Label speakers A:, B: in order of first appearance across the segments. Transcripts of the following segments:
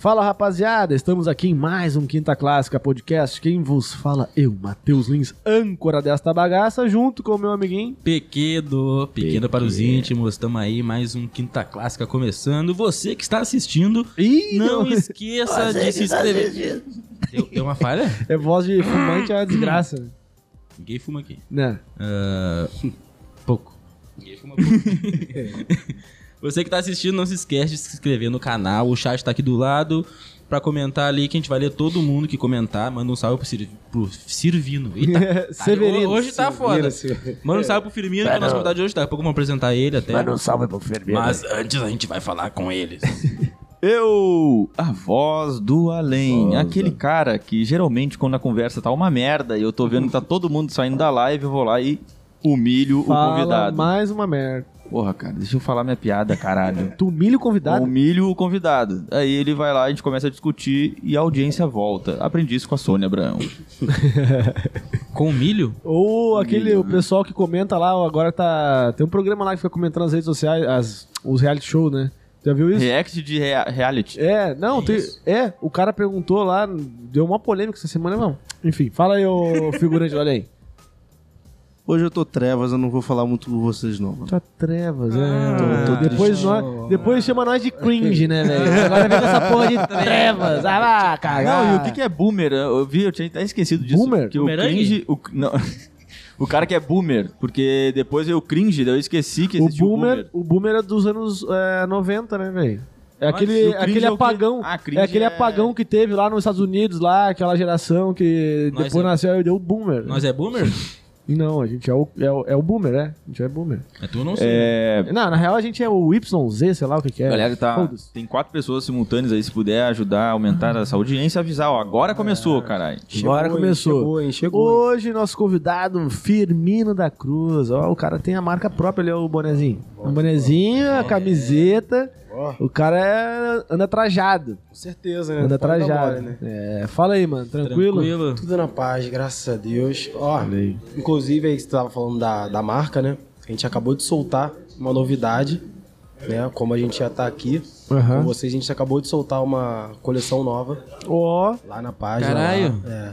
A: Fala rapaziada, estamos aqui em mais um Quinta Clássica Podcast. Quem vos fala? Eu, Matheus Lins, âncora desta bagaça, junto com o meu amiguinho.
B: Pequedo, pequeno para os íntimos, estamos aí, mais um Quinta Clássica começando. Você que está assistindo,
A: Ih,
B: não
A: não,
B: esqueça de se inscrever. Deu, deu uma falha?
A: é voz de fumante, é uma desgraça. né?
B: Ninguém fuma aqui.
A: Né?
B: É. Pouco. Ninguém fuma pouco. Você que tá assistindo, não se esquece de se inscrever no canal. O chat tá aqui do lado pra comentar ali, que a gente vai ler todo mundo que comentar. Manda um salve pro, Cir... pro Cirvino. Eita, tá-
A: Severino.
B: hoje tá foda.
A: Severino, Severino.
B: Manda um salve pro Firmino, que é o nosso convidado de hoje. Daqui a pouco vamos apresentar ele até.
C: Manda um salve pro Firmino.
B: Mas antes a gente vai falar com eles.
C: Eu, a voz do além. Aquele cara que geralmente quando a conversa tá uma merda e eu tô vendo que tá todo mundo saindo da live, eu vou lá e humilho o
A: Fala
C: convidado.
A: mais uma merda.
C: Porra, cara, deixa eu falar minha piada, caralho.
A: Tu humilha o convidado?
B: Hum.
C: Humilho o convidado. Aí ele vai lá, a gente começa a discutir e a audiência volta. Aprendi isso com a Sônia Abraão.
B: com milho?
A: Ou aquele
C: Humilha,
A: o pessoal que comenta lá, ó, agora tá. Tem um programa lá que fica comentando nas redes sociais, as, os reality show, né? Já viu isso?
C: React de rea- reality.
A: É, não,
B: É
A: tem-
B: isso.
A: é, o cara perguntou lá, deu uma polêmica essa semana, não. Enfim, fala aí, ô figurante, olha aí.
D: Hoje eu tô trevas, eu não vou falar muito com vocês, não.
A: Tá trevas, é.
B: Ah, tô- tô
A: depois,
D: triste.
A: nós, depois chama nós de cringe, né, velho? Agora vem com essa porra de trevas. Ah, lá, cagar.
C: Não, e o que, que é boomer? Eu vi, eu tinha até esquecido disso.
A: Boomer?
C: Que o
B: Boomerang?
C: cringe. O, não, o cara que é boomer, porque depois eu cringe, daí eu esqueci que
A: o
C: existia o
A: boomer, o boomer é dos anos é, 90, né, velho? É
C: Mas o
A: aquele,
C: cringe
A: aquele
C: é o que-
A: apagão.
C: Ah, cringe
A: é aquele
C: é-
A: apagão que teve lá nos Estados Unidos, lá, aquela geração que
B: Nós
A: depois
B: é-
A: nasceu e deu o boomer.
B: Nós é boomer?
A: Não, a gente é o, é, o, é o boomer, é. A gente é boomer.
B: É tu não sei.
C: É,
A: Não, na real a gente é o YZ, sei lá o que, que é.
C: Galera, tá,
A: Foda-se.
C: tem quatro pessoas simultâneas aí, se puder ajudar a aumentar essa audiência, avisar, ó, agora começou, caralho.
A: Agora começou.
D: Chegou, hein? Chegou.
A: Hoje, nosso convidado, um Firmino da Cruz. Ó, o cara tem a marca própria ali, ó, o bonezinho. O bonezinho, a camiseta.
D: Ó,
A: O cara é- anda trajado.
D: com certeza, né?
A: Anda
D: Fora da
A: trajado.
D: mole, né?
A: É, fala aí, mano. Tranquilo?
D: Tudo na paz, graças a Deus. Ó, inclusive aí que você tava falando da, da marca, né? A gente acabou de soltar uma novidade, né? Como a gente já tá aqui
A: Aham.
D: com vocês, a gente acabou de soltar uma coleção nova
A: Ó,
D: lá na página.
B: Caralho.
D: lá. É.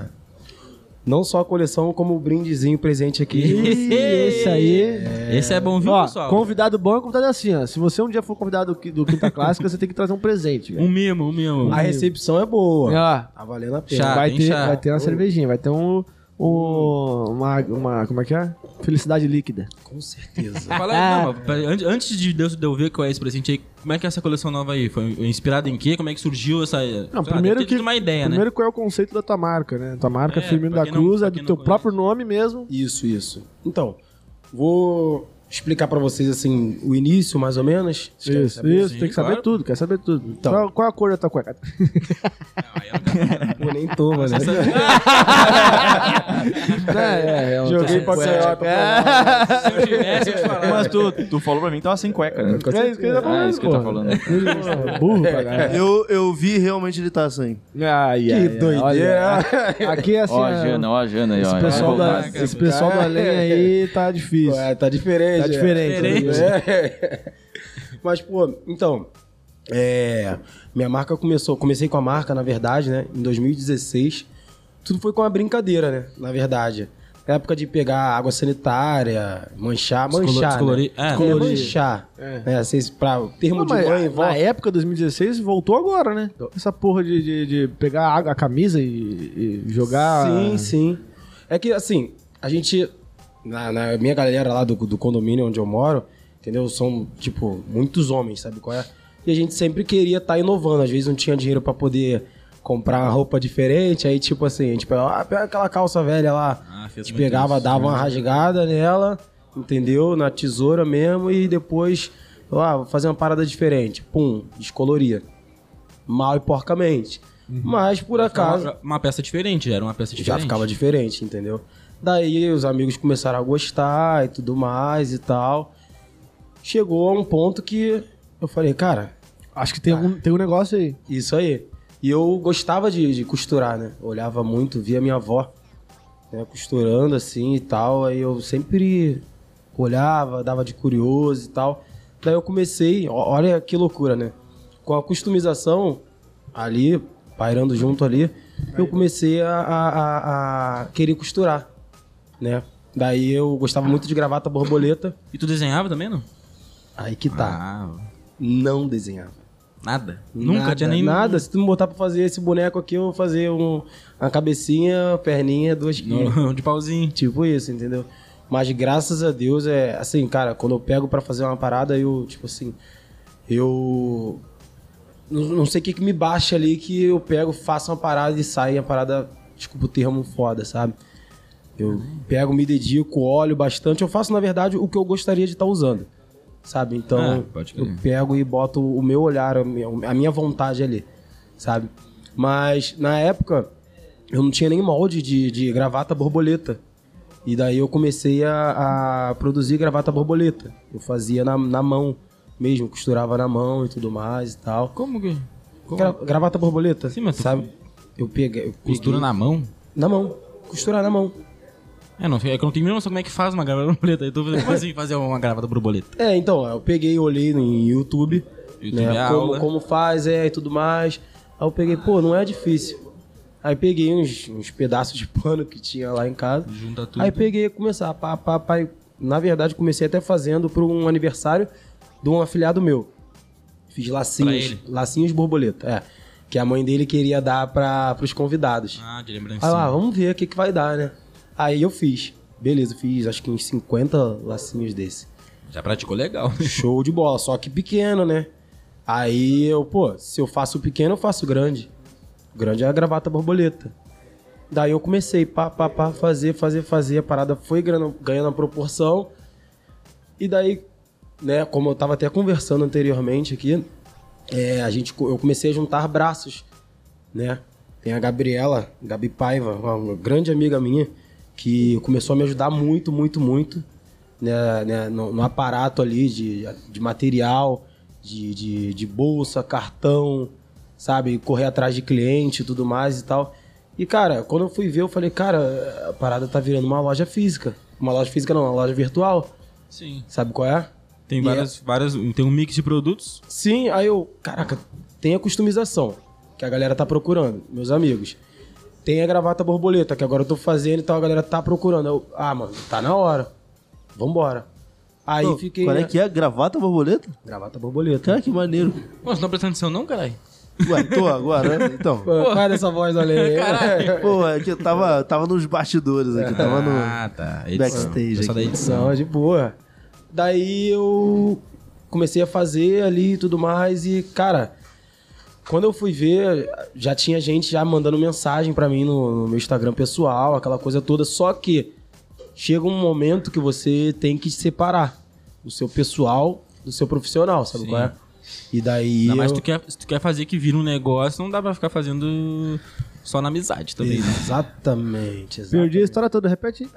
D: Não só a coleção, como o brindezinho presente aqui.
A: esse, esse aí.
B: Esse é bom, viu,
A: Ó,
B: pessoal?
A: convidado bom é convidado assim, ó. Se você um dia for convidado do Qui- do Quinta Clássica, você tem que trazer um presente, velho.
B: Um mimo, um mimo.
D: A recepção é boa.
A: Ó,
D: Tá valendo a pena.
B: Chá,
A: Então vai,
B: tem
A: ter,
B: chá.
A: vai ter uma cervejinha, vai ter um. um- uma, uma. Como é que é? Felicidade líquida.
D: Com certeza.
B: Fala aí, não, mas pera- antes- antes de Deus de eu ver qual é esse presente aí, como é que é essa coleção nova aí? Foi inspirada em quê? Como é que surgiu essa.
A: Não, primeiro que-
B: uma ideia, né?
A: Primeiro, qual é o conceito da tua marca, né? Tua marca
B: É,
A: Firmino
B: pra
A: da
B: quem não-
A: Cruz
B: pra
A: é do
B: quem não
A: teu
B: conhece.
A: próprio nome mesmo.
D: Isso, isso. Então, vou explicar pra vocês assim o início, mais ou menos. é Vocês querem
A: Isso,
D: saber?
A: isso,
B: Sim,
A: tem que saber
B: claro.
A: tudo, quer saber tudo.
D: Então.
A: Qual, qual a cor da tua cueca?
B: Aí ela tá-
D: Pô, nem tô, mano.
A: é, é,
D: Joguei pra
A: cueca.
D: Toyota.
B: Se eu tivesse, eu te falava.
C: Mas tu, tu falou pra mim que tava sem cueca, né?
A: É isso que ele tá falando.
C: Ah, é isso que ele tá
A: pô.
C: falando.
A: Ele é Burro pra caralho.
E: Eu, eu vi realmente ele tá assim.
A: Ai, ai, ai, olha. Aqui é assim.
C: Ó, a
A: é,
C: Jana, ó, a Jana aí, ó.
A: esse pessoal,
C: revoltada.
A: da, esse pessoal do além aí tá difícil.
D: Ué, tá diferente.
A: Tá
D: é.
A: diferente.
B: Diferente.
A: né?
D: É. Mas, pô, então. é, minha marca começou. Comecei com a marca, na verdade, né? Em 2016. Tudo foi com uma brincadeira, né? Na verdade. Na época de pegar água sanitária, manchar,
B: Descolo-
D: manchar.
B: descolorir-
D: né?
B: é.
D: Descolorir. manchar.
A: É.
D: né? Vocês, pra, o termo
A: Não,
D: de
A: mas
D: mãe e
A: a-
D: vó.
A: na época, 2016, voltou agora, né? Essa porra de, de, de pegar a, a camisa e, e jogar.
D: Sim, sim. É que, assim, a gente. Na, na minha galera lá do, do condomínio onde eu moro, entendeu? São, tipo, muitos homens, sabe qual é? E a gente sempre queria estar inovando. Às vezes não tinha dinheiro pra poder comprar uma roupa diferente. Aí, tipo assim, a gente pegava, ah, pega aquela calça velha lá.
B: Ah,
D: a
B: fez
D: gente
B: muito
D: pegava,
B: isso.
D: dava uma rasgada nela, entendeu? Na tesoura mesmo. E depois, ah, vou fazer uma parada diferente. Pum, descoloria. Mal e porcamente.
B: Uhum.
D: Mas, por acaso.
B: Uma, uma peça diferente, era uma peça diferente.
D: Já ficava diferente, entendeu? Daí os amigos começaram a gostar e tudo mais e tal. Chegou a um ponto que eu falei, cara,
A: Acho que tem, um, tem um negócio aí.
D: isso aí. E eu gostava de, de costurar, né? Olhava muito, via minha avó né, costurando assim e tal. Aí eu sempre olhava, dava de curioso e tal. Daí eu comecei, ó- olha que loucura, né? Com a customização, ali, pairando junto ali, eu comecei a, a- a- a querer costurar, né? Daí eu gostava muito de gravata borboleta.
B: E tu desenhava também, não?
D: Aí que tá.
B: Ah,
D: Não desenhava.
B: nada. Nunca
D: Nada,
B: tinha nem.
D: Nada. Se tu me botar pra fazer esse boneco aqui, eu vou fazer um, uma cabecinha, perninha, duas quilos.
B: Não, de pauzinho.
D: Tipo isso, entendeu? Mas graças a Deus é assim, cara, quando eu pego pra fazer uma parada, eu, tipo assim, eu não, não sei o que, que me baixa ali que eu pego, faço uma parada e sai a parada, desculpa o termo foda, sabe? Eu pego, me dedico, olho bastante, eu faço na verdade o que eu gostaria de estar usando. Sabe? Então,
B: Ah, pode crer.
D: eu pego e boto o meu olhar, a minha- a minha vontade ali, sabe? Mas na época eu não tinha nem molde de, de gravata borboleta. E daí eu comecei a, a produzir gravata borboleta. Eu fazia na, na mão mesmo, costurava na mão e tudo mais e tal.
B: Como que. Como?
D: Gra- gravata borboleta,
B: Sim, mas tu-
D: sabe? Eu peguei, eu
B: Costura
D: peguei-
B: na mão?
D: na mão, costurar na mão.
B: É, não, é que eu não tenho nem noção como é que faz uma gravata borboleta. Eu tô fazendo como assim fazer uma gravata borboleta.
D: É, então, eu peguei, olhei no em YouTube,
B: YouTube
D: né,
B: é
D: como,
B: aula.
D: como faz, é, e tudo mais. Aí eu peguei, pô, não é difícil. Aí peguei uns, uns pedaços de pano que tinha lá em casa.
B: Junta tudo.
D: Aí peguei e começar, pá, pá, pá. e, Na verdade, comecei até fazendo para um aniversário de um afilhado meu. Fiz lacinhos,
B: ele?
D: lacinhos borboleta, é. Que a mãe dele queria dar para os convidados.
B: Ah, de
D: Aí
B: lembrancinha.
D: lá, vamos ver o que, que vai dar, né? Aí eu fiz. Beleza, eu fiz acho que uns 50 lacinhos desse.
B: Já praticou legal.
D: Show de bola, só que pequeno, né? Aí eu, pô, se eu faço pequeno, eu faço grande. O grande é a gravata borboleta. Daí eu comecei, pá, pá, pá, fazer, fazer, fazer. A parada foi ganhando, ganhando a proporção. E daí, né, como eu tava até conversando anteriormente aqui, é, a gente, co- eu comecei a juntar braços, né? Tem a Gabriela, Gabi Paiva, uma- uma grande amiga minha, que começou a me ajudar muito, muito, muito, né, né, no, no aparato ali de, de material, de, de, de bolsa, cartão, sabe? Correr atrás de cliente e tudo mais e tal. E, cara, quando eu fui ver, eu falei, cara, a parada tá virando uma loja física. Uma loja física não, uma loja virtual.
B: Sim.
D: Sabe qual é?
B: Tem
D: E
B: várias, várias. Tem um mix de produtos.
D: Sim, aí eu, caraca, tem a customização que a galera tá procurando, meus amigos. Tem a gravata borboleta que agora eu tô fazendo e tal, a galera tá procurando. Eu, ah, mano, tá na hora. Vambora. Aí
E: Pô,
D: fiquei.
E: Qual é
D: né,
E: que é? Gravata borboleta?
D: Gravata borboleta.
E: Cara, que maneiro.
B: Pô, você não tá prestando atenção, não, caralho?
E: Ué, tô agora, né? Então.
D: Pô, Qual é dessa voz, olha aí?
E: Pô, é que eu tava, tava nos bastidores aqui, tava no.
B: Ah, tá.
E: Backstage
B: Só da
E: aqui.
B: edição.
D: Não, é de boa. Daí eu comecei a fazer ali e tudo mais e, cara, quando eu fui ver, já tinha gente já mandando mensagem pra mim no, no meu Instagram pessoal, aquela coisa toda, só que chega um momento que você tem que separar o seu pessoal do seu profissional, sabe
B: Sim.
D: qual é? E daí
B: Ainda mais
D: eu-
B: tu quer, se tu quer fazer que vira um negócio, não dá pra ficar fazendo só na amizade também, né?
D: Exatamente, exatamente.
A: Perdi a história toda, repete.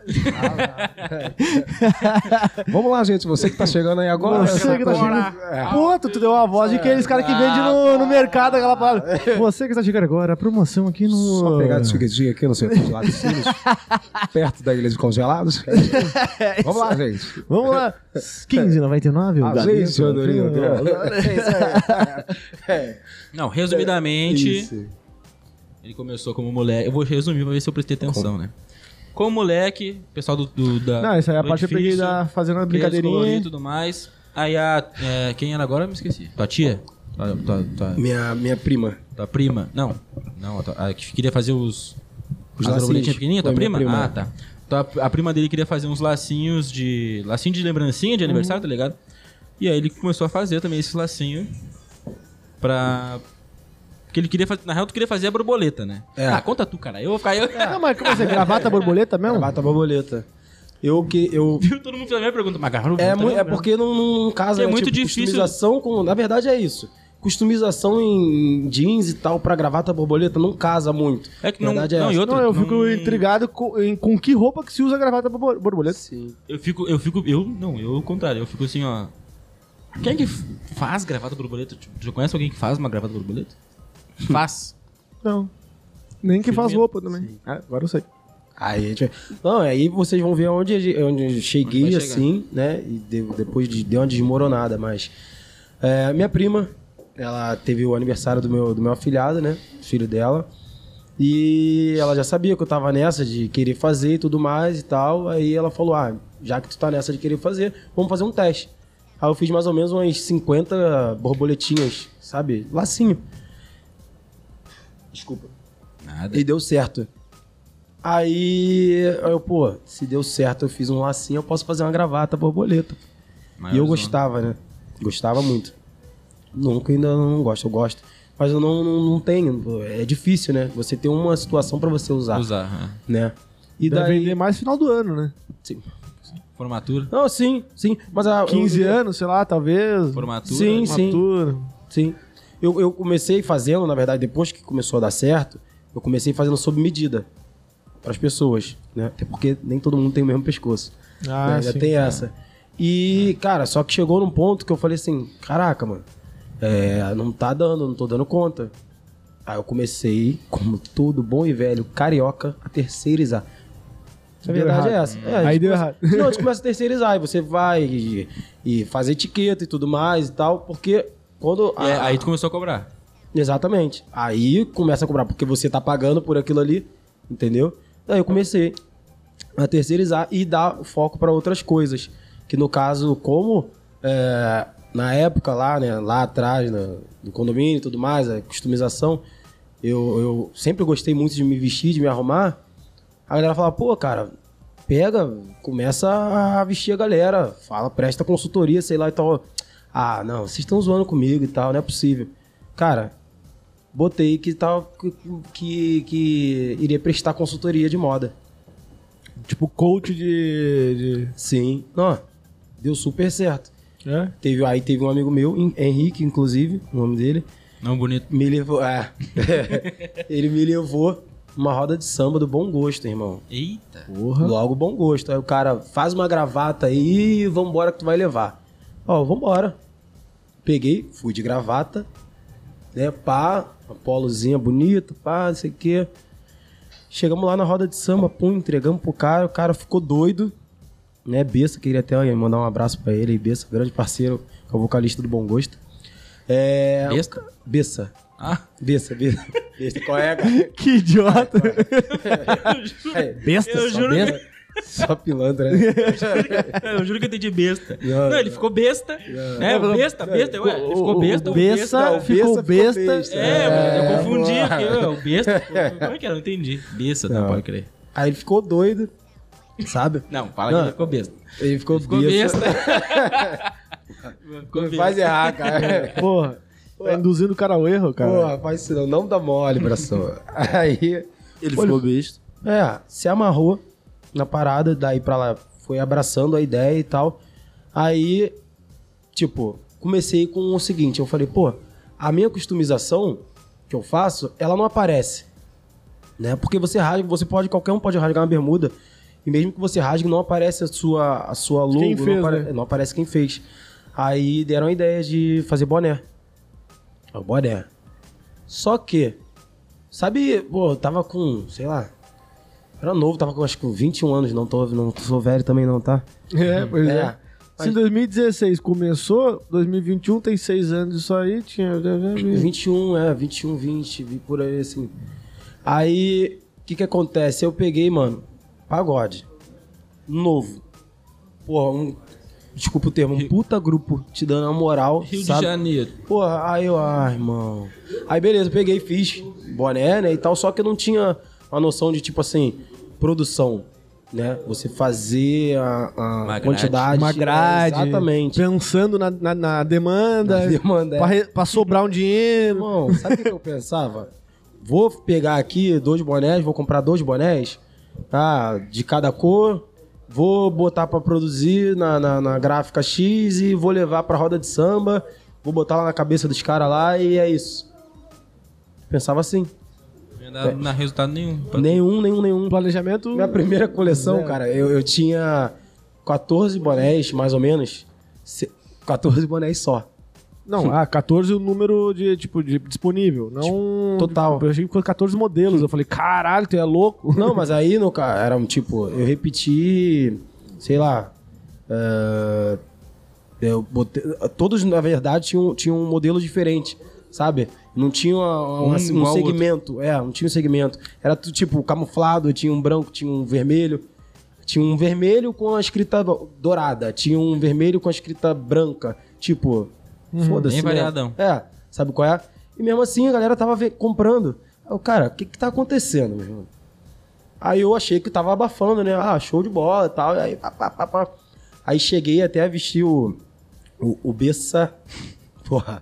F: Vamos lá, gente. Você que tá chegando aí agora.
A: Você que tá chegando. Puta, tu deu uma voz de aqueles caras que vendem no, no mercado aquela palavra. Você que está chegando agora, a promoção aqui no.
F: Só
A: Ah.
F: pegar de chiquetinha aqui no centro de Lago Silos, perto da ilha de congelados.
A: É
F: É Vamos lá, gente.
A: Vamos lá. 15,99? o
F: Ah,
A: Galeto,
F: gente, Andorinho.
A: aqui, ó.
B: Não, resumidamente,
F: Isso.
B: ele começou como moleque. Eu vou resumir pra ver se eu prestei atenção, né? Como moleque, pessoal do. do- da,
A: Não, essa aí é a
B: do
A: parte que eu peguei
B: edifício,
A: da, fazendo a
B: que eles coloriam
A: brincadeirinha.
B: e tudo mais. Aí a. é, quem era agora? Eu me esqueci. Tua tia? Tua, tua- tua-
D: Minha, minha prima.
B: tua prima? Não. Não, a, tua- a que queria fazer os.
D: Os
B: as
D: lacinhos.
B: borboletinhas pequenininhas, tua
D: Foi minha
B: prima?
D: prima.
B: Ah, tá. Tua- a prima dele queria fazer uns lacinhos de. Lacinho de lembrancinha de aniversário, tá
D: Uhum.
B: ligado? E aí ele começou a fazer também esse lacinho pra. Porque ele queria fazer. Na real, tu queria fazer a borboleta, né?
D: É.
B: Ah, conta tu, cara. Eu vou ficar. Eu...
A: Não, mas como é que é? Gravata borboleta mesmo?
D: Gravata borboleta. Eu que eu
B: Viu? Todo mundo fez a mesma pergunta, mas agarrou
D: É,
B: muito,
D: mui-
B: né?
D: é porque não, não casa
B: É
D: né?
B: muito
D: Tipo,
B: difícil.
D: Customização com. Na verdade é isso. Customização em jeans e tal pra gravata borboleta não casa muito.
B: É que não.
D: verdade é
B: não, e
D: essa.
B: outra,
A: não, eu
B: não-
A: fico intrigado com, em- com que roupa que se usa gravata bor- borboleta.
D: Sim.
B: Eu fico. Eu fico. Eu. Não, eu ao contrário. Eu fico assim, ó. Quem é que f- faz gravata borboleta? Tu já conhece alguém que faz uma gravata borboleta? Faz.
A: Não. Nem que faz
B: Firmino.
A: roupa também. Ah, agora eu sei.
D: Aí, a gente- não, aí vocês vão ver onde, a ge- onde eu cheguei
B: Onde vai chegar.
D: assim, né? E de- depois de, deu uma desmoronada, mas. é, minha prima, ela teve o aniversário do meu, do meu afilhado, né? Filho dela. E ela já sabia que eu tava nessa de querer fazer e tudo mais e tal. Aí ela falou: Ah, já que tu tá nessa de querer fazer, vamos fazer um teste. Aí eu fiz mais ou menos umas 50 borboletinhas, sabe? Lacinho. Desculpa.
B: Nada.
D: E deu certo. Aí eu, pô, se deu certo, eu fiz um lacinho, eu posso fazer uma gravata borboleta.
B: Maior
D: e eu
B: zona.
D: gostava, né? Gostava muito. Nunca ainda não gosto, eu gosto. Mas eu não, não, não tenho, é difícil, né? Você tem uma situação pra você usar,
B: Usar. né?
D: né? E
A: Deve
D: daí...
A: vender mais final do ano, né?
D: Sim.
B: Formatura.
D: Não, sim, sim. Mas a,
A: 15
D: eu-
A: anos, sei lá, talvez.
B: Formatura.
D: Sim, sim.
A: Formatura.
D: Sim. Eu, eu comecei fazendo, na verdade, depois que começou a dar certo, eu comecei fazendo sob medida para as pessoas, né? Até porque nem todo mundo tem o mesmo pescoço.
A: Ah,
D: né? Já
A: sim.
D: tem essa. E, cara, só que chegou num ponto que eu falei assim, caraca, mano, é, não tá dando, não tô dando conta. Aí eu comecei, como todo bom e velho carioca, a terceirizar. A
A: Deu
D: verdade é
A: errado.
D: essa. É, a
A: Aí
D: gente
A: deu
D: começa-
A: errado.
D: Não, a gente começa a terceirizar, e você vai e, e faz etiqueta e tudo mais e tal, porque quando...
B: E é,
D: a-
B: aí tu começou a cobrar.
D: Exatamente. Aí começa a cobrar, porque você tá pagando por aquilo ali, entendeu? Daí eu comecei a terceirizar e dar foco para outras coisas. Que no caso, como é, na época lá, né, lá atrás, né, do condomínio e tudo mais, a customização, eu, eu sempre gostei muito de me vestir, de me arrumar. A galera fala, pô, cara, pega, começa a vestir a galera, fala, presta consultoria, sei lá e tal. Ah, não, vocês estão zoando comigo e tal, não é possível. Cara, botei que tal que, que, que iria prestar consultoria de moda.
A: Tipo, coach de.
D: Sim. Não, deu super certo.
A: de... É?
D: Teve, aí teve um amigo meu, Hen- Henrique, inclusive, o nome dele,
B: Não, bonito.
D: me levou. É, ele me levou numa roda de samba do bom gosto, irmão.
B: Eita.
D: Logo bom gosto. Aí o cara faz uma gravata aí e vambora que tu vai levar. Ó, vambora. Peguei, fui de gravata, né? Pá, uma polozinha bonita, pá, não sei o quê. Chegamos lá na roda de samba, pum, entregamos pro cara, o cara ficou doido, né? Bessa, queria até mandar um abraço pra ele, Bessa, grande parceiro, que é o vocalista do Bom Gosto. É.
B: Besta?
D: Bessa.
B: Ah,
D: Bessa, Bessa. Bessa, qual é, cara?
A: Que idiota.
D: É,
A: Besta,
B: eu juro,
D: Bessa. Só pilantra, né?
B: que, eu juro que eu entendi besta.
D: Não,
B: Não, ele ficou besta. né? besta, besta, ué. Ele
A: o-
B: ficou
A: o-
B: besta,
A: o
B: o
A: besta-
B: besta.
A: Ficou besta.
B: É, eu confundi.
D: boa.
B: porque, ué, o besta. Como é que era? Eu entendi. Besta, não,
D: Não.
B: pode crer.
D: Aí ele ficou doido, sabe?
B: Não, fala
D: Não.
B: que ele ficou besta.
D: Ele ficou,
B: Ficou
D: besta.
B: besta.
D: Não Faz errar, cara.
A: Porra. Tá induzindo o cara ao erro, cara.
D: Porra, faz isso não. Não dá mole, bração. Aí,
E: Ele
D: Olha-
E: ficou besta.
D: é, se amarrou na parada, daí pra lá foi abraçando a ideia e tal. Aí, tipo, comecei com o seguinte, eu falei, pô, a minha customização que eu faço, ela não aparece. Né? Porque você rasga, você pode, qualquer um pode rasgar uma bermuda, e mesmo que você rasgue, não aparece a sua, a sua logo,
A: Quem fez,
D: não, apare-
A: né?
D: não aparece quem fez. Aí deram a ideia de fazer boné. É o boné. Só que, sabe, pô, eu tava com, sei lá, era novo, tava com acho que com 21 anos, não tô, não sou velho também não, tá?
A: É, pois é.
D: É.
A: Se em 2016 começou, 2021 tem 6 anos isso aí, tinha.
D: 21, é, 21, 20, vi por aí assim. Aí, o que que acontece? Eu peguei, mano, pagode. Novo. Porra, um. Desculpa o termo, um puta grupo te dando a moral.
B: Rio
D: sabe?
B: de Janeiro.
D: Porra, aí eu, ah, irmão. Aí beleza, peguei, fiz boné, né, e tal, só que eu não tinha uma noção de, tipo assim, produção, né? Você fazer a, a
B: Uma grade.
D: quantidade. É,
A: Uma grade.
D: Exatamente.
A: Pensando na, na, na demanda.
D: Na demanda, é.
A: pra, re- pra sobrar um dinheiro.
D: Irmão, sabe o que que eu pensava? Vou pegar aqui dois bonés, vou comprar dois bonés, tá? De cada cor, vou botar pra produzir na, na, na gráfica X e vou levar pra roda de samba, vou botar lá na cabeça dos caras lá e é isso. Pensava assim.
B: Não dá- não dá resultado nenhum.
D: Nenhum, nenhum, nenhum.
A: Planejamento.
D: Minha primeira coleção,
A: Zero.
D: cara, eu, eu tinha 14 bonés, mais ou menos. Se- 14 bonés só.
A: Não, ah, 14 o número de, tipo, de disponível. Não.
D: Tipo, Total.
A: Eu achei que fosse 14 modelos. Eu falei, caralho, tu é louco.
D: Não, mas aí no cara, era um tipo, eu repeti, sei lá, eh, Eu botei- todos, na verdade, tinham, tinham um modelo diferente, sabe? Não tinha uma- uma-
B: Um
D: um
B: igual ao outro.
D: segmento. É, não tinha um segmento. Era tudo, tipo camuflado, tinha um branco, tinha um vermelho. Tinha um vermelho com a escrita dourada, tinha um vermelho com a escrita branca. Tipo, foda-se.
B: Uhum, bem
D: né?
B: variadão.
D: É, sabe qual é? E mesmo assim a galera tava ve- comprando. Aí Eu, cara, o que que tá acontecendo, meu irmão? Aí eu achei que tava abafando, né? Ah, show de bola e tal. Aí, pá, pá, pá, pá. aí cheguei até a vestir o, o, o Bessa. Porra,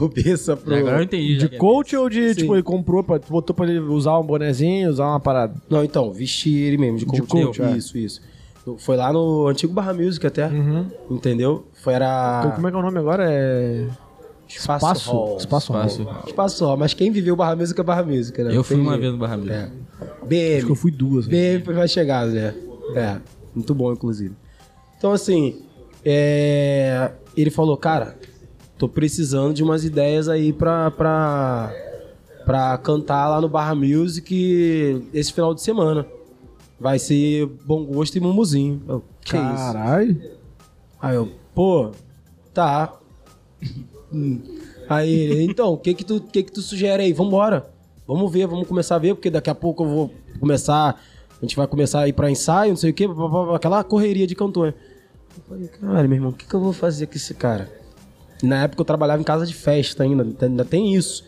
D: o Bessa pro.
B: Agora eu entendi. já
A: De
B: que é
A: coach ou de,
D: Sim.
A: tipo, ele comprou, pra, botou pra ele usar um bonezinho, usar uma parada?
D: Não, então, vesti ele mesmo, de coach.
B: coach, é.
D: isso, isso. Foi lá no antigo Barra Music até. Entendeu? Foi era.
A: Como é que é o nome agora? É...
D: Espaço,
A: Espaço?
D: Hall.
A: Espaço Hall.
B: Espaço.
D: Espaço Hall. Mas quem viveu Barra Music é Barra Music, né?
B: Eu fui
D: Tem
B: uma
D: jeito.
B: vez no Barra Music.
D: É. BM.
A: Acho que eu fui duas. né?
D: Bem foi mais chegado, né? É, muito bom, inclusive. Então, assim, é, ele falou, cara, tô precisando de umas ideias aí pra, pra, pra cantar lá no Barra Music esse final de semana. Vai ser Bom Gosto e Mumuzinho. Eu, que isso?
A: Caralho.
D: Aí eu, pô, tá. Hum. Aí ele, então, o que que tu, que que tu sugere aí? Vambora. Vamos ver, vamos começar a ver, porque daqui a pouco eu vou começar, a gente vai começar a ir pra ensaio, não sei o quê, blá, blá, blá, aquela correria de cantor. né? Eu falei, caralho, meu irmão, o que que eu vou fazer com esse cara? Na época eu trabalhava em casa de festa ainda, ainda tem isso.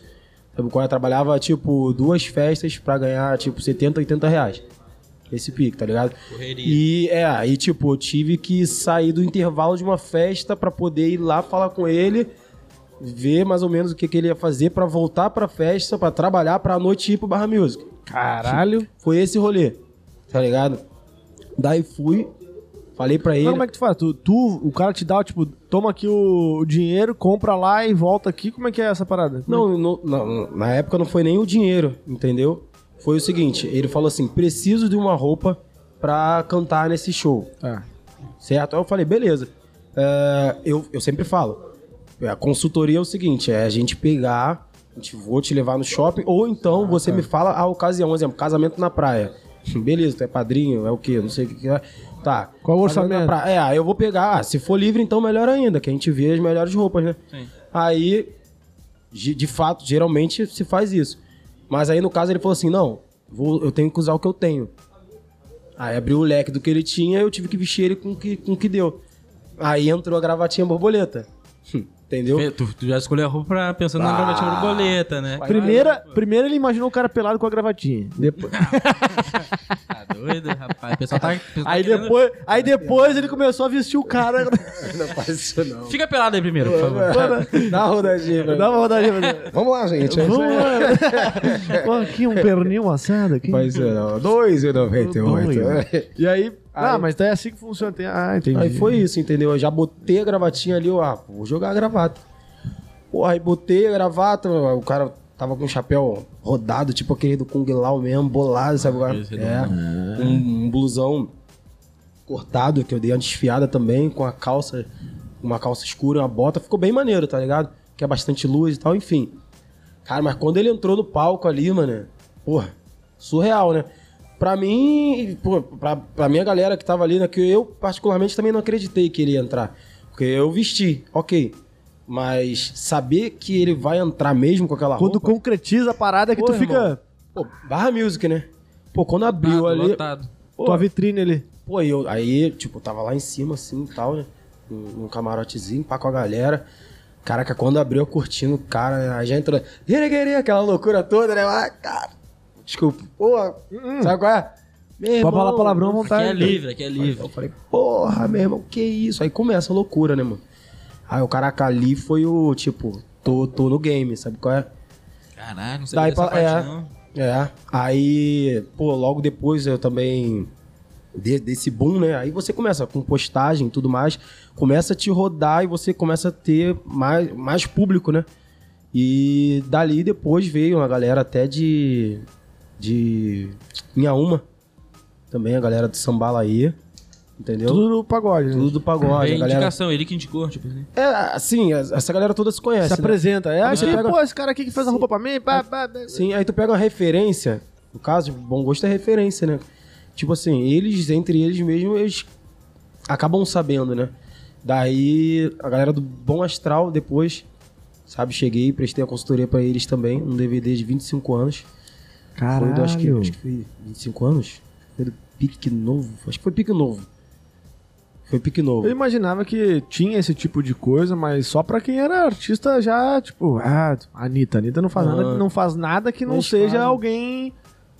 D: Sabe qual é? Eu trabalhava, tipo, duas festas pra ganhar, tipo, 70, 80 reais. Esse pique, tá ligado?
B: Correria.
D: E, é, aí, tipo, eu tive que sair do intervalo de uma festa pra poder ir lá falar com ele, ver mais ou menos o que, que ele ia fazer pra voltar pra festa, pra trabalhar, pra noite ir pro Barra Music.
A: Caralho.
D: Foi esse rolê, tá ligado? Daí fui, falei pra ele...
A: Mas como é que tu faz? Tu, tu- o cara te dá, tipo, toma aqui o, o dinheiro, compra lá e volta aqui. Como é que é essa parada? Como é
D: Não, no- não, na época não foi nem o dinheiro, entendeu? Foi o seguinte, ele falou assim, preciso de uma roupa pra cantar nesse show.
A: que- Ah.
D: Certo? Aí eu falei, beleza. É, eu, eu sempre falo. A consultoria é o seguinte: é a gente pegar, a gente vou te levar no shopping, ou então você
A: É.
D: me fala a ocasião, por exemplo, casamento na praia. Beleza, tu é padrinho, é o quê? Não sei o que que é. Tá.
A: Qual o
D: Casamento na
A: orçamento?
D: praia. É, aí eu vou pegar. Ah, se for livre, então melhor ainda, que a gente vê as melhores roupas, né?
B: Sim.
D: Aí, ge- de fato, geralmente se faz isso. Mas aí, no caso, ele falou assim: não, vou, eu tenho que usar o que eu tenho. Aí abriu o leque do que ele tinha eu tive que vestir ele com o que, com o que deu. Aí entrou a gravatinha borboleta. Hum, Entendeu?
B: Fe- Tu, tu já escolheu a roupa pra- pensando
D: Ah,
B: na gravatinha borboleta, né?
A: Primeira, primeiro ele imaginou o cara pelado com a gravatinha. Depois-
B: Tá doido, rapaz. O pessoal tá. o pessoal tá
A: aí,
B: querendo-
A: depois, aí depois ele começou a vestir o cara.
D: Não faz isso, não.
B: Fica pelado aí primeiro, por favor.
D: Dá uma rodadinha. né? pra mim.
A: Dá uma rodadinha. mas-
F: Vamos lá, gente. É isso
A: Vamos
F: aí.
A: lá. Pô, aqui um pernil assado aqui.
F: Mas é, não, 2,98.
A: E aí, Ah, mas daí é assim que funciona. Tem- Ah, entendi.
D: né? Aí foi isso, entendeu? Eu já botei a gravatinha ali, ó, ah, vou jogar a gravata. Porra, aí botei a gravata, o cara tava com o chapéu rodado, tipo aquele do Kung Lao mesmo, bolado, sabe? agora?
B: esse
D: É, um, um blusão cortado, que eu dei uma desfiada também, com a calça, uma calça escura, uma bota, ficou bem maneiro, tá ligado? Que é bastante luz e tal, enfim. Cara, mas quando ele entrou no palco ali, mano, porra, surreal, né? Pra mim, pô, pra, pra minha galera que tava ali, né, que eu particularmente também não acreditei que ele ia entrar. Porque eu vesti, ok. Mas saber que ele vai entrar mesmo com aquela
A: Quando
D: roupa...
A: concretiza a parada é que
D: Pô,
A: tu fica.
D: irmão. Pô, barra music, né? Pô, quando abriu ali...
B: Tá Lotado.
A: Tua vitrine ali.
D: Pô, e eu, aí, tipo, eu tava lá em cima, assim, e tal, né? Num num camarotezinho, pá, com a galera. Caraca, quando abriu eu curtindo o cara, né? Aí já entrou... Guerreguerê, aquela loucura toda, né? Ah, cara... Desculpa. Pô, sabe qual é? Meu
A: Pode falar
D: irmão,
A: palavrão à
B: Aqui é
A: vontade.
B: livre, aqui é livre.
D: Eu falei, porra, meu irmão, que isso? Aí começa a loucura, né, mano? Aí o caraca ali foi o, tipo, tô, tô no game, sabe qual é?
B: Caralho, não sei
D: Daí
B: dessa
D: pra,
B: parte,
D: é,
B: não.
D: é. Aí, pô, logo depois eu também. de- desse boom, né? Aí você começa com postagem e tudo mais, começa a te rodar e você começa a ter mais, mais público, né? E dali depois veio uma galera até de. de. Inhaúma. Também a galera do Sambalaê. Entendeu? Tudo,
A: Tudo no pagode. né?
D: do pagode.
B: É
D: A galera.
B: indicação, ele que indicou, tipo assim.
D: É, assim, essa galera toda se conhece.
A: Se
D: né?
A: apresenta. É,
D: Quando
A: aqui,
D: você pega-
A: pô, esse cara aqui que fez a roupa pra mim. pá, pá, pá.
D: Sim, aí tu pega uma referência. No caso, bom gosto é referência, né? Tipo assim, eles, entre eles mesmo, eles acabam sabendo, né? Daí, a galera do Bom Astral, depois, sabe, cheguei, prestei a consultoria pra eles também, um DVD de 25 anos. Foi do, acho, que, acho que foi 25 anos. Foi do Pique Novo. Acho que foi Pique Novo. Foi Pique Novo.
A: Eu imaginava que tinha esse tipo de coisa, mas só pra quem era artista já, tipo, ah, Anitta. Anitta não faz,
D: Ah.
A: nada, não faz nada que não
D: Mas
A: seja
D: faz.
A: alguém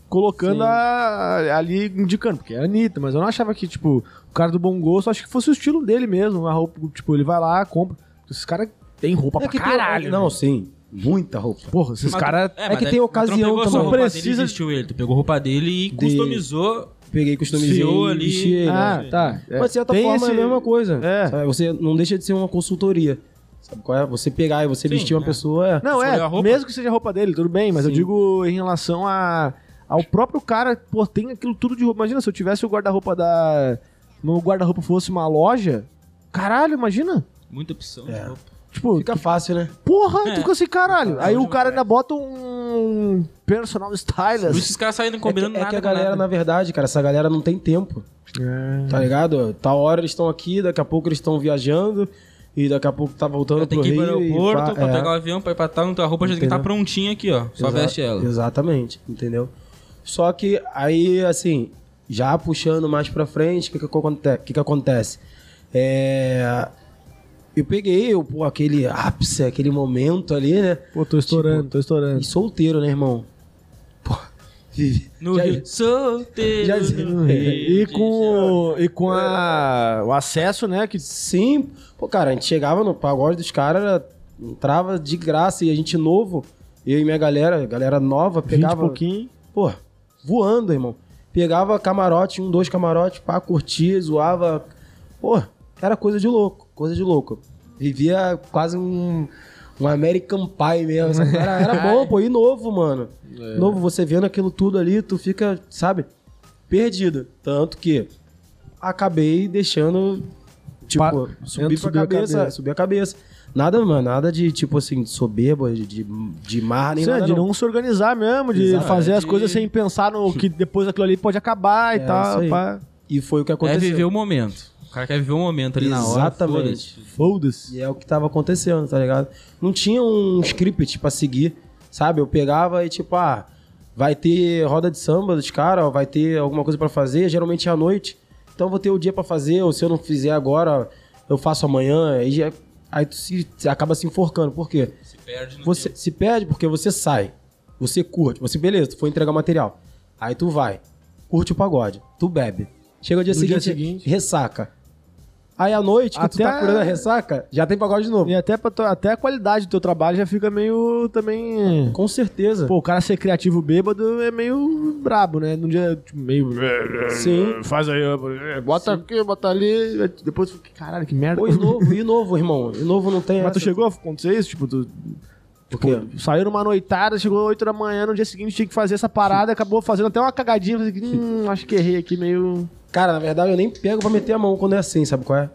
A: colocando
D: Sim.
A: a- ali, indicando, porque é Anitta, mas eu não achava que, tipo, o cara do bom gosto, acho que fosse o estilo dele mesmo, a roupa, tipo, ele vai lá, compra. Esses caras têm roupa
D: É
A: pra
D: que tem-
A: caralho.
D: Não,
A: velho.
D: sim. Muita roupa.
A: Porra, esses caras...
D: é que tem ocasião também.
B: Não
A: Precisa de-
B: precisa vestiu ele. Tu pegou a roupa dele e customizou.
D: Peguei, customizei,
B: Desfiou ali.
D: vesti ele, né?
A: Ah, tá.
D: Mas de certa
A: Tem
D: forma é a
A: esse-
D: mesma coisa.
A: É.
D: sabe? Você não deixa de ser uma consultoria. Sabe qual é? Você pegar e você
B: Sim,
D: vestir uma
B: é.
D: pessoa é.
A: Não,
B: Escolheu a
A: é,
B: roupa?
A: mesmo que seja a roupa dele, tudo bem, mas eu
D: Sim.
A: digo em relação a, ao próprio cara, pô, tem aquilo tudo de roupa. Imagina se eu tivesse o guarda-roupa da. Meu guarda-roupa fosse uma loja. Caralho, imagina.
B: Muita opção
D: É.
B: de roupa.
A: Tipo,
D: Fica fácil, né?
A: porra,
B: É.
A: tu fica assim, caralho.
B: É,
A: Aí o
B: onde
A: cara
B: vai?
A: ainda bota um personal
B: Por
A: stylist.
B: isso os caras saíram
D: É que,
B: combinando
D: é
B: nada
D: que a
B: com nada.
D: galera, na verdade, cara, essa galera não tem tempo.
A: É.
D: Tá
B: É.
D: ligado? Tal hora eles estão aqui, daqui a pouco eles estão viajando. E daqui a pouco tá voltando
B: tem
D: pro
B: que ir
D: Rio.
B: pro aeroporto
D: e pá,
B: pra
D: é.
B: pegar o avião, pra ir pra tal, então a roupa já tem que estar
D: Entendeu?
B: tá prontinha aqui, ó. Só
D: Exa-
B: veste ela.
D: Exatamente, entendeu? Só que aí, assim, já puxando mais pra frente, o que, que, aconte- que, que acontece? É, Eu peguei eu, pô, aquele ápice, aquele momento ali, né?
A: Pô, tô estourando, tô estourando.
D: E solteiro, né, irmão? Pô, vive.
B: No
D: Já- é.
B: Rio. Solteiro.
D: Já- é.
B: no Rio
A: E
B: de Janeiro.
A: com, e com a- o acesso, né? Que
D: Sim, pô, cara, a gente chegava no pagode dos caras, era- entrava de graça e a gente novo, eu e minha galera, galera nova,
A: 20 e
D: pegava.
A: pouquinho.
D: pô, voando, irmão. Pegava camarote, um, dois camarotes, pá, curtia, zoava. Pô, era coisa de louco, coisa de louco. Vivia quase um, um American Pie mesmo. sabe? Era, era bom, pô, e novo, mano.
A: É.
D: Novo, você vendo aquilo tudo ali, tu fica, sabe, perdido. Tanto que acabei deixando, tipo,
A: Pa-
D: subir
A: subiu
D: pra
A: a
D: cabeça,
A: cabeça.
D: subir a cabeça. Nada, mano, nada de, tipo assim, de soberba, de, de, de mar, nem
A: Sim,
D: nada,
A: é de
D: não.
A: não se organizar mesmo, de
D: Exato.
A: fazer as
B: De-
A: coisas sem pensar no que depois aquilo ali pode acabar e
D: É, isso
A: tal.
D: aí.
A: pá.
D: E foi o que
B: É
D: aconteceu.
B: viver o momento. O cara quer viver o momento ali na hora.
D: Exatamente.
B: foda-se.
A: Foda-se.
D: E é o que tava acontecendo, tá ligado? Não tinha um script pra seguir, sabe? Eu pegava e tipo, ah, vai ter roda de samba dos caras, ó, vai ter alguma coisa pra fazer, geralmente é à noite. Então eu vou ter o dia pra fazer, ou se eu não fizer agora, eu faço amanhã, aí já- aí tu se, acaba se enforcando. Por quê?
B: Se perde no
D: Você se perde porque você sai, você curte, você beleza, tu foi entregar material. Aí tu vai, curte o pagode, tu bebe. Chega o dia,
A: No dia
D: seguinte,
A: seguinte.
D: ressaca. Aí à noite que tu
A: Até-
D: tá curando a ressaca, já tem pagode de novo.
A: E até, pra tu- até a qualidade do teu trabalho já fica meio também.
D: Com certeza.
A: Pô, o cara ser criativo bêbado é meio brabo, né? Num dia tipo, meio.
D: Sim.
A: É, Faz aí, ó, bota aqui, bota ali. é, Depois tu fica, caralho, que merda.
D: Pô, e novo, e novo, irmão. E novo não tem.
A: Mas tu
D: é, essa.
A: chegou a acontecer isso? Tipo, tu.
D: Por
A: tipo,
D: quê?
A: saiu numa noitada, chegou 8 da manhã, no dia seguinte tinha que fazer essa parada, acabou fazendo até uma cagadinha. falei, Hum, acho que errei aqui meio.
D: Cara, na verdade eu nem pego pra meter a mão quando é assim, sabe qual é?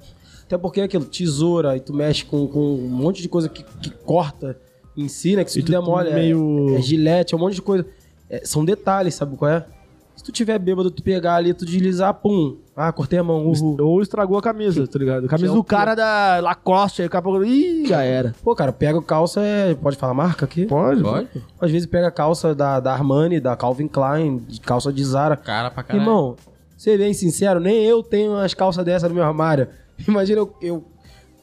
D: Até porque é aquilo, tesoura, e tu mexe com, com um monte de coisa que, que corta em si, né? Que se
A: E
D: tu
A: tu
D: der mole, é-
A: meio-
D: é, gilete, é um monte de coisa. É, são detalhes, sabe qual é? Se tu tiver bêbado, tu pegar ali, tu deslizar, pum. Ah, cortei a mão, uhul.
A: Ou estragou a camisa, tá ligado? A camisa do cara da Lacoste, aí acabou. Ih, já é. era.
D: Pô, cara, pega calça, é... pode falar marca aqui?
A: Pode?
B: Pode?
D: Às vezes pega calça da, da Armani, da Calvin Klein, de calça de Zara.
B: Cara pra caralho.
D: Irmão, ser bem sincero, nem eu tenho umas calças dessa no meu armário. Imagina eu, eu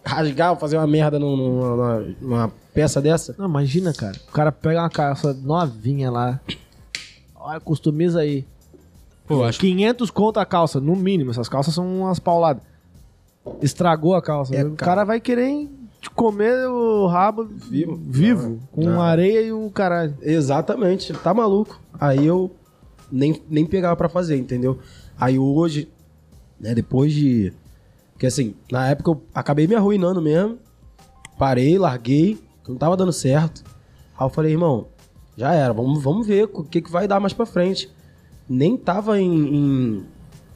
D: rasgar, fazer uma merda num- numa, numa peça dessa.
A: Não, imagina, cara. O cara pega uma calça novinha lá. Olha, customiza aí.
B: Pô, acho
A: 500 conto a calça, no mínimo. Essas calças são umas pauladas. Estragou a calça.
D: É,
A: o cara,
D: cara.
A: vai querer hein, te comer o rabo vivo, com areia e o caralho.
D: Exatamente, tá maluco. Aí eu nem, nem pegava pra fazer, entendeu? Aí hoje, né, depois de. Porque assim, na época eu acabei me arruinando mesmo. Parei, larguei, que não tava dando certo. Aí eu falei, irmão, já era, vamos, vamos ver o que, que vai dar mais pra frente. Nem tava em, em-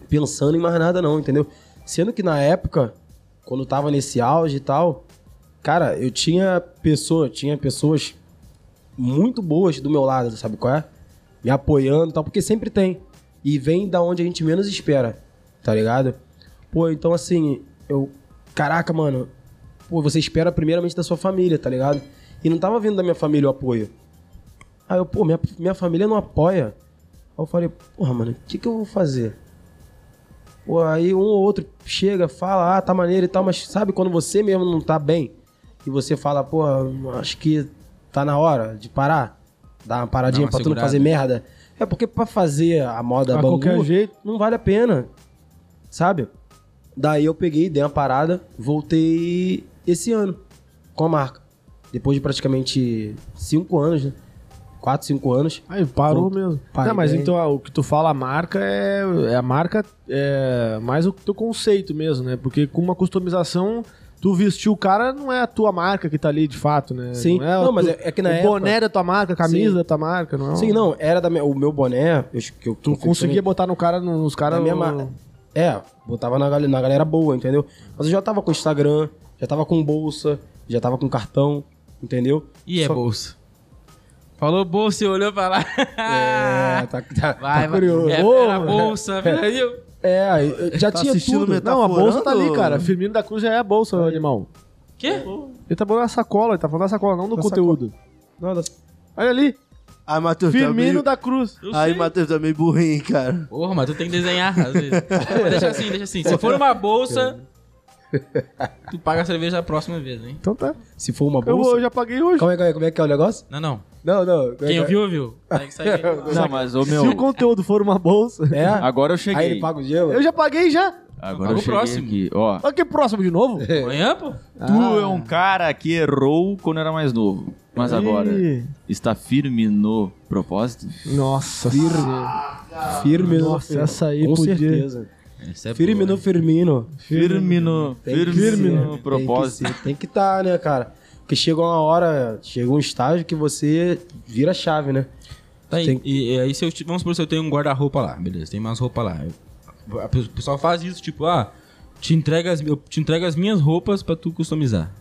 D: pensando em mais nada, não, entendeu? Sendo que na época, quando eu tava nesse auge e tal, cara, eu tinha pessoa, tinha pessoas muito boas do meu lado, sabe qual é? Me apoiando e tal, porque sempre tem. E vem da onde a gente menos espera, tá ligado? Pô, então assim, eu caraca, mano, pô, você espera primeiramente da sua família, tá ligado? E não tava vindo da minha família o apoio. Aí eu, pô, minha, minha família não apoia. Aí eu falei, porra, mano, o que, que eu vou fazer? Pô, aí um ou outro chega, fala, ah, tá maneiro e tal, mas sabe quando você mesmo não tá bem e você fala, pô, acho que tá na hora de parar, dar uma paradinha
B: Dá uma
D: pra tu não
B: segurada.
D: fazer merda. É porque pra fazer a moda
A: Pra
D: Bangu,
A: qualquer jeito.
D: não vale a pena, sabe? Daí eu peguei, dei uma parada, voltei esse ano com a marca. Depois de praticamente cinco anos, né? 4, 5 anos.
A: Aí parou
D: Pô,
A: mesmo.
D: parei
A: Não, mas
D: bem.
A: então ah, o que tu fala, a marca é, é a marca é mais o teu conceito mesmo, né? Porque com uma customização, tu vestiu o cara, não é a tua marca que tá ali de fato, né?
D: Sim.
A: não, é,
D: Não,
A: o
D: mas
A: tu-
D: é- é que na
A: o
D: época-
A: boné da tua marca, a camisa
D: Sim.
A: da tua marca, não.
D: Sim, não, era da minha- o meu boné, eu, que eu
A: Tu conseguia botar no cara, nos
D: Na
A: caras.
D: minha
A: no-
D: ma- É, botava na, gal- na galera boa, entendeu? Mas eu já tava com Instagram, já tava com bolsa, já tava com cartão, entendeu?
B: E é
D: Só-
B: bolsa. Falou bolsa e olhou pra lá.
D: É, tá, tá,
B: Vai,
D: tá
B: vai.
D: curioso.
B: É,
A: Ô,
B: era bolsa, velho.
D: É, aí, eu já
E: Tá
D: tinha
E: assistindo
D: tudo.
E: meu-
A: Não, a bolsa tá ali,
E: Metaforando?
A: cara. Firmino da Cruz já é a bolsa, animal.
B: Quê?
D: É.
A: Ele tá falando da sacola, ele tá falando da sacola, não do
D: Da
A: conteúdo.
D: Não, não-
A: Olha ali,
E: Ai, Matheus, tá
A: Firmino
E: meio...
A: da Cruz.
B: Eu
E: Ai,
B: sei.
E: Matheus, tá meio burrinho, cara.
B: Porra, mas tu tem que desenhar, às vezes. Mas deixa assim, deixa assim. Se for uma bolsa, tu paga a cerveja a próxima vez, hein?
A: Então tá.
D: Se for uma
A: Eu,
D: bolsa.
A: vou- eu já paguei hoje.
D: Como, é, como é- como é que é o negócio?
B: Não, não.
D: Não, não. como é
B: Quem
D: que é?
B: ouviu, ouviu. Segue, segue.
C: Não, mas o
A: Se o
C: meu.
A: conteúdo for uma bolsa.
D: É?
C: Agora Ah, eu
D: Aí
C: cheguei.
D: ele paga o gelo?
A: Eu já paguei já.
C: Agora
B: Paga
C: eu
B: o
C: cheguei
B: próximo.
C: aqui, ó.
A: Olha que próximo de novo.
B: Amanhã, pô.
C: Tu é um cara que errou quando era mais novo, mas agora
A: Ih.
C: está firme no propósito.
A: Nossa senhora.
D: Firme no
A: Nossa, essa aí
D: Com
A: podia-
D: certeza.
B: Essa é
D: Firme no Firmino.
C: Firme no,
D: Tem que
C: firme
D: ser,
C: no
D: tem
C: propósito.
D: que ser, Tem que estar, né, cara? Porque chega uma hora, chega um estágio que você vira a chave, né?
B: Tá, e-
D: Tem-
B: e, e aí, se eu, ti- vamos supor, se eu tenho um guarda-roupa lá, beleza, tem umas roupas lá. Eu- a pe- o pessoal faz isso, tipo, ah, te entrega as, eu te entrego as minhas roupas pra tu customizar.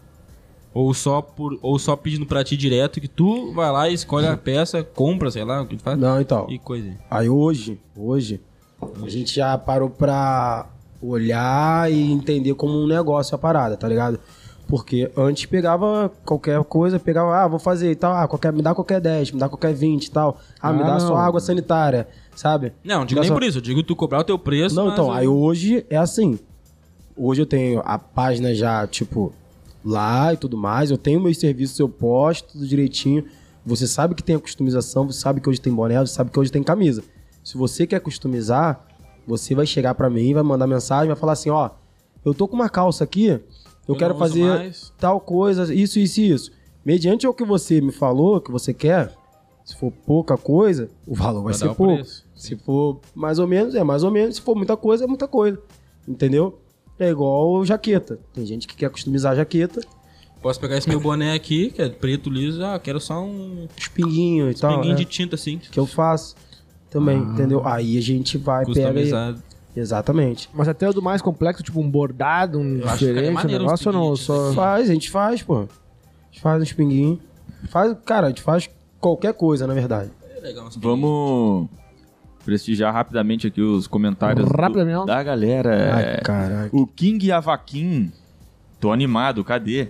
B: Ou só, por, ou só pedindo pra ti direto que tu vai lá e escolhe a peça, compra, sei lá, o que tu faz.
D: Uhum. Não, então.
B: E coisa.
D: Aí hoje, hoje, a gente já parou pra olhar e entender como um negócio a parada, tá ligado? Porque antes pegava qualquer coisa, pegava, ah, vou fazer e tal, ah, qualquer, me dá qualquer 10, me dá qualquer 20 e tal, ah, me
A: Ah,
D: dá
A: não.
D: só água sanitária, sabe?
B: Não, digo nem por isso, eu digo tu cobrar o teu preço.
D: Não,
B: mas
D: então,
B: o-
D: aí hoje é assim. Hoje eu tenho a página já, tipo, lá e tudo mais. Eu tenho meus serviços, eu posto tudo direitinho. Você sabe que tem a customização, você sabe que hoje tem boné, você sabe que hoje tem camisa. Se você quer customizar, você vai chegar pra mim, vai mandar mensagem, vai falar assim, ó, eu tô com uma calça aqui, eu,
B: Eu
D: quero
B: não uso
D: fazer
B: mais.
D: tal coisa, isso, isso e isso. Mediante ao que você me falou, que você quer, se for pouca coisa, o valor vai,
B: Vai dar
D: ser
B: o
D: pouco.
B: preço,
D: Se for mais ou menos, é mais ou menos. Se for muita coisa, é muita coisa. Entendeu? É igual jaqueta. Tem gente que quer customizar a jaqueta,
B: Posso pegar esse meu boné aqui, que é preto liso, ah, quero só um
D: os pinguinhos e tal.
B: pinguinho
D: é,
B: de tinta assim,
D: Que eu faço também, entendeu? Aí a gente vai, pega e...
B: customizado.
D: Exatamente.
A: Mas até o do mais complexo, tipo um bordado, um
B: Eu acho que ficaria
A: diferente, um
B: maneiro uns
A: negócio ou não?
B: pinguinhos, assim.
A: Só...
D: Faz, a gente faz, pô. A gente faz uns pinguinhos. Faz, cara, a gente faz qualquer coisa, na verdade.
B: É legal, uns
C: Vamos prestigiar rapidamente aqui os comentários do-
A: Rapidamente.
C: da galera. É,
D: caralho.
C: O King Avaquim, tô animado, cadê?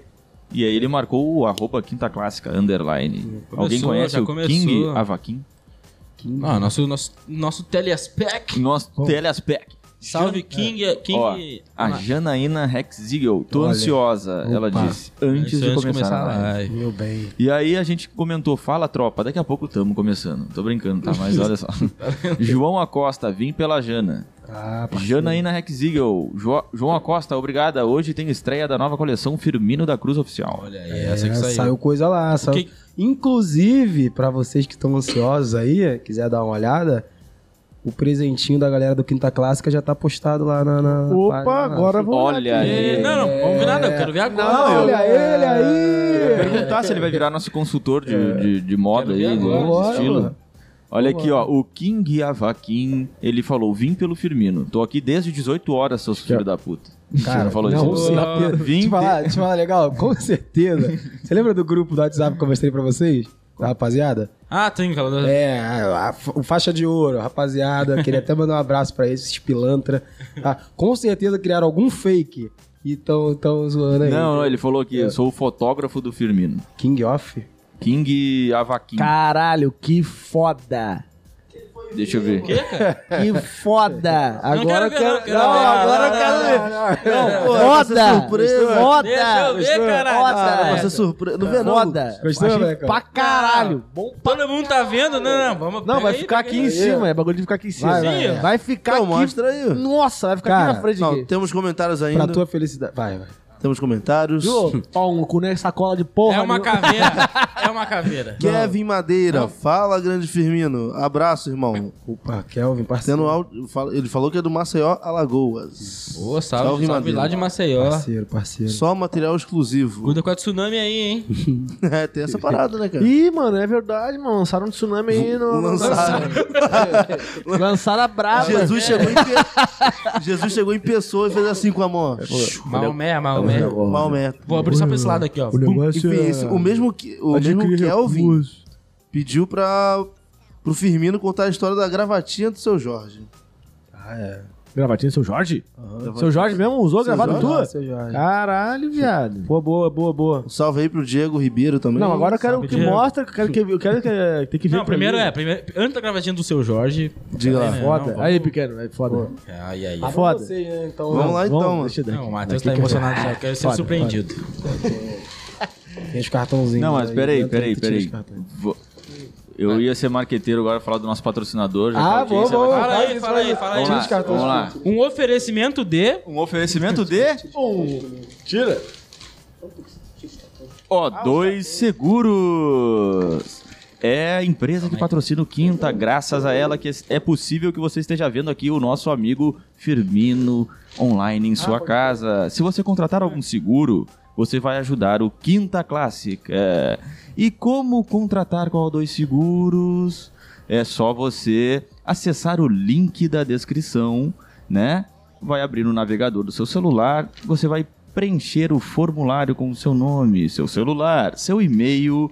C: E aí ele marcou o arroba quinta clássica, underline.
B: Começou,
C: Alguém conhece
B: já
C: o
B: começou.
C: King Avaquim?
B: Ah, nosso, nosso, nosso telespec.
C: Nosso telespec.
B: Salve King.
A: é.
B: King
C: Ó, a
B: Ah,
C: Janaína Rexigel, tô ansiosa, ela disse, antes
B: isso
C: de começar, é. a live.
D: Meu bem.
C: E aí a gente comentou, fala tropa, daqui a pouco tamo começando. Tô brincando, tá? Mas olha só. João Acosta, vim pela Jana.
D: Ah,
C: Janaína Rexigel, Jo- João Acosta, obrigada. Hoje tem estreia da nova coleção Firmino da Cruz Oficial.
B: Olha aí, essa que
D: É,
B: saiu.
D: saiu coisa lá. Saiu...
B: que-
D: Inclusive, pra vocês que estão ansiosos aí, quiser dar uma olhada, o presentinho da galera do Quinta Clássica já tá postado lá na. na-
A: Opa,
D: na-
A: agora vou.
C: Olha
B: E-
C: aí.
B: Não, não, vamos ver nada, eu quero ver agora.
A: Não,
D: Olha ele aí!
C: Perguntar se ele vai virar nosso consultor de, de, de moda aí,
B: Quero ver
C: de-
B: agora.
C: de estilo.
D: Bora.
C: Olha aqui, ó, o King Avaquim, ele falou, vim pelo Firmino. Tô aqui desde 18 horas, seus filhos da puta. Você não falou
D: não,
C: isso? né?
D: com certeza.
C: Vim
D: Deixa eu
C: de-
D: falar, deixa eu falar legal, com certeza. Você lembra do grupo do WhatsApp que eu mostrei pra vocês? rapaziada.
B: Ah, tem aquela.
D: É, a- a- o faixa de ouro, rapaziada. Queria até mandar um abraço pra eles, esses pilantra. Ah, com certeza criaram algum fake e tão, tão zoando aí.
C: Não, não, ele falou que eu sou o fotógrafo do Firmino.
D: King Off?
C: King Avaquim.
A: Caralho, que foda.
C: Deixa eu ver.
A: Que foda. Agora eu
B: quero ver, não,
A: quero...
B: quero
A: Não,
B: ver.
A: agora eu
E: Não,
A: quero
E: não,
A: ver.
E: Não, pô,
A: Foda!
E: Você surpresa.
A: Foda!
B: Deixa eu ver,
A: Gostou?
B: caralho.
A: Foda!
B: Ah,
E: Você surpresa. Não vê, não?
A: Foda!
D: Gostou,
A: Achei
D: moleque?
A: Pra caralho! Bom pra...
B: Todo mundo tá vendo? Não, não, vamos
A: Não,
B: pega
A: vai
B: aí,
A: ficar
B: pega
A: aqui
B: aí.
A: em cima. É bagulho de ficar aqui em cima.
D: Vai,
B: vai, vai.
A: Vai ficar
E: Então,
A: aqui...
E: mostra aí.
A: Nossa, vai ficar
D: Cara,
A: aqui na frente.
E: Não,
A: aqui.
E: temos comentários
D: Pra
E: ainda.
D: tua felicidade. Vai, vai.
E: Temos comentários.
A: Viu? Ó, um cu, né? Sacola de porra.
B: É uma
A: né?
B: caveira. É uma caveira.
E: Kevin Madeira, fala grande Firmino. Abraço, irmão.
D: Opa, Kelvin, parceiro.
E: Tendo áudio, fala- ele falou que é do Maceió, Alagoas.
B: Ô, salve, salve,
E: Madeira.
B: lá de Maceió.
A: Tá
D: Parceiro, parceiro.
E: Só material exclusivo.
B: Cuida com a tsunami aí, hein?
E: é, tem essa parada, né, cara?
A: Ih, mano, é verdade, mano. Lançaram um tsunami aí no.
E: Lançaram.
A: Lançaram a brava. né?
E: Jesus chegou, em pe- Jesus chegou em pessoa e fez assim com a mão.
A: É,
E: ó.
B: Maomé, Maomé.
E: Maomé.
B: Vou abrir só pra esse lado aqui, ó.
E: Enfim,
A: é,
E: esse- o mesmo, que, o mesmo Kelvin pediu pra, pro Firmino contar a história da gravatinha do seu Jorge.
A: Gravatinho, seu Jorge? Ah, Seu Jorge mesmo usou
E: Seu
A: gravado
E: Jorge?
A: tua?
D: Seu Jorge.
A: Caralho, viado. Boa, boa, boa, boa.
E: Um salve aí pro Diego Ribeiro também.
A: Não, agora eu quero
B: Sabe
A: que
B: dinheiro.
A: mostra, eu quero que eu quero que tem que ver
B: Não, primeiro é, primeiro, antes da gravatinha do seu Jorge.
E: Diga lá.
B: É, não,
A: Foda.
B: vamos.
A: aí, pequeno, é foda.
B: Ai, ai,
A: Ah,
B: ai.
A: foda.
D: Vocês, né? Então,
E: Vamos lá então, mano.
A: deixa eu dar
B: Não,
A: aqui.
B: o Matheus
A: Aqui
B: tá
A: que-
B: emocionado já, eu quero ser
A: Foda,
B: surpreendido.
D: Tem os cartãozinhos.
C: Não, mas
D: aí, né?
C: peraí,
D: dentro,
C: peraí,
D: tu tira os
C: peraí.
D: cartões.
C: Vou- Eu ia ser marqueteiro agora, falar do nosso patrocinador. já que a
D: É. Ah,
C: audiência
D: vamos,
C: vai-
D: vamos.
B: Fala aí,
D: isso,
B: fala aí,
D: isso.
B: fala aí.
C: Vamos
D: Tira
C: lá,
D: os cartões.
C: vamos lá.
B: Um oferecimento de.
C: Um oferecimento de um.
A: Tira.
C: O2 Seguros. É a empresa que patrocina o Quinta, graças a ela que é possível que você esteja vendo aqui o nosso amigo Firmino online em sua casa. Se você contratar algum seguro, você vai ajudar o Quinta Clássica. É. E como contratar com a O2 Seguros? É só você acessar o link da descrição, né? Vai abrir no navegador do seu celular, você vai preencher o formulário com o seu nome, seu celular, seu e-mail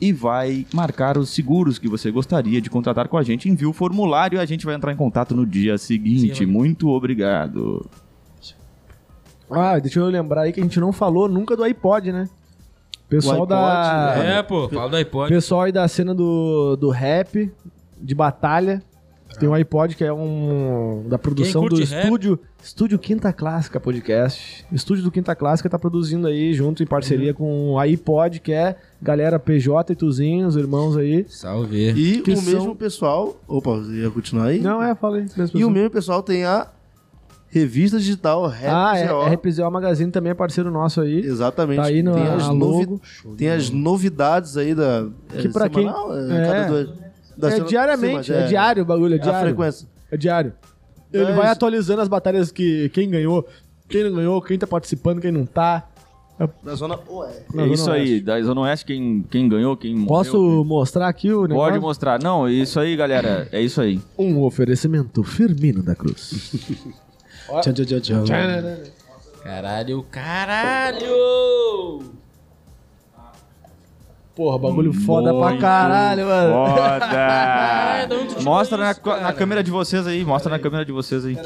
C: e vai marcar os seguros que você gostaria de contratar com a gente. Envia o formulário e a gente vai entrar em contato no dia seguinte.
B: Sim,
C: Muito obrigado.
A: Ah, deixa eu lembrar aí que a gente não falou nunca do iPod, né? Pessoal
E: O iPod,
A: da
E: né?
B: É, pô, fala do iPod.
A: Pessoal aí da cena do, do rap, de batalha. Tem um iPod que é um. da produção do
B: curte rap?
A: estúdio. Estúdio Quinta Clássica Podcast. O estúdio do Quinta Clássica tá produzindo aí junto em parceria com a iPod, que é galera PJ e Tuzinho, os irmãos aí.
B: Salve.
E: E
A: Que
E: o
A: são-
E: mesmo pessoal. Opa, você ia continuar aí?
A: Não, é, falei.
E: E o mesmo pessoal tem a revista digital Rap
A: Ah, é.
E: GO.
A: é RPZO Magazine também é parceiro nosso aí.
E: Exatamente.
A: Tá aí no
E: tem, as
A: a
E: novi-
A: logo.
E: tem as novidades aí da.
A: Que pra quem-
E: semanal?
A: é.
E: cada dois- da
A: É
E: semana-
A: diariamente,
E: sim, mas
A: é diário o bagulho, é
E: É a
A: diário.
E: frequência.
A: É diário. Ele
E: Mas-
A: vai atualizando as batalhas que quem ganhou, quem não ganhou, quem tá participando, quem não tá.
E: Da zona Ué.
A: Na
C: é
A: Zona
C: isso aí, da Zona Oeste, quem, quem ganhou, quem
A: assim. Posso
C: morreu,
A: mostrar aqui o
C: quem- Pode
A: negócio?
C: mostrar. Não, é isso aí, galera. É isso aí.
A: Um oferecimento Firmino da Cruz.
D: Tchan, tchan, tchan, tchan.
B: Caralho, caralho!
A: Porra, bagulho foda pra
C: Muito
A: caralho, mano. É,
B: de onde tu
C: Foda!
B: tirou
C: mostra na,
B: isso,
C: co- na
B: cara?
C: câmera de vocês aí, mostra na câmera de vocês aí.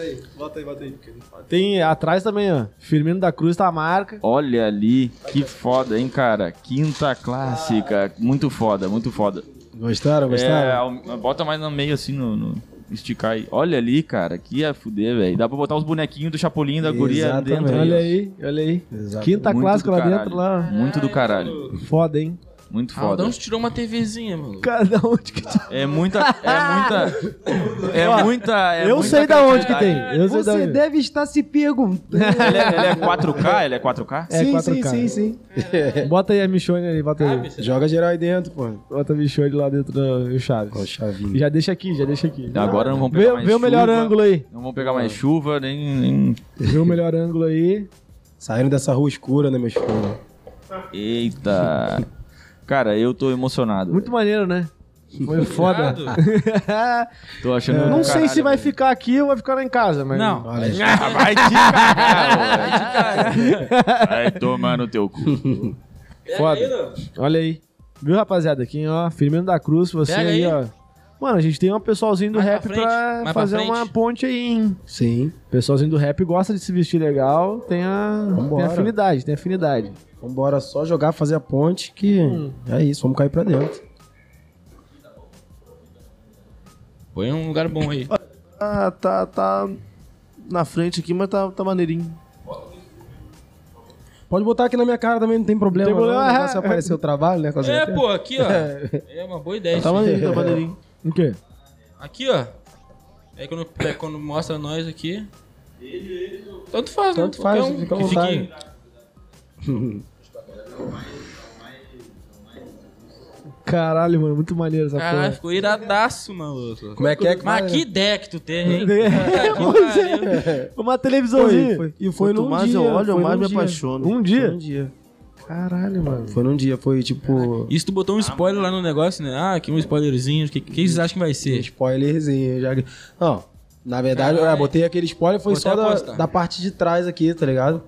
A: Tem atrás também, ó. Firmino da Cruz tá a marca.
C: Olha ali, que foda, hein, cara? Quinta clássica. Muito foda, muito foda.
D: Gostaram,
C: É,
D: gostaram?
C: ao- bota mais no meio assim, no, no- esticar aí. Olha ali, cara, que ia fuder, velho. Dá pra botar os bonequinhos do Chapolin da guria
D: Exatamente.
C: dentro.
A: Olha
C: ó.
A: aí, olha aí.
D: Exato.
A: Quinta
C: Muito
A: clássica
C: do
A: lá
C: caralho.
A: dentro, lá.
C: Muito do caralho.
A: Foda, hein?
C: Muito
B: Ah, de
C: foda.
B: onde tu tirou uma TVzinha, mano?
A: Cada onde que tem.
C: É muita. É muita. É muita. é
A: Eu
C: muita
A: sei da onde que
C: criatividade.
A: tem. Eu sei da onde.
D: deve estar se perguntando.
C: Ele é, ele é 4K? Ele é 4K?
A: É
D: sim,
A: 4K.
D: sim, sim,
A: Bota aí a Michone aí, bota aí.
D: sim. Joga geral aí dentro, pô.
A: Bota a Michone lá dentro do
D: Ó, o
A: Chaves.
D: chavinho.
A: Já deixa aqui, já deixa aqui.
C: Agora não vão pegar
A: É. Vê,
C: mais
A: vê o melhor
C: chuva,
A: ângulo aí.
C: Não vão pegar mais chuva, nem. nem...
A: Vê o melhor ângulo aí.
D: Saindo dessa rua escura, né, meus filhos?
C: Eita. Cara, eu tô emocionado.
A: Muito maneiro, né? Foi foda.
B: Obrigado.
C: Tô achando.
A: Eu
C: do
A: não sei
C: caralho,
A: se vai
C: velho.
A: ficar aqui ou vai ficar lá em casa, mas.
B: Não.
C: Ah, vai te cagar, moleque. Vai tomar no teu cu.
B: Pega
A: Foda.
B: aí, não.
A: Olha aí. Viu, rapaziada? Aqui, ó, Firmino da Cruz, você
B: Pega
A: aí,
B: aí.
A: ó. Mano, a gente tem um pessoalzinho do
B: Mais pra
A: rap pra,
B: frente, mais pra
A: fazer
B: frente.
A: uma ponte aí, hein?
D: Sim.
A: Pessoalzinho do rap gosta de se vestir legal, tem a tem
D: Vambora.
A: afinidade, tem afinidade.
D: Vambora só jogar, fazer a ponte que é isso, vamos cair pra dentro.
B: Põe um lugar bom aí.
E: Ah, tá, tá na frente aqui, mas tá, tá maneirinho.
D: Pode botar aqui na minha cara também, não tem problema.
A: Tem problema,
D: não,
A: é.
D: Não vai se aparecer o trabalho, né? com as
B: É,
D: letras.
B: pô, aqui, ó. É uma boa ideia.
E: Tá
B: isso.
E: maneirinho, tá maneirinho.
A: O quê?
B: Aqui, ó. Aí quando, é quando mostra nós aqui. Tanto faz,
D: Tanto
B: né?
D: faz,
B: Qualquer
D: fica à
B: que
D: vontade.
A: Caralho, mano, muito maneiro essa
B: Caralho,
A: porra.
B: ficou iradaço, maluco.
D: Como é que é que
B: Mas
D: vai,
B: que
D: né?
B: ideia que tu tem, hein?
A: Pois é. Uma televisãozinha.
D: Foi, E foi
E: Quanto
D: num
E: mais
D: dia.
E: eu olho,
D: foi
E: mais
D: num
E: me
D: dia.
E: apaixono.
A: Um
D: Foi
A: dia?
D: num dia.
A: Caralho, mano.
D: Foi num dia, foi tipo...
B: Isso tu botou um spoiler lá no negócio, né? Ah, aqui um spoilerzinho. O que, que vocês acham que vai ser?
D: Spoilerzinho. Já... Não, na verdade, eu botei aquele spoiler, foi
B: Botei
D: só
B: a
D: da,
B: aposta.
D: da parte de trás aqui, tá ligado?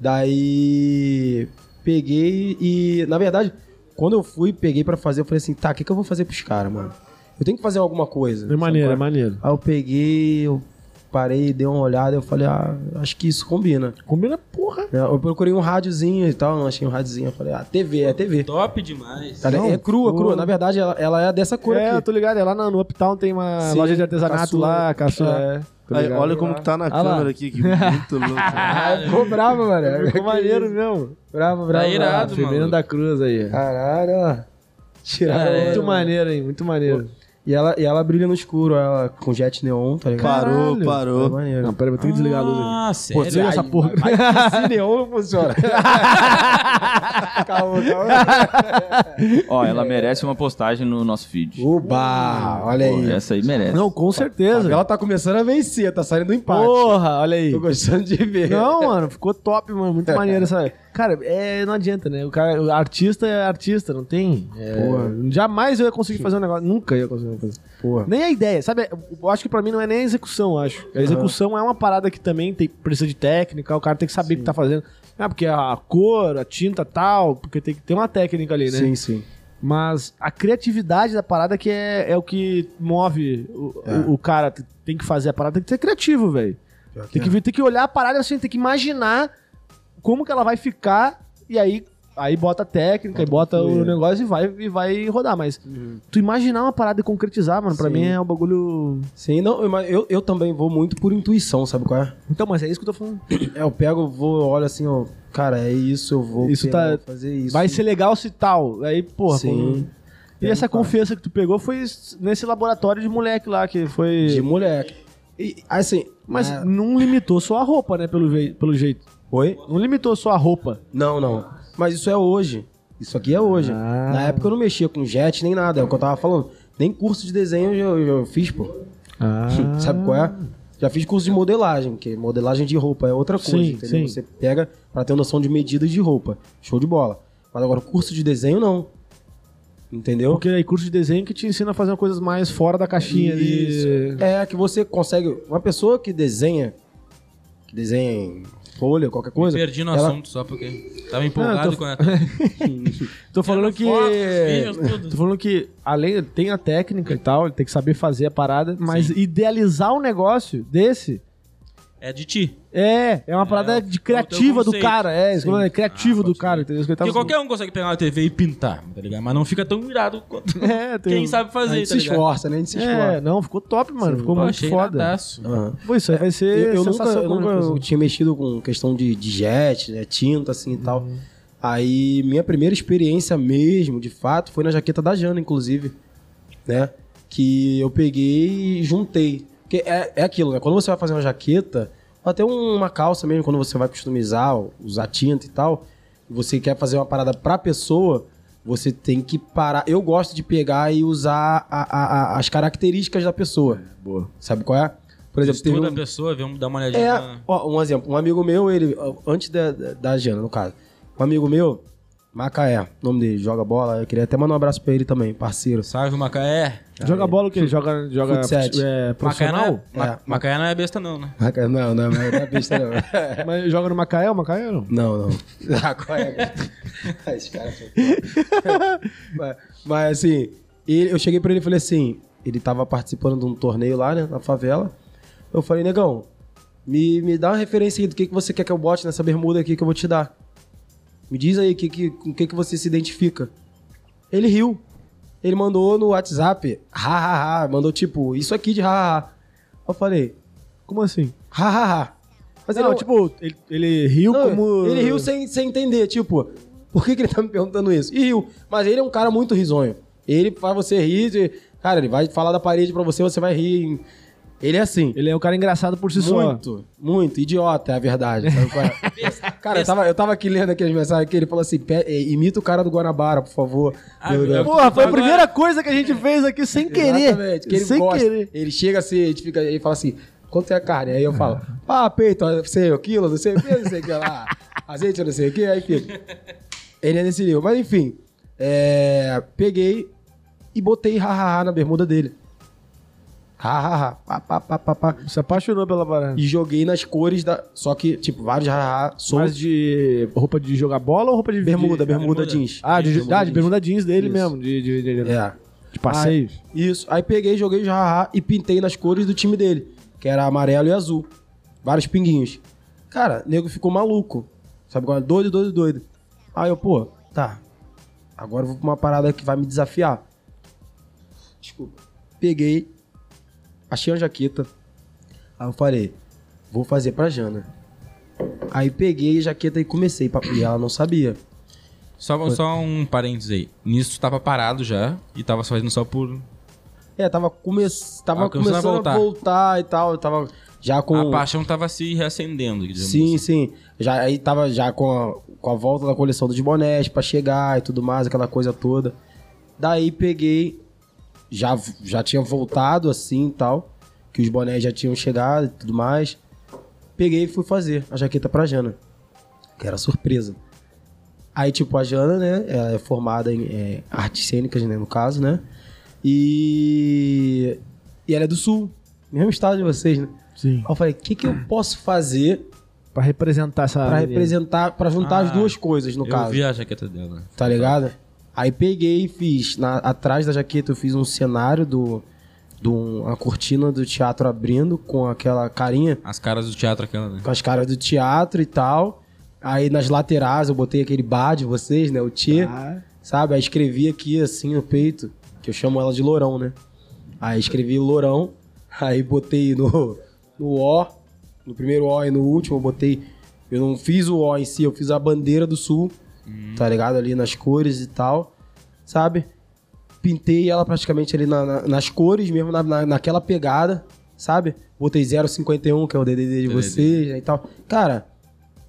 D: Daí peguei e, na verdade, quando eu fui, peguei pra fazer, eu falei assim, tá, o que, que eu vou fazer pros caras, mano? Eu tenho que fazer alguma coisa.
A: É maneiro, é
D: sabe qual
A: maneiro.
D: Aí eu peguei, eu parei, dei uma olhada, eu falei, ah, acho que isso combina.
A: Combina porra.
D: Eu procurei um rádiozinho e tal, não achei um rádiozinho, eu falei, ah, TV, é TV.
B: Top demais.
D: Tá ligado?
A: Não,
D: é crua,
A: pô.
D: crua. Na verdade, ela, ela é dessa cor
A: É, eu
D: aqui.
A: tô ligado. É lá na- no Uptown tem uma
D: Sim,
A: loja de artesanato
D: caçula.
A: lá, caçula. É. tô
E: Aí,
A: ligado.
E: olha como que tá na
D: lá.
E: câmera aqui, que muito louco.
D: Ah, ficou bravo, mano.
A: Ficou maneiro mesmo.
D: Bravo, bravo.
B: Tá
D: bravo.
B: irado,
A: Firmino
B: mano.
A: da Cruz aí.
D: Caralho, ó. Tiraram.
A: Cara, é um- muito
D: muito mais.
A: maneiro, hein? Muito maneiro.
D: E ela, e ela brilha no escuro, ela com jet neon, tá ligado?
E: Parou,
A: Caralho.
D: É
E: parou.
D: maneiro.
A: Não, pera, vou ter que desligar a luz aqui.
B: Ah,
A: Pô,
B: sério?
A: desliga essa porra.
D: Esse neon não funciona. calma, calma.
C: Ó, ela merece uma postagem no nosso feed.
D: Oba, olha
C: Pô,
D: aí.
C: Essa aí merece.
A: Não, com certeza.
D: Ela tá começando a vencer, tá saindo do empate.
A: Porra, olha aí.
D: Tô gostando de ver.
A: Não, mano, ficou top, mano. Muito maneiro essa. Cara, é, não adianta, né? O cara, o artista é artista, não tem. É, Jamais eu ia conseguir fazer um negócio. Nunca ia conseguir fazer.
D: Porra.
A: Nem a ideia, sabe? Eu acho que pra mim não é nem a execução, eu acho. A execução é uma parada que também tem- precisa de técnica, o cara tem que saber o que tá fazendo. Ah, porque a cor, a tinta tal, porque tem que ter uma técnica ali, né?
D: Sim, sim.
A: Mas a criatividade da parada que é, é o que move o,
D: É.
A: o- o cara. T- Tem que fazer a parada, tem que ser criativo, velho. Tem
D: É.
A: que, ver- tem que olhar a parada assim, tem que imaginar como que ela vai ficar e aí, aí bota a técnica, e bota o negócio e vai, e vai rodar. Mas tu imaginar uma parada e concretizar, mano, pra
D: Uhum. Sim.
A: mim é um bagulho...
D: Sim, não, eu- mas eu, eu também vou muito por intuição, sabe qual é?
A: Então, mas é isso que eu tô falando.
D: É, eu pego, vou, olho assim, ó, cara, é isso, eu vou
A: Isso
D: pegar,
A: tá-
D: vou fazer isso.
A: Vai ser legal se tal. Aí, porra...
D: Sim.
A: como- E essa
D: Pega e faz.
A: confiança que tu pegou foi nesse laboratório de moleque lá, que foi...
D: De moleque. E, assim,
A: Mas
B: É.
D: ah,
A: não limitou só a roupa, né? Pelo, vei- pelo jeito.
D: Oi?
A: Não limitou só a roupa.
D: Não, não. Mas isso é hoje. Isso aqui é hoje.
A: Ah.
D: Na época eu não mexia com jet nem nada, é o que eu tava falando. Nem curso de desenho eu, eu- eu fiz, pô.
B: Ah.
D: Sabe qual é? Já fiz curso de modelagem, que modelagem de roupa é outra coisa,
A: Sim,
D: entendeu?
A: sim.
D: Você pega pra ter noção de medidas de roupa. Show de bola. Mas agora, curso de desenho, não. Entendeu?
A: Porque aí curso de desenho que te ensina a fazer coisas mais fora da caixinha ali.
D: Isso. É, que você consegue. Uma pessoa que desenha, que desenha em folha, qualquer coisa.
B: Perdi no
D: ela-
B: assunto só porque tava empolgado
A: Não, eu tô-
B: com a...
A: Tô falando
B: Tirando
A: que.
B: fotos, vídeos, tudo.
A: Tô falando que, além, tem a técnica e tal, ele tem que saber fazer a parada, mas idealizar um negócio desse
B: É de ti.
A: é, é uma parada
B: é o
A: de
B: teu
A: criativa do
B: conceito.
A: cara. É, isso que eu tô falando, é criativo
B: Ah,
A: do
B: pode
A: cara, entendeu? Isso que eu tava
B: Porque qualquer um consegue pegar uma TV e pintar, tá ligado? Mas não fica tão irado quanto
A: É, tem...
B: quem sabe
D: A
B: fazer,
D: gente
B: tá
D: se
B: ligado?
D: esforça, né? A gente se esforça.
A: É, não, ficou top, mano. ficou
B: Pô,
A: muito
B: achei
A: foda.
B: iradaço.
D: Aham.
A: Pô, isso aí vai ser
D: Eu, eu nunca,
A: sensação
D: eu nunca
A: quando acontecer.
D: tinha mexido com questão de, de jet, né, tinta, assim e tal. Aí, minha primeira experiência mesmo, de fato, foi na jaqueta da Jana, inclusive, né? Que eu peguei e juntei. Porque é, é aquilo, né? Quando você vai fazer uma jaqueta, ou até um- uma calça mesmo, quando você vai customizar, usar tinta e tal, e você quer fazer uma parada pra pessoa, você tem que parar. Eu gosto de pegar e usar a- a- a- as características da pessoa. Boa. Sabe qual é? Por exemplo, teve
B: Toda
D: um-
B: pessoa, vamos dar uma olhadinha.
D: é,
B: na-
D: ó, um exemplo, um amigo meu, ele, ó, antes da, da da Jana, no caso, um amigo meu, Macaé, nome dele, joga bola. Eu queria até mandar um abraço pra ele também, parceiro.
B: Salve, Macaé.
A: Joga bola o quê? Joga, joga
D: Futsal.
A: é,
B: Macaé não
A: profissional?
B: é, Ma- Macaé não é besta, não, né?
D: Macaé, não, não, não é besta, não.
A: Mas joga no Macaé, o Macaé não?
D: Não, não. Ah, qual é? Ah, Esse cara são foda. mas, mas, assim, ele- eu cheguei pra ele e falei assim: ele tava participando de um torneio lá, né, na favela. Eu falei, negão, me, me dá uma referência aí do que, que você quer que eu bote nessa bermuda aqui que eu vou te dar. Me diz aí que, que, com o que, que você se identifica. Ele riu. Ele mandou no WhatsApp, ha, ha, ha, mandou tipo, isso aqui de ha, ha, ha. Eu falei,
A: Como assim?
D: ha, ha, ha. Mas
A: não, tipo, ele, ele riu
D: não,
A: como...
D: Ele riu sem, sem entender, tipo, por que, que ele tá me perguntando isso? E riu. Mas ele é um cara muito risonho. Ele faz você rir, de- cara, ele vai falar da parede pra você, você vai rir. Ele é assim.
A: Ele é um cara engraçado por si só.
D: Muito, muito, idiota, é a verdade. sabe qual é? cara, eu tava, eu tava aqui lendo aqueles mensagens que ele falou assim: "Pe- eh, imita o cara do Guanabara, por favor.
B: Ah,
D: Do- do-
B: eu-
A: Porra, foi a
B: Agora-
A: primeira coisa que a gente fez aqui sem querer.
D: Exatamente, que ele
A: sem
D: gosta.
A: querer.
D: Ele chega assim, ele, fica, ele fala assim, quanto é a carne? Aí eu falo, ah, peito, não sei o quilo, não sei o que, não sei o que lá, azeite, não sei o que, aí fica. Ele é nesse nível. Mas enfim, é, peguei e botei hahaha na bermuda dele. Hahaha, pá, pá, pá, pá, pá.
A: Se apaixonou pela parada.
D: E joguei nas cores da... Só que, tipo, vários hahaha, sou
A: Mais de roupa de jogar bola ou roupa de... de...
D: bermuda, bermuda,
B: bermuda.
D: jeans.
A: Ah, de, bermuda, ah, de bermuda jeans dele
D: Isso.
A: mesmo, de, de, de, de,
D: É.
A: de passeios.
D: Isso. Aí peguei, joguei de haha e pintei nas cores do time dele, que era amarelo e azul. Vários pinguinhos. Cara, o nego ficou maluco. Sabe qual é? Doido, doido, doido. Aí eu, pô, tá. Agora eu vou pra uma parada que vai me desafiar. Desculpa. Peguei, achei uma jaqueta. Aí eu falei, vou fazer pra Jana. Aí peguei a jaqueta e comecei. pra- E ela não sabia.
B: Só, só um parênteses aí. Nisso tava parado já e tava fazendo só por
D: É, tava, come...
B: Tava começando
D: tava
B: a
D: começando a voltar.
B: voltar.
D: e tal. Eu tava já com...
B: A paixão tava se reacendendo, digamos
D: Sim,
B: assim.
D: sim. Já, aí tava já com a, com a volta da coleção dos bonés pra chegar e tudo mais, aquela coisa toda. Daí peguei, já, já tinha voltado assim e tal, que os bonés já tinham chegado e tudo mais. Peguei e fui fazer a jaqueta pra Jana, que era surpresa. Aí, tipo, a Jana, né, ela é formada em é, artes cênicas, né, no caso, né? E, e ela é do Sul, mesmo estado de vocês, né?
A: Sim.
D: Aí eu falei, o que, que eu posso fazer
A: é. Pra representar essa...
D: Pra
A: menina.
D: representar, pra juntar as
B: Ah,
D: duas coisas, no
B: Eu
D: caso.
B: vi a jaqueta dela.
D: Tá ligado? Aí peguei e fiz. na- atrás da jaqueta eu fiz um cenário do. de um- uma cortina do teatro abrindo com aquela carinha,
B: As caras do teatro aquela, né?
D: com as caras do teatro e tal. Aí nas laterais eu botei aquele bar de vocês, né? O Tchê.
A: Ah,
D: Sabe? Aí escrevi aqui assim no peito, que eu chamo ela de Lourão, né? Aí escrevi Lourão, aí botei no, no O, no primeiro O e no último, eu botei. Eu não fiz o O em si, eu fiz a bandeira do sul, tá ligado? Ali nas cores e tal, sabe? Pintei ela praticamente ali na- na- nas cores mesmo, na, na- naquela pegada, sabe? Botei 051, que é o DDD de
B: DDD.
D: vocês né, e tal. Cara,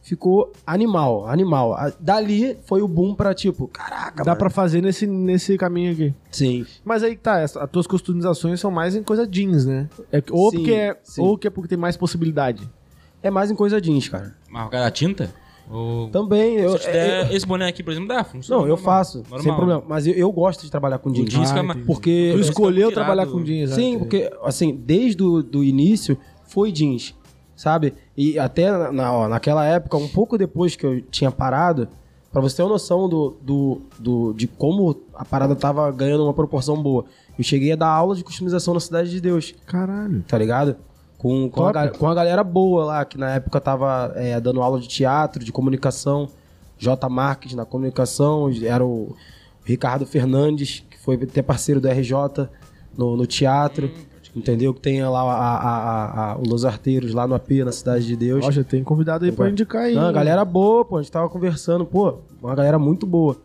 D: ficou animal, animal. A- Dali foi o boom pra tipo, caraca,
A: Dá
D: mano.
A: pra fazer nesse, nesse caminho aqui.
D: Sim.
A: Mas aí que tá, essa- as tuas customizações são mais em coisa jeans, né? É que- ou,
D: Sim,
A: porque é,
D: sim.
A: ou que é porque tem mais possibilidade.
D: É mais em coisa jeans, cara.
B: Marcar a tinta? Ou...
A: Então,
D: Também, eu.
B: Se eu te
D: eu-
B: der esse boné aqui, por exemplo, dá? Funciona
D: não, eu
B: normal.
D: faço,
B: Normal.
D: sem problema. Mas eu, eu gosto de trabalhar com
B: O
D: jeans.
B: jeans
A: Ah,
B: que é mais- é
A: entendi.
D: Porque.
A: Tu
B: Eu-
A: escolheu
B: tirado-
A: trabalhar com jeans, né?
D: Sim,
A: Entendi.
D: porque, assim, desde o do início foi jeans, sabe? E até na, na- ó, naquela época, um pouco depois que eu tinha parado, pra você ter uma noção do, do, do- de como a parada tava ganhando uma proporção boa, eu cheguei a dar aula de customização na Cidade de Deus,
A: Caralho.
D: tá ligado? Com, com,
A: Top.
D: a, ga- com a galera boa lá, que na época tava é, dando aula de teatro, de comunicação, J. Marques na comunicação, era o Ricardo Fernandes, que foi até parceiro do RJ no, no teatro, entendeu? Que tem lá a- a- a- a- os arteiros lá no AP, na Cidade de Deus.
A: Ó, já tem convidado aí pra indicar aí.
D: Não, a galera boa, pô. A gente tava conversando, pô, uma galera muito boa.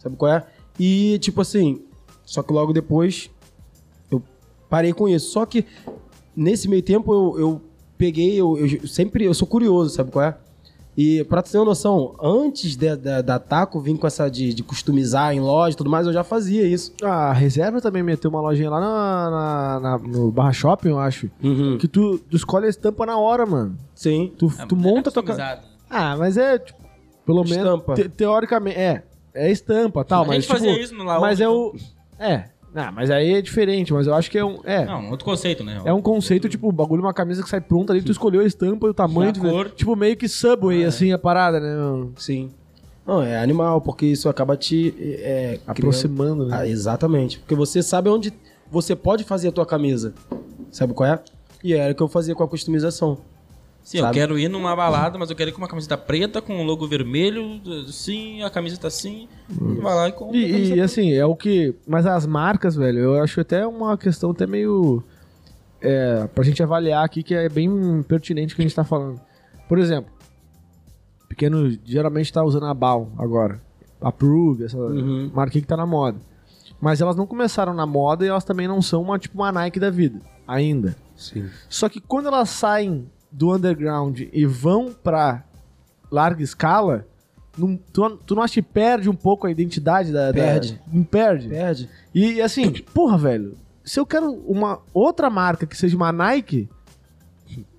D: Sabe qual é? E, tipo assim, só que logo depois eu parei com isso. Só que nesse meio tempo eu, eu peguei, eu, eu sempre, eu sou curioso, sabe qual é? E pra tu ter uma noção, antes da, da, da Taco vir com essa de, de customizar em loja e tudo mais, eu já fazia isso.
A: A reserva também meteu uma lojinha lá na, na- na- no Barra Shopping, eu acho.
D: Uhum.
A: Que tu, tu escolhe a estampa na hora, mano.
D: Sim.
A: Tu,
B: Ah,
A: tu
B: mas é
A: monta a tua. ca-
B: customizado.
A: Ah, mas é, tipo, pelo menos.
D: Estampa.
A: te- teoricamente. É. é estampa tal,
B: A
A: mas
B: gente fazia
A: tipo,
B: isso no Laú,
A: Mas é
B: então.
A: o... É. Ah, mas aí é diferente, mas eu acho que é um... É,
B: Não, outro conceito, né?
A: é um conceito, tipo, o bagulho, uma camisa que sai pronta ali, tu escolheu a estampa e o tamanho.
B: E a
A: Tu,
B: cor. É.
A: Tipo, meio que Subway, assim, a parada, né? mano?
D: Sim. Não, é animal, porque isso acaba te... É, criando-
A: Aproximando, né?
D: Ah, exatamente. Porque você sabe onde você pode fazer a tua camisa. Sabe qual é? E era o que eu fazia com a customização.
B: Sim, eu
D: sabe?
B: quero ir numa balada, mas eu quero ir com uma camiseta preta, com um logo vermelho, sim, a camiseta assim, vai lá e compra. a
A: E,
B: camiseta
A: e, assim, é o que. Mas as marcas, velho, eu acho até uma questão até meio. É, pra gente avaliar aqui que é bem pertinente o que a gente tá falando. Por exemplo, pequeno geralmente tá usando a Bal agora. A Prug, essa
D: Uhum.
B: Uhum.
A: marca que tá na moda. Mas elas não começaram na moda e elas também não são uma tipo uma Nike da vida, ainda.
D: Sim.
A: Só que quando elas saem do underground e vão pra larga escala, não- tu, tu não acha que perde um pouco a identidade da. da-
D: Perde.
A: não perde.
D: Perde.
A: E assim, porra, velho, se eu quero uma outra marca que seja uma Nike,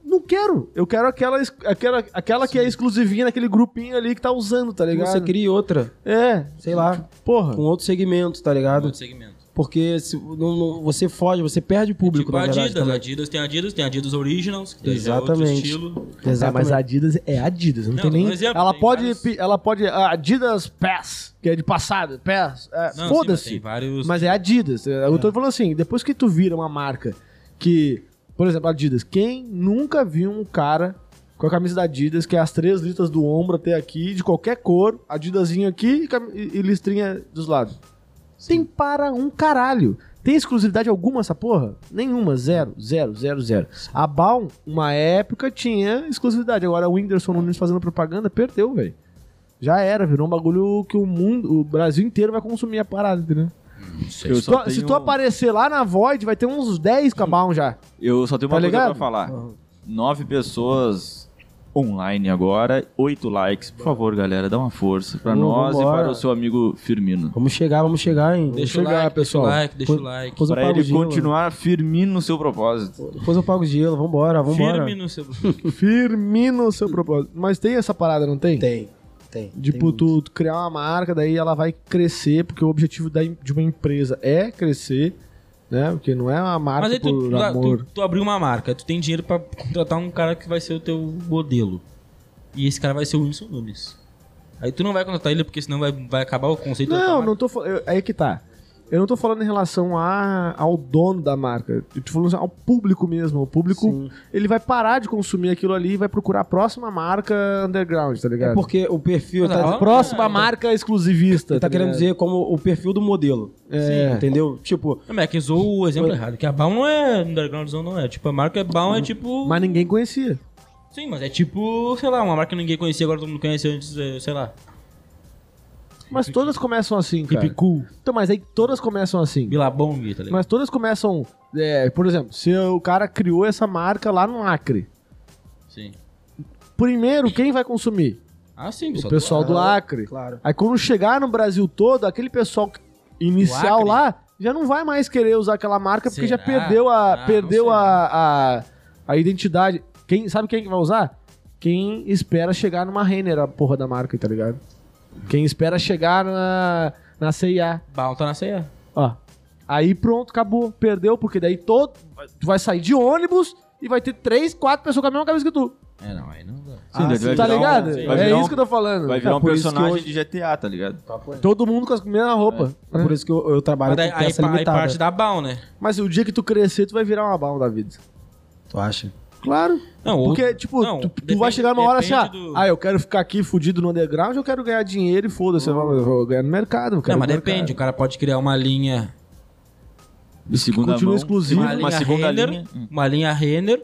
A: não quero. Eu quero aquela, es- aquela, aquela que é exclusivinha daquele grupinho ali que tá usando, tá ligado?
D: Você cria outra,
A: É,
D: sei lá,
A: porra.
D: com outro segmento, tá
B: pra
D: ligado?
B: outro segmento.
D: Porque se, não- não- você foge, você perde o público,
B: tipo
D: na
B: a
D: verdade.
B: Adidas,
D: também.
B: Adidas tem Adidas, tem Adidas Originals, que daí já é outro
D: Exatamente.
B: estilo.
A: É,
D: Exatamente.
A: mas a Adidas é Adidas, não,
B: Não,
A: tem
B: tô
A: nem.
B: dando exemplo,
A: ela,
B: tem
A: pode,
B: vários-
A: pi- ela pode. a Adidas Pass, que é de passado, Pass. é,
B: Não, sim, mas Tem
A: Foda-se.
B: vários...
A: Mas é Adidas. Eu tô falando assim, depois que tu vira uma marca que, por exemplo, Adidas, quem nunca viu um cara com a camisa da Adidas, que é as três listas do ombro até aqui, de qualquer cor, Adidasinho aqui e cam- e, e listrinha dos lados? Tem para um caralho. Tem exclusividade alguma essa porra? Nenhuma, zero, zero, zero, zero. A Baum, uma época, tinha exclusividade. Agora o Whindersson Nunes fazendo propaganda, perdeu, velho. Já era, virou um bagulho que o mundo, o Brasil inteiro vai consumir a parada, entendeu?
C: Eu
A: Se tu-
C: só,
A: se
C: tenho, um.
A: tu aparecer lá na Void, vai ter uns 10 cabão já.
C: eu só tenho uma
A: Tá
C: coisa
A: ligado?
C: pra falar. Nove pessoas online agora, oito likes. Por favor, galera, dá uma força pra
D: Vamos,
C: nós e
D: vambora.
C: para o seu amigo Firmino.
D: Vamos chegar, vamos chegar, hein?
B: Deixa o
D: vamos chegar,
B: like,
D: pessoal.
B: deixa o like, deixa o
D: Pô-
B: like.
D: Depois eu
C: Pra
D: pago
C: ele
D: o gelo.
C: continuar firme no seu propósito.
D: Depois eu pago o gelo, vambora, vambora.
B: Firme no seu...
A: Firmino o seu propósito. Mas tem essa parada, não tem?
D: Tem, tem. tem
A: Tipo,
D: muito.
A: tu, tu criar uma marca, daí ela vai crescer, porque o objetivo da, em- de uma empresa é crescer, né? Porque não é uma marca
B: Mas aí tu,
A: por
B: tu-
A: amor.
B: tu- tu abriu uma marca, tu tem dinheiro pra contratar um cara que vai ser o teu modelo. E esse cara vai ser o Wilson Nunes. Aí tu não vai contratar ele porque senão vai, vai acabar o conceito da tua
A: Não,
B: marca.
A: não tô falando. Aí que tá. Eu não tô falando em relação a, ao dono da marca. Eu tô falando assim, ao público mesmo. O público, ele vai parar de consumir aquilo ali e vai procurar a próxima marca underground, tá ligado?
D: É porque o perfil
B: Não,
D: tá,
B: não.
A: Próxima
B: Ah,
A: marca exclusivista.
D: ele tá querendo
A: ligado?
D: dizer como o perfil do modelo. Sim, entendeu? Tipo,
B: Não, mas é que usou o exemplo errado, que a Baum não é undergroundzão, não é. Tipo, a marca é Baum é tipo...
A: Mas ninguém conhecia.
B: Sim, mas é tipo, sei lá, uma marca que ninguém conhecia, agora todo mundo conhece antes, é, sei lá.
A: Mas todas começam assim, cara.
B: Hip Cool,
A: Então, mas aí todas começam assim.
B: Bilabong, tá ligado?
A: Mas todas começam. é, por exemplo, se o cara criou essa marca lá no Acre.
B: Sim.
A: Primeiro, quem vai consumir?
B: Ah, sim,
A: O pessoal do Acre.
D: claro.
A: Aí quando chegar no Brasil todo, aquele pessoal que- inicial
B: Acre?
A: lá já não vai mais querer usar aquela marca porque já
B: Será?
A: perdeu a,
B: Ah, não
A: perdeu
B: sei.
A: a, a, a identidade. Quem, sabe quem que vai usar? Quem espera chegar numa Renner, a porra da marca, tá ligado? Quem espera chegar na, na CIA.
B: Baum tá na ceia.
A: Ó. Aí pronto, acabou. Perdeu, porque daí todo. Tu vai sair de ônibus e vai ter três, quatro pessoas com a mesma cabeça que tu.
B: É, não, aí não dá.
C: Sim, vai virar
A: tá
C: um-
A: ligado?
C: vai
A: é
C: virar
A: isso
C: um-
A: que eu tô falando.
C: Vai virar
A: É
C: um
A: por isso que
C: personagem de GTA, tá ligado?
A: Todo mundo com a mesma roupa.
D: É por isso que eu, eu trabalho
B: Mas daí,
D: com
B: aí,
D: peça
B: pa- aí
D: limitada.
B: parte da Baum, né?
A: Mas o dia que tu crescer, tu vai virar uma bala da vida.
D: Tu acha?
A: Claro.
B: Não, ou-
A: Porque, tipo,
B: não,
A: tu, tu
B: depende-
A: vai chegar numa hora assim, ah,
B: depende do-
A: ah, eu quero ficar aqui fudido no underground, eu quero ganhar dinheiro e foda-se, eu vou- eu vou ganhar no mercado. eu quero
B: Não, mas
A: no mercado.
B: depende, o cara pode criar uma linha.
C: De segunda
A: continua
C: mão.
A: exclusivo.
B: Uma
C: Uma,
B: linha
C: segunda
B: Renner,
C: linha. Hum.
B: uma linha Renner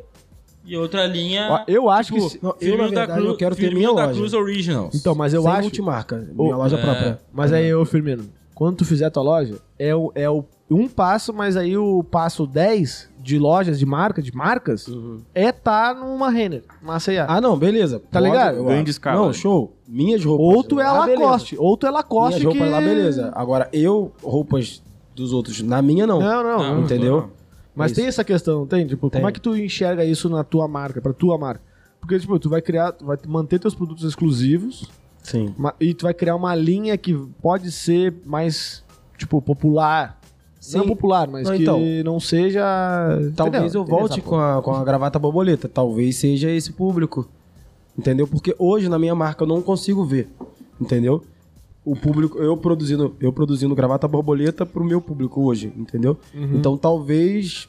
B: e outra
A: Ó,
B: linha.
A: Eu acho
B: tipo,
A: que. se-
D: Não, eu,
B: Firmino
D: na verdade, eu quero ter
B: Firmino
D: minha
B: da
D: loja.
B: Cruz Originals.
A: Então, mas eu
D: Sem
A: acho.
D: multimarca,
A: Ô,
D: minha loja
B: é.
D: própria.
A: Mas aí, ô Firmino, quando tu fizer tua loja, é, o, é o, um passo, mas aí o passo 10 de lojas, de marca, de marcas,
B: Uhum.
A: é tá numa Renner, numa C&A.
D: Ah, não, beleza.
A: Tá ligado?
D: eu
C: Grande
D: acho.
C: escala.
D: Não, show. Minhas roupas.
A: ou tu é
B: Ah,
D: lá, beleza.
A: Lacoste, ou tu é Lacoste
D: Minhas roupas
A: que...
D: lá, beleza. Agora, eu, roupas dos outros, na minha não.
A: Não, não,
B: Não,
A: não.
D: entendeu?
B: não.
A: Mas
D: É Isso.
A: tem essa questão, tem? Tipo,
D: Tem.
A: como é que tu enxerga tipo, isso
D: Sim.
A: Ma- E tu vai criar uma linha que pode ser mais, tipo, popular. Não
D: Sim.
A: popular, mas
D: Não,
A: que
D: então.
A: não seja.
D: Talvez
A: entendeu?
D: eu volte
A: Entendeu?
D: com a, com a gravata borboleta. Talvez seja esse público. Entendeu? Porque hoje na minha marca eu não consigo ver. Entendeu? O público, eu produzindo, eu produzindo gravata borboleta pro meu público hoje, entendeu?
A: Uhum.
D: Então talvez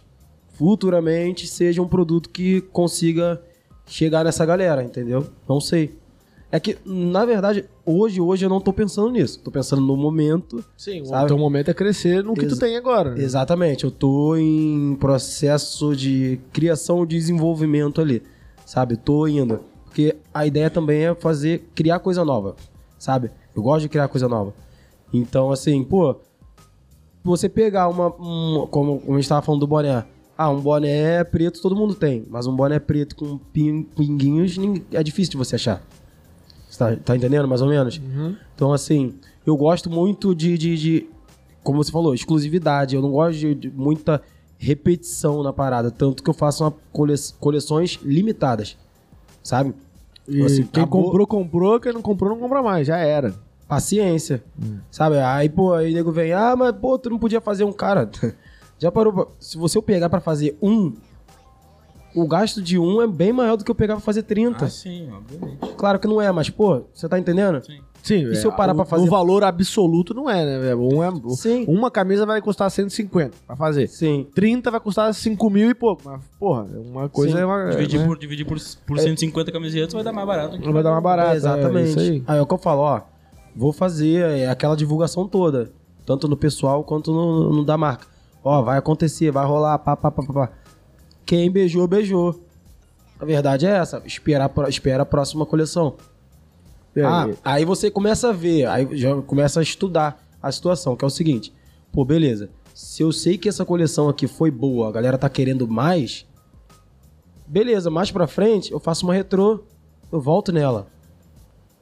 D: futuramente seja um produto que consiga chegar nessa galera, entendeu? Não sei. É que, na verdade, hoje, hoje eu não tô pensando nisso. Tô pensando no momento.
A: Sim, o
D: sabe?
A: teu momento é crescer no que tu
D: Exa-
A: tem agora.
D: Exatamente, eu tô em processo de criação e desenvolvimento ali, sabe? Tô indo. Porque a ideia também é fazer, criar coisa nova, sabe? Eu gosto de criar coisa nova. Então, assim, pô, você pegar uma. um- como, como a gente tava falando do boné. Ah, um boné preto todo mundo tem, mas um boné preto com pin- pinguinhos ninguém- é difícil de você achar. Você tá, tá entendendo, mais ou menos? Então, assim, eu gosto muito de, de- de- como você falou, exclusividade. Eu não gosto de, de muita repetição na parada. Tanto que eu faço uma cole- coleções limitadas, sabe?
A: E
D: Assim,
A: quem
D: acabou-
A: comprou, comprou. Quem não comprou, não compra mais. Já era.
D: paciência. Sabe? Aí, pô, aí o nego vem, ah, mas pô, tu não podia fazer um cara. Já parou? pra- Se você pegar pra fazer um, o gasto de um é bem maior do que eu pegar pra fazer 30.
B: Ah, sim, obviamente.
D: Claro que não é, mas, pô, você tá entendendo?
B: Sim.
A: Sim, é,
D: E se eu parar pra fazer-
A: O valor absoluto não é, né? velho? Um é-
D: Sim.
A: Uma camisa vai custar 150 pra fazer.
D: Sim.
A: 30 vai custar 5 mil e pouco. Mas, porra, uma coisa
D: Sim.
A: é uma.
B: Dividir,
A: né?
B: por, dividir por, por 150 camisetas vai dar mais barato. que
A: Não vai dar mais barato.
D: É, exatamente.
A: É, isso aí.
D: é o que eu falo, ó. Vou fazer é, aquela divulgação toda. Tanto no pessoal quanto no, no da marca. Ó, vai acontecer, vai rolar, pá, pá, pá, pá, pá. Quem beijou, beijou. A verdade é essa. Esperar, pro- espera a próxima coleção.
A: É,
D: Ah, aí você começa a ver, aí já começa a estudar a situação, que é o seguinte: pô, beleza, se eu sei que essa coleção aqui foi boa, a galera tá querendo mais, beleza, mais pra frente eu faço uma retrô, eu volto nela.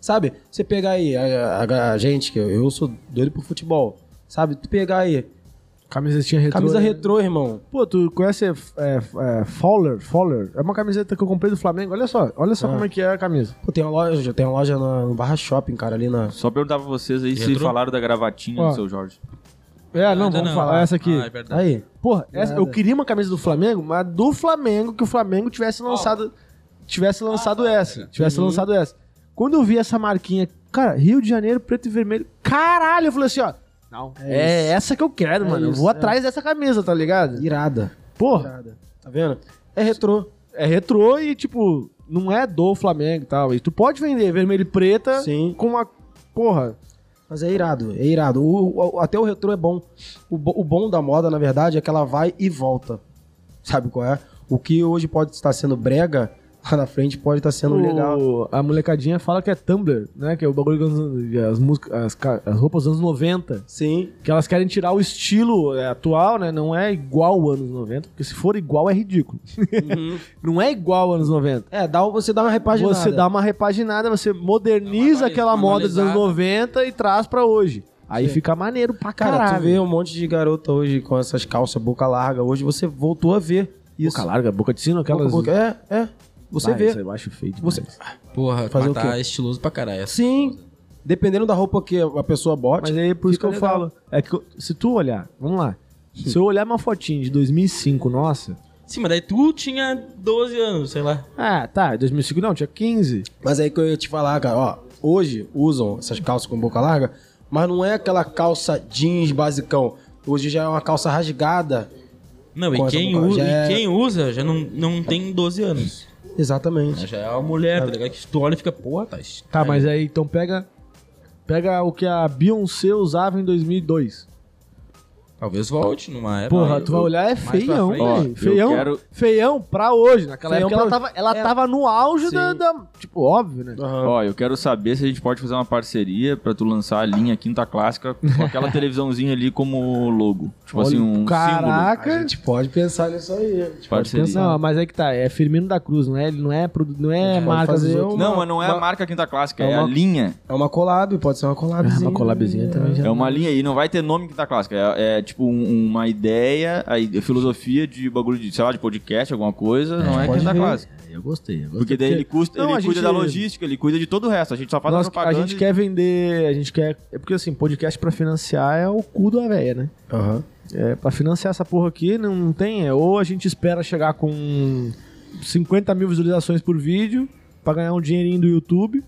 D: sabe, você pegar aí a, a- a gente, que eu, eu sou doido por futebol, sabe, tu pegar aí,
A: Camisetinha retrô.
D: camisa
A: né?
D: retrô, irmão.
A: Pô, tu conhece é, é, é, Fowler? Fowler? É uma camiseta que eu comprei do Flamengo. Olha só, olha só
D: Ah.
A: como é que é a camisa.
D: Pô, tem uma loja, tem uma loja na- no Barra Shopping, cara, ali na.
C: Só perguntar pra vocês aí se
B: Retrô?
C: falaram da gravatinha
A: Ó.
C: do seu Jorge.
D: Ah,
A: É, não,
B: Ainda
A: vamos falar essa aqui.
B: Ah, é verdade.
D: Aí.
A: Porra, essa- eu
D: Nada.
A: queria uma camisa do Flamengo, mas do Flamengo, que o Flamengo tivesse lançado. Tivesse lançado essa. Tivesse
D: Uhum.
A: lançado essa. Quando eu vi essa marquinha, cara, Rio de Janeiro, preto e vermelho. Caralho, eu falei assim, ó. Não, é, essa que eu quero,
D: É
A: mano. eu
D: isso,
A: vou
D: é.
A: atrás dessa camisa, tá ligado?
D: Irada.
A: Porra,
D: Irada. Tá vendo? É retrô.
A: é retrô e, tipo, não é do Flamengo e tal. E tu pode vender vermelho e preta
D: Sim.
A: com uma. Porra.
D: Mas é irado, é irado. O- o- até o retrô é bom. O, bo- o bom da moda, na verdade, é que ela vai e volta. Sabe qual é? O que hoje pode estar sendo brega, lá na frente pode estar sendo É um legal.
A: O- A molecadinha fala que é Tumblr, né? Que é o bagulho dos anos- as, músicas, as, ca- as roupas dos anos 90.
D: Sim,
A: Que elas querem tirar o estilo é, atual, né? Não é igual aos anos 90, porque se for igual é ridículo. não é igual aos anos 90.
D: é, dá, você dá uma Uhum. repaginada. É
A: Você dá uma repaginada, você moderniza
B: Uma
A: aquela moda dos anos
B: atualizada.
A: 90 e traz pra hoje. Aí
D: né? Sim.
A: fica maneiro pra
D: Cara,
A: caralho.
D: tu vê um monte de garota hoje com essas calças boca larga, hoje você voltou a ver isso.
A: Boca larga, boca de sino, aquelas...
D: Boca- É, é, você
A: Ah,
D: vê.
A: isso eu acho feio demais.
D: Você...
B: Porra,
D: Fazer
B: mas
D: o
B: tá
D: quê?
B: estiloso pra caralho.
D: Sim, dependendo da roupa que a pessoa bote.
A: Mas aí por isso que
D: fica
A: eu
D: legal.
A: falo. É que eu- se tu olhar, vamos lá. Se eu olhar uma fotinha de 2005, nossa...
B: Sim, mas daí tu tinha 12 anos, sei lá.
A: Ah, tá, 2005 não, tinha 15.
D: Mas aí que eu ia te falar, cara, ó, hoje usam essas calças com boca larga, mas não é aquela calça jeans basicão. Hoje já é uma calça rasgada.
B: Não,
D: Com
B: e
D: essa
B: quem,
D: boca-
B: u-
D: já
B: e
D: é-
B: quem usa já não, não tem 12 anos.
D: Exatamente.
B: Já é uma mulher, tá ligado? Que tu olha e fica, porra, tá.
A: Tá, mas aí então pega pega o que a Beyoncé usava em 2002.
B: Talvez volte numa era.
A: Porra,
B: aí,
A: tu vai olhar é
B: pra
A: feião,
B: frente.
C: Ó,
A: velho.
C: eu
A: Feião,
C: quero-
A: feião pra hoje. Naquela
D: Feião
A: época ela
D: pra-
A: tava, ela
D: é.
A: tava no auge
D: Sim.
A: da, da- Tipo, óbvio, né?
C: Ó, eu quero saber se a gente pode fazer uma parceria pra tu lançar a linha Quinta Clássica com aquela televisãozinha ali como logo. Tipo assim, um símbolo.
A: Caraca.
D: A gente pode pensar nisso aí. A gente pode
C: Parceria.
D: pensar.
A: Não, mas é que tá, é Firmino da Cruz, não é, ele não é, produ- não é marca dos
D: fazer
A: outros.
D: uma-
C: Não, mas não é a
D: uma-
C: marca Quinta Clássica,
D: É
C: é a
D: uma-
C: linha.
D: É uma collab, pode ser uma collabzinha.
A: Uma collabzinha também já.
C: É uma linha aí, não vai ter nome Quinta Clássica. É, é tipo um- uma ideia, a filosofia de bagulho de, sei lá, de podcast, alguma coisa, não é
F: pode
C: que dá
F: ver.
C: quase.
B: Eu gostei. Eu gostei.
C: Porque daí ele, custa,
A: Não,
C: ele
A: a
C: cuida
A: gente-
C: da logística, ele cuida de todo o resto. A gente só faz
A: Nós-
C: a
A: a
C: propaganda.
A: gente
C: e- é
A: quer vender, a gente quer. É porque assim, podcast pra financiar é o cu da véia, né?
D: Aham.
A: É, pra financiar essa porra aqui, não, não tem. É, ou a gente espera chegar com 50 mil visualizações por vídeo pra ganhar um dinheirinho do YouTube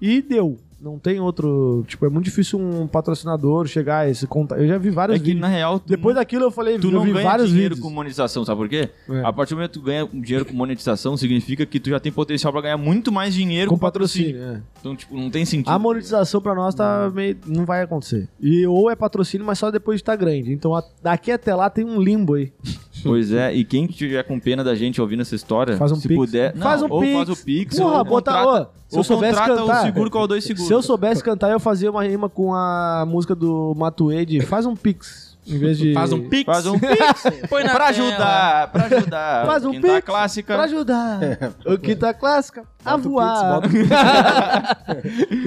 A: e deu. Não tem outro. Tipo, é muito difícil um patrocinador chegar a esse conta. Eu já vi vários
C: É que
A: vídeos.
C: na real tu
A: Depois daquilo eu falei,
C: Tu
A: eu
C: não
A: vi
C: ganha
A: vários
C: dinheiro
A: vídeos.
C: com monetização, sabe por quê?
A: É.
C: A partir do momento que tu ganha dinheiro com monetização, significa que tu já tem potencial pra ganhar muito mais dinheiro com, patrocínio.
A: é.
C: Então, tipo, não tem sentido.
A: A monetização pra nós tá meio. não vai acontecer. E ou é patrocínio, mas só depois de estar grande. Então a- daqui até lá tem um limbo aí.
C: Pois é, e quem tiver com pena da gente ouvindo essa história,
A: Faz um
C: É. se
A: pix.
C: puder,
A: Faz um
C: ou
A: pix.
C: faz o pix,
A: Porra,
C: ou
A: bota-
C: contrata,
A: ô, se eu
C: ou
A: soubesse
C: contrata
A: cantar-
C: o seguro com o dois seguros.
A: Se eu soubesse cantar, eu fazia uma rima com a música do Matuê de Faz um Pix. Em vez de.
B: Faz um pix.
C: Faz um pix
B: Põe na
C: pra
B: tela.
C: ajudar, pra ajudar.
A: Faz um
C: Quem tá
A: pix
C: clássica.
A: Pra ajudar. o que tá clássica. A
D: É. Bota o
A: voar.
D: Pix,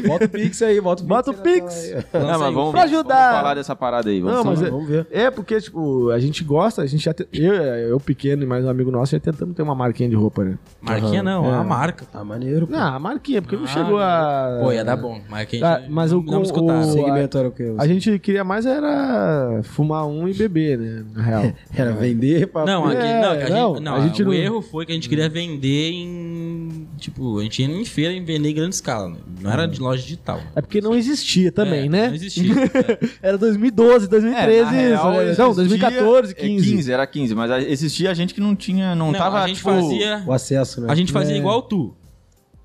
D: Bota o Pix aí, bota o Pix.
A: Bota o Pix.
C: Não, mas
B: Lança aí um
C: vamos,
A: pra
C: vamos
A: ajudar.
C: falar dessa parada aí. Vamos
A: Não, mas
C: falar.
A: é,
D: Vamos ver.
A: é porque, tipo, a gente gosta, a gente já. te- Eu, eu pequeno e mais um amigo nosso já tentamos ter uma marquinha de roupa, né?
B: Marquinha não, é. a marca.
D: Tá maneiro.
A: Não, a marquinha, porque não
B: Ah,
A: chegou a.
B: Pô, ia dar bom. Mas, quem
A: Ah, mas o-
B: não me
A: o-
B: escutaram.
A: o-
D: Segmento era o quê?
A: A gente queria mais era fumar um e beber, né? Na real.
D: Era vender pra...
B: Não, aqui,
A: É,
B: não, que a
A: não,
B: gente, não,
A: a gente
B: o
A: não-
B: erro foi que a gente queria vender em. Tipo, a gente ia em feira e vender em grande escala. né? Não era de loja digital.
A: É porque não existia também,
B: É,
A: né?
B: Não existia. É.
A: Era 2012,
C: É,
A: 2013,
C: na real,
A: né?
C: existia-
A: não, 2014, 15.
C: É, 15, era 15, mas a- existia gente que não tinha, não,
B: Não,
C: tava,
B: a gente
C: tipo,
B: fazia.
D: O acesso, né?
B: A gente fazia
D: É.
B: igual tu.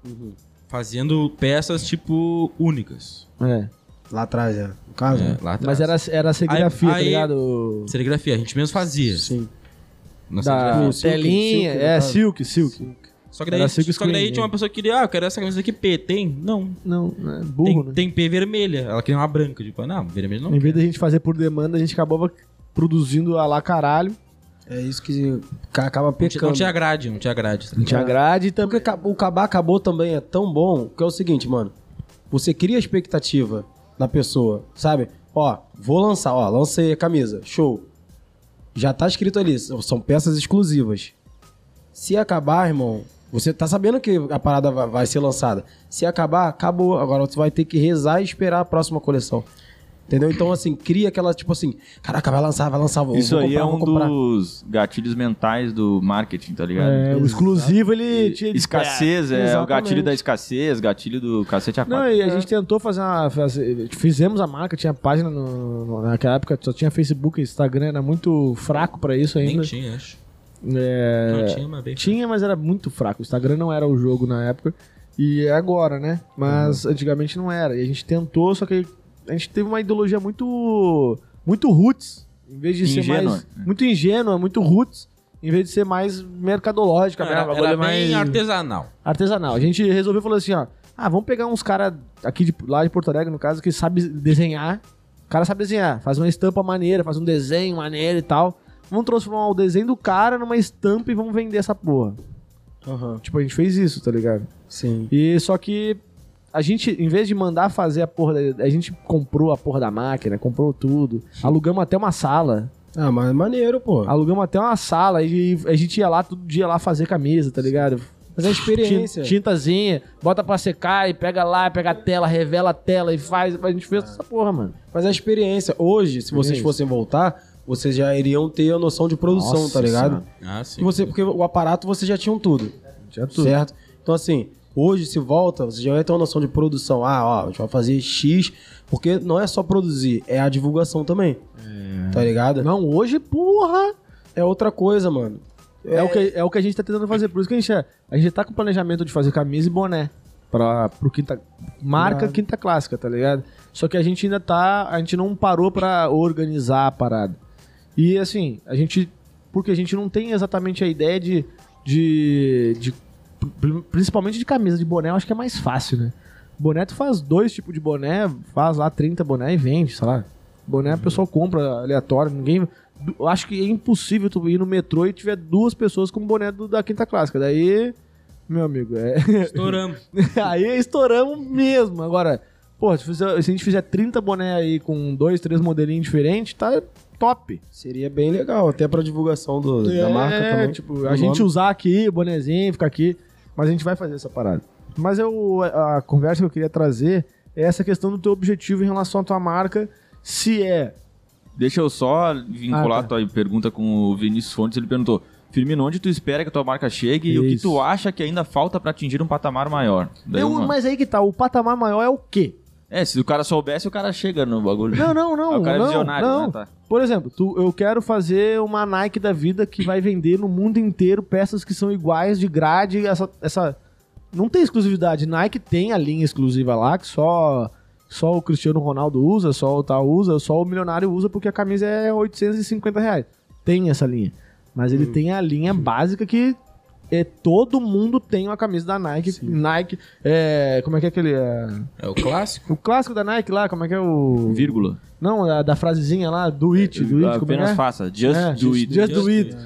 A: Uhum.
B: Fazendo peças, tipo, únicas.
A: É.
D: Lá atrás, é. No caso, né?
B: É, lá atrás.
A: Mas era, era a serigrafia,
B: Aí-
A: tá
B: aí-
A: ligado?
B: Serigrafia, a gente mesmo fazia.
D: Sim.
B: Na serigrafia.
A: Da
D: silk,
A: telinha.
D: silk,
A: É,
D: no
A: silk, silk.
B: Só que daí,
A: era
B: só
A: silk
B: que daí
A: screen,
B: tinha uma
A: né?
B: pessoa que queria, ah, eu quero essa camisa aqui, P. Tem? Não.
A: Não, é
B: Tem,
A: burro, né?
B: tem P vermelha. Ela queria uma branca. Tipo, não, vermelha não.
A: Em vez da gente fazer por demanda, a gente acabava produzindo a lá caralho.
D: É isso que ca- acaba
B: Não tinha-
D: pecando.
B: Não te agrade, não te agrade. tá
A: Não tinha grade e
D: Porque
A: também.
D: acabou- o acabar acabou também é tão bom que é o seguinte, mano. Você cria expectativa na pessoa, sabe? Ó, vou lançar, ó, lancei a camisa, show. Já tá escrito ali, são são peças exclusivas. Se acabar, irmão, você tá sabendo que a parada va- vai ser lançada. Se acabar, acabou. Agora você vai ter que rezar e esperar a próxima coleção. Entendeu? Então, assim, cria aquela, tipo assim, caraca, vai lançar, vai lançar, vou,
C: Isso
D: vou
C: aí
D: comprar,
C: é
D: vou
C: um
D: comprar.
C: dos gatilhos mentais do marketing, tá ligado?
A: É, o exclusivo ele tinha.
C: Escassez, é, o
A: exatamente.
C: gatilho da escassez, gatilho do cacete a
A: Não,
C: quatro.
A: e a gente tentou fazer uma. fazer- fizemos a marca, tinha página no- no- naquela época, só tinha Facebook, Instagram, era muito fraco pra isso
B: Nem
A: ainda.
B: tinha, acho.
A: É,
B: Não tinha, mas bem.
A: Tinha, mas era muito fraco. O Instagram não era o jogo na época. E é agora, né? Mas
B: Uhum.
A: antigamente não era. E a gente tentou, só que a gente teve uma ideologia muito. muito roots. Em vez de ser
C: Ingênua,
A: mais.
C: né?
A: Muito ingênua, muito roots. Em vez de ser mais mercadológica,
B: Não,
A: né?
B: era,
A: Bagulho
B: era bem
A: mais
B: artesanal.
A: artesanal. A gente resolveu falou assim, ó. Ah, vamos pegar uns caras aqui de, lá de Porto Alegre, no caso, que sabe desenhar. O cara sabe desenhar, faz uma estampa maneira, faz um desenho maneiro e tal. Vamos transformar o desenho do cara numa estampa e vamos vender essa porra.
D: Aham,
A: Tipo, a gente fez isso, tá ligado?
D: sim.
A: E só que a gente, em vez de mandar fazer a porra, da, a gente comprou a porra da máquina, comprou tudo, alugamos até uma sala,
D: Ah, mas é maneiro, pô.
A: alugamos até uma sala e a gente ia lá todo dia lá fazer camisa, tá ligado?
D: Mas é a
A: Tin-
D: experiência.
A: Tintazinha, bota pra secar e pega lá, pega a tela, revela a tela e faz. A gente fez essa porra, mano.
D: Mas a experiência, hoje, se vocês
A: Experiência.
D: fossem voltar, vocês já iriam ter a noção de produção,
A: Nossa
D: tá ligado?
A: Senhora.
B: Ah,
D: E você, porque o aparato vocês já tinham tudo,
A: Tinha
D: certo? Então, assim, hoje, se volta, vocês já vai ter uma noção de produção. Ah, ó, a gente vai fazer X, porque não é só produzir, é a divulgação também.
A: É.
D: Tá ligado?
A: Não, hoje, porra!
D: É outra coisa, mano.
A: É, o que, é o que a gente tá tentando fazer. Por isso que a gente, é- a gente tá com o planejamento de fazer camisa e boné. Pra, pro quinta. Marca
D: Irado.
A: quinta clássica, tá ligado? Só que a gente ainda tá. A gente não parou pra organizar a parada. E assim, a gente. Porque a gente não tem exatamente a ideia de. de, de- pri- principalmente de camisa, de boné, eu acho que é mais fácil, né? Boné, tu faz dois tipos de boné, faz lá 30 boné e vende, sei lá. Boné o pessoal compra aleatório, ninguém. du- eu Acho que é impossível tu ir no metrô e tiver duas pessoas com boné do- da quinta clássica. Daí, meu amigo, é.
B: Estouramos.
A: aí estouramos mesmo. Agora, pô, se, fizer- se a gente fizer 30 boné aí com dois, três modelinhos diferentes, tá top.
D: Seria bem legal, até pra divulgação do- da
A: É,
D: marca também.
A: Tipo, a
D: Do
A: gente
D: nome.
A: usar aqui, o bonezinho, ficar aqui. Mas a gente vai fazer essa parada. Mas eu, a a conversa que eu queria trazer é essa questão do teu objetivo em relação à tua marca. Se é.
C: Deixa eu só vincular
A: Ah, tá.
C: a tua pergunta com o Vinícius Fontes. Ele perguntou: Firmino, onde tu espera que a tua marca chegue e o que
A: Isso.
C: tu acha que ainda falta pra atingir um patamar maior? Daí
A: Eu-
C: uma-
A: mas aí que tá, o patamar maior é o quê?
C: É, se o cara soubesse, o cara chega no bagulho.
A: Não, não, não.
C: Ah, o cara
A: não,
C: é visionário,
A: não.
C: né? Tá.
A: Por exemplo, tu- eu quero fazer uma Nike da vida que vai vender no mundo inteiro peças que são iguais de grade. Essa, essa não tem exclusividade. Nike tem a linha exclusiva lá que só só o Cristiano Ronaldo usa, só o tal usa, só o milionário usa porque a camisa é 850 reais. Tem essa linha, mas
B: Hum.
A: ele tem a linha básica que é todo mundo tem uma camisa da Nike. Nike, é, como é que é aquele é,
B: É o clássico.
A: o clássico da Nike lá? Como é que é o
C: Um Vírgula.
A: não, a da frasezinha lá, do it, do it, como é que
C: Apenas
A: é?
C: faça. Just
A: É,
C: do it.
A: Just do it.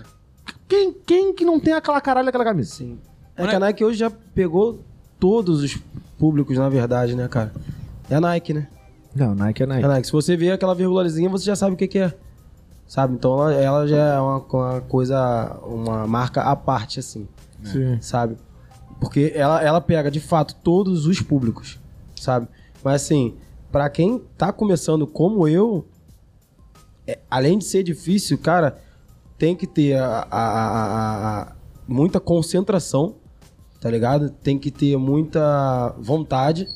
A: Quem, quem que não tem aquela caralho daquela camisa? Sim.
D: É que a Nike hoje já pegou todos os públicos, na verdade, né, cara? É a Nike, né?
A: Não, Nike é
D: É a Nike. Se você vê aquela virgularizinha, você já sabe o que, que é. Sabe? Então ela, ela já é uma, uma coisa, uma marca à parte, assim.
A: Sim.
D: sabe? Porque ela, ela pega, de fato, todos os públicos, sabe? Mas, assim, pra quem tá começando como eu, é, além de ser difícil, cara, tem que ter a, a- a- a- a- muita concentração, tá ligado? Tem que ter muita vontade,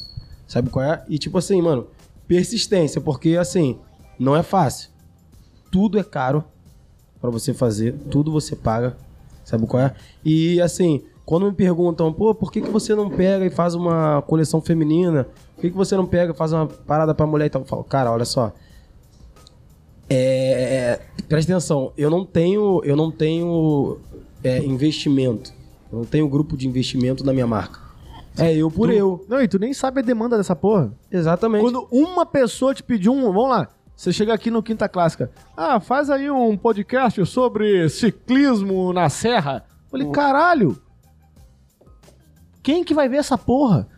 D: sabe qual é? E, tipo assim, mano, persistência, porque, assim, não é fácil. Tudo é caro pra você fazer, tudo você paga, sabe qual é? E assim, quando me perguntam, pô, por que, que você não pega e faz uma coleção feminina? Por que, que você não pega e faz uma parada pra mulher e tal? Eu falo, cara, olha só. É, é, presta atenção, eu não tenho, eu não tenho é, investimento. Eu não tenho grupo de investimento na minha marca. É eu por eu.
A: Não, e tu nem sabe a demanda dessa porra.
D: Exatamente.
A: Quando uma pessoa te pediu um. Vamos lá. Você chega aqui no Quinta Clássica. Ah, faz aí um podcast sobre ciclismo na serra. Eu
D: Uhum.
A: Falei, caralho. Quem que vai ver essa porra?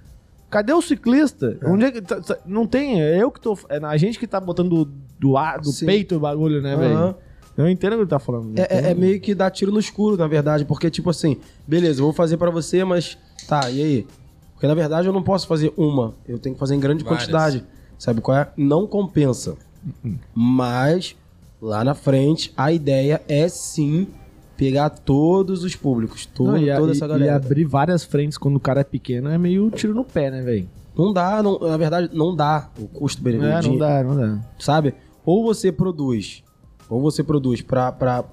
A: Cadê o ciclista? Onde é que tá- tá- não tem, é eu que tô, é a gente que tá botando do, do, ar- do
D: Sim.
A: peito o bagulho, né,
D: Aham.
A: velho? Eu entendo o que ele tá falando.
D: É- É, é meio que dar tiro no escuro, na verdade, porque tipo assim, beleza, eu vou fazer pra você, mas tá, e aí? Porque na verdade eu não posso fazer uma, eu tenho que fazer em grande
B: Várias.
D: quantidade. Sabe qual é? Não compensa.
A: Uhum.
D: Mas lá na frente a ideia é sim pegar todos os públicos, todo,
A: Não, e, a-
D: toda
A: e-
D: essa
A: e
D: galera.
A: abrir várias frentes quando o cara é pequeno é meio tiro no pé, né, velho?
D: Não dá, não- na verdade não dá o
A: É, não
D: custo-benefício,
A: dá, não dá.
D: sabe? Ou você produz, ou você produz para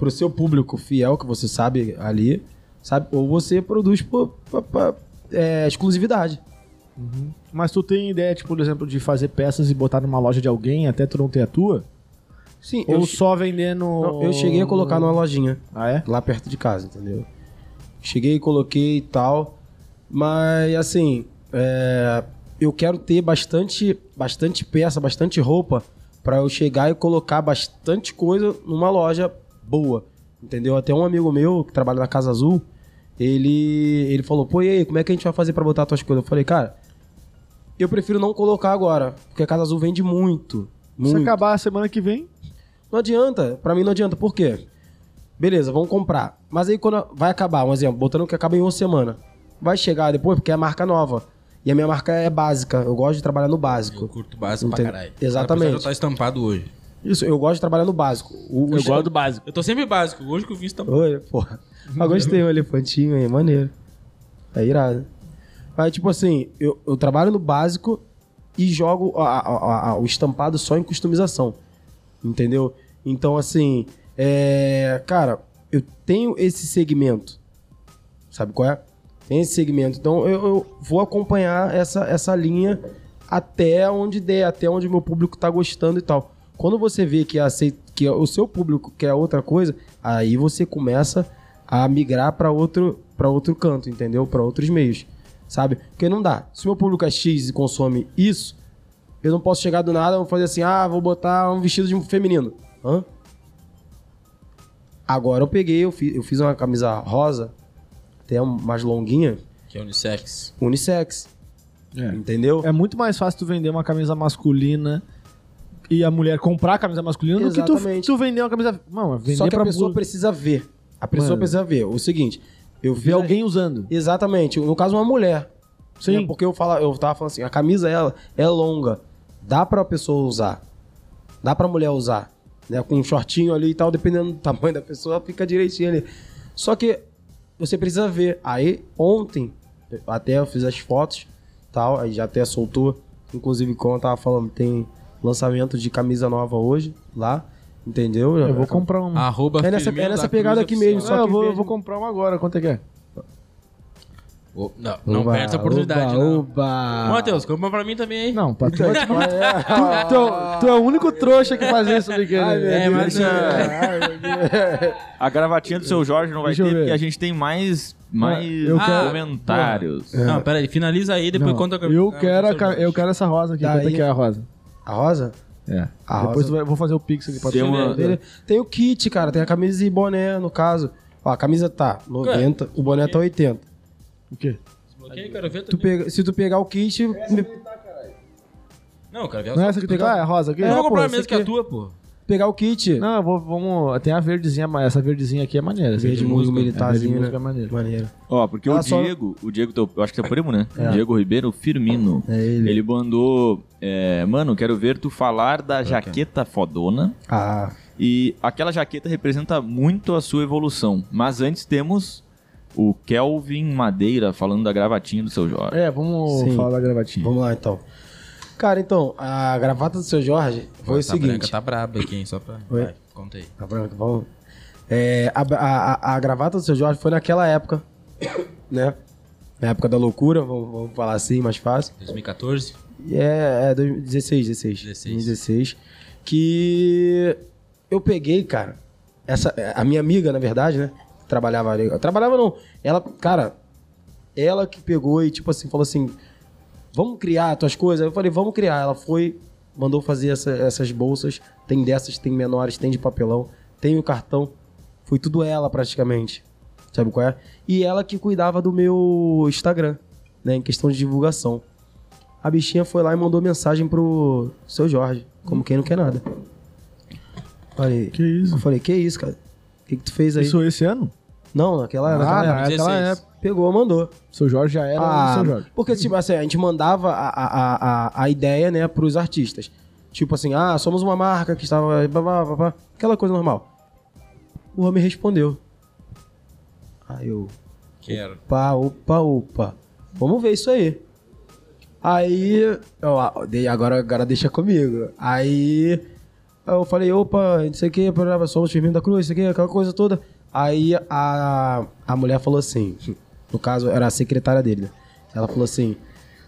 D: o seu público fiel que você sabe ali, sabe? Ou você produz por, pra- pra, é, exclusividade.
A: Mas tu tem ideia, tipo, por exemplo, de fazer peças e botar numa loja de alguém até tu não ter a tua?
D: Sim,
A: Ou só vender no.
D: Não, eu cheguei a colocar numa lojinha
A: Ah, é?
D: lá perto de casa, entendeu? Cheguei, coloquei e tal, mas assim, é, eu quero ter bastante, bastante peça, bastante roupa pra eu chegar e colocar bastante coisa numa loja boa, entendeu? Até um amigo meu que trabalha na Casa Azul, ele, ele falou, pô, e aí, como é que a gente vai fazer pra botar tuas coisas? Eu falei, cara, eu prefiro não colocar agora, porque a Casa Azul vende muito,
A: Se
D: muito.
A: acabar a semana que vem.
D: Não adianta, pra mim não adianta, por quê? Beleza, vamos comprar. Mas aí quando vai acabar, um exemplo, botando que acaba em uma semana. Vai chegar depois porque é marca nova. E a minha marca é básica, eu gosto de trabalhar no
B: Eu
D: básico.
B: curto básico pra
D: Entendo.
B: caralho.
D: Exatamente.
B: Apesar de Eu tá estampado hoje.
D: Isso, eu gosto de trabalhar no básico. O, o
B: gosto do básico. Eu tô sempre básico. Hoje que eu vim estampado.
D: Oi, porra. Mas gostei, um elefantinho aí, maneiro. É irado. Mas, tipo assim, eu, eu trabalho no básico e jogo a- a- a- o estampado só em customização. Entendeu? Então, assim, é, cara, eu tenho esse segmento. Sabe qual é? Tem esse segmento. Então, eu, eu vou acompanhar essa, essa linha até onde der, até onde o meu público tá gostando e tal. Quando você vê que, acei- que o seu público quer outra coisa, aí você começa a migrar para outro, pra outro canto, entendeu? Para outros meios, sabe? Porque não dá. Se o meu público é X e consome isso, eu não posso chegar do nada e fazer assim, ah, vou botar um vestido de um feminino. Hã? Agora eu peguei, eu fi- eu fiz uma camisa rosa, até um- mais longuinha,
B: Que é unissex.
D: unissex. Entendeu?
A: É muito mais fácil tu vender uma camisa masculina e a mulher comprar a camisa masculina do que tu,
D: Exatamente.
A: tu vender uma camisa. Não, É, vender
D: Só que
A: pra
D: a pessoa
A: bu-
D: precisa ver. A pessoa
A: Mano.
D: precisa ver. O seguinte, eu vi
A: ver alguém usando.
D: Exatamente. No caso, uma mulher.
A: Sim.
D: Né? Porque eu, fala, eu tava falando assim, a camisa ela é longa. Dá pra pessoa usar. Dá pra mulher usar. Né? Com um shortinho ali e tal, dependendo do tamanho da pessoa, fica direitinho ali. Só que você precisa ver. Aí, ontem, eu- até eu fiz as fotos tal, aí já até soltou. Inclusive, como eu tava falando, tem lançamento de camisa nova hoje lá. Entendeu?
A: Eu vou comprar uma.
B: Arroba
D: É nessa-
B: Firmino
D: é nessa
B: da
D: pegada
B: Cruz
D: aqui
B: Oficial.
D: mesmo,
A: Ah,
D: só
A: eu
D: que
A: vou,
D: veja-
A: eu vou comprar uma agora, quanto é que é?
B: Ô, Não, não perde essa oportunidade,
F: oba,
B: não. Ô,
F: Oba.
B: Matheus, compra pra mim também, hein?
A: Não, pra tu, tu, Então, tu é o- tu é o único trouxa que faz isso, Miguel.
B: É, mas ah,
C: A gravatinha do seu Jorge não vai
A: Deixa eu
C: ter,
A: ver.
C: porque a gente tem mais, mais
A: eu
B: quero-
C: comentários.
B: Não, peraí, finaliza aí, depois
A: Não,
B: conta a-
A: eu,
B: Ah,
A: quero a
B: seu
A: ca-
B: Jorge.
A: eu quero essa rosa aqui.
D: Daí-
A: Quanto é que é a rosa?
D: A rosa?
A: É.
D: A
A: Depois
D: rosa-
A: tu vai- eu vou fazer o pix aqui pra
C: Tem
A: tu.
C: uma-
D: Ele- Tem o kit, cara. Tem a camisa e boné, no caso. Ó, a camisa tá 90,
B: É.
D: o boné tá 80.
A: O quê?
B: Desbloqueia, eu quero ver
D: Tu
B: também.
D: pega, se tu pegar o kit... me-
B: Não, eu quero ver a
A: Não é
B: sua.
A: essa que tem lá? É a rosa aqui?
B: Eu vou
A: Não,
B: comprar
A: pô,
B: a mesma
A: essa
B: que a tua, pô.
D: Pegar o kit...
A: Não, eu vou, vamos. Tem a verdezinha, mas essa verdezinha aqui é maneira. essa
D: Verde
A: aqui.
D: musgo
A: É,
D: militarzinho,
A: verde musgo
D: um né?
A: é maneiro.
D: Maneiro.
C: Ó, porque
A: Ah,
D: Ela
C: o
D: só-
C: Diego, o Diego, teu, eu acho que é primo, né? Diego Ribeiro Firmino.
D: É
C: ele.
D: ele.
C: mandou, é, mano, quero ver tu falar da jaqueta fodona.
D: Ah,
C: E aquela jaqueta representa muito a sua evolução. Mas antes temos o Kelvin Madeira falando da gravatinha do seu Jorge.
A: É, vamos
D: Sim.
A: falar da gravatinha.
D: vamos lá, então. Cara, então, a gravata do seu Jorge foi o
B: Essa branca
D: seguinte...
B: tá braba aqui, hein? Só pra.
D: Oi?
B: Vai, conta aí.
D: Tá branca, vamos. É, a, a- a- a gravata do seu Jorge foi naquela época, né? Na época da loucura, vamos, vamos falar assim, mais fácil.
B: 2014?
D: E É, é 2016, 16.
B: 16.
D: 16. Que eu peguei, cara. Essa, a minha amiga, na verdade, né? Trabalhava ali. Trabalhava não. Ela, cara, ela que pegou e, tipo assim, falou assim: vamos criar tuas coisas? Eu falei, vamos criar. Ela foi, mandou fazer essa- essas bolsas. Tem dessas, tem menores, tem de papelão, tem o cartão. Foi tudo ela, praticamente. Sabe qual é? E ela que cuidava do meu Instagram, né? Em questão de divulgação. A bichinha foi lá e mandou mensagem pro seu Jorge, como quem não quer nada. Falei,
A: Que isso?
D: eu falei, que isso, cara? O que, que tu fez aí?
A: Isso é esse ano?
D: Ah, Não, naquela, naquela época.
A: na- naquela
B: 16.
A: época.
D: Pegou, mandou.
A: Seu Jorge já era
D: Ah,
A: o seu Jorge.
D: Porque, tipo assim, a gente mandava a, a, a- a, a ideia, né, pros artistas. Tipo assim, ah, somos uma marca que estava. Blá, blá, blá, blá, aquela coisa normal. O homem respondeu. Aí eu.
B: Quero.
D: Opa, opa, opa. Vamos ver isso aí. Aí. ó, dei- agora, agora deixa comigo. Aí. Eu falei, opa, não sei o que, somos Firmino da Cruz, isso aqui, aquela coisa toda. Aí a, a mulher falou assim: no caso, era a secretária dele, né? Ela falou assim: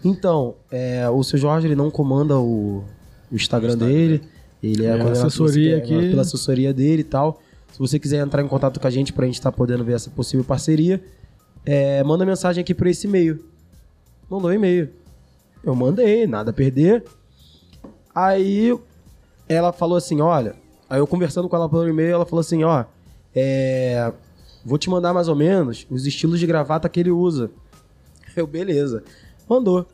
D: então, é, o seu Jorge ele não comanda o, o Instagram dele, ele
A: É,
D: é,
A: a
D: coordenado-
A: assessoria
D: é,
A: aqui.
D: pela assessoria dele e tal. Se você quiser entrar em contato com a gente pra gente estar podendo ver essa possível parceria, é, manda mensagem aqui por esse e-mail. Mandou um e-mail. Eu mandei, nada a perder. Aí ela falou assim, olha, aí eu conversando com ela pelo e-mail, ela falou assim, ó, é, vou te mandar mais ou menos os estilos de gravata que ele usa. Eu, beleza. Mandou.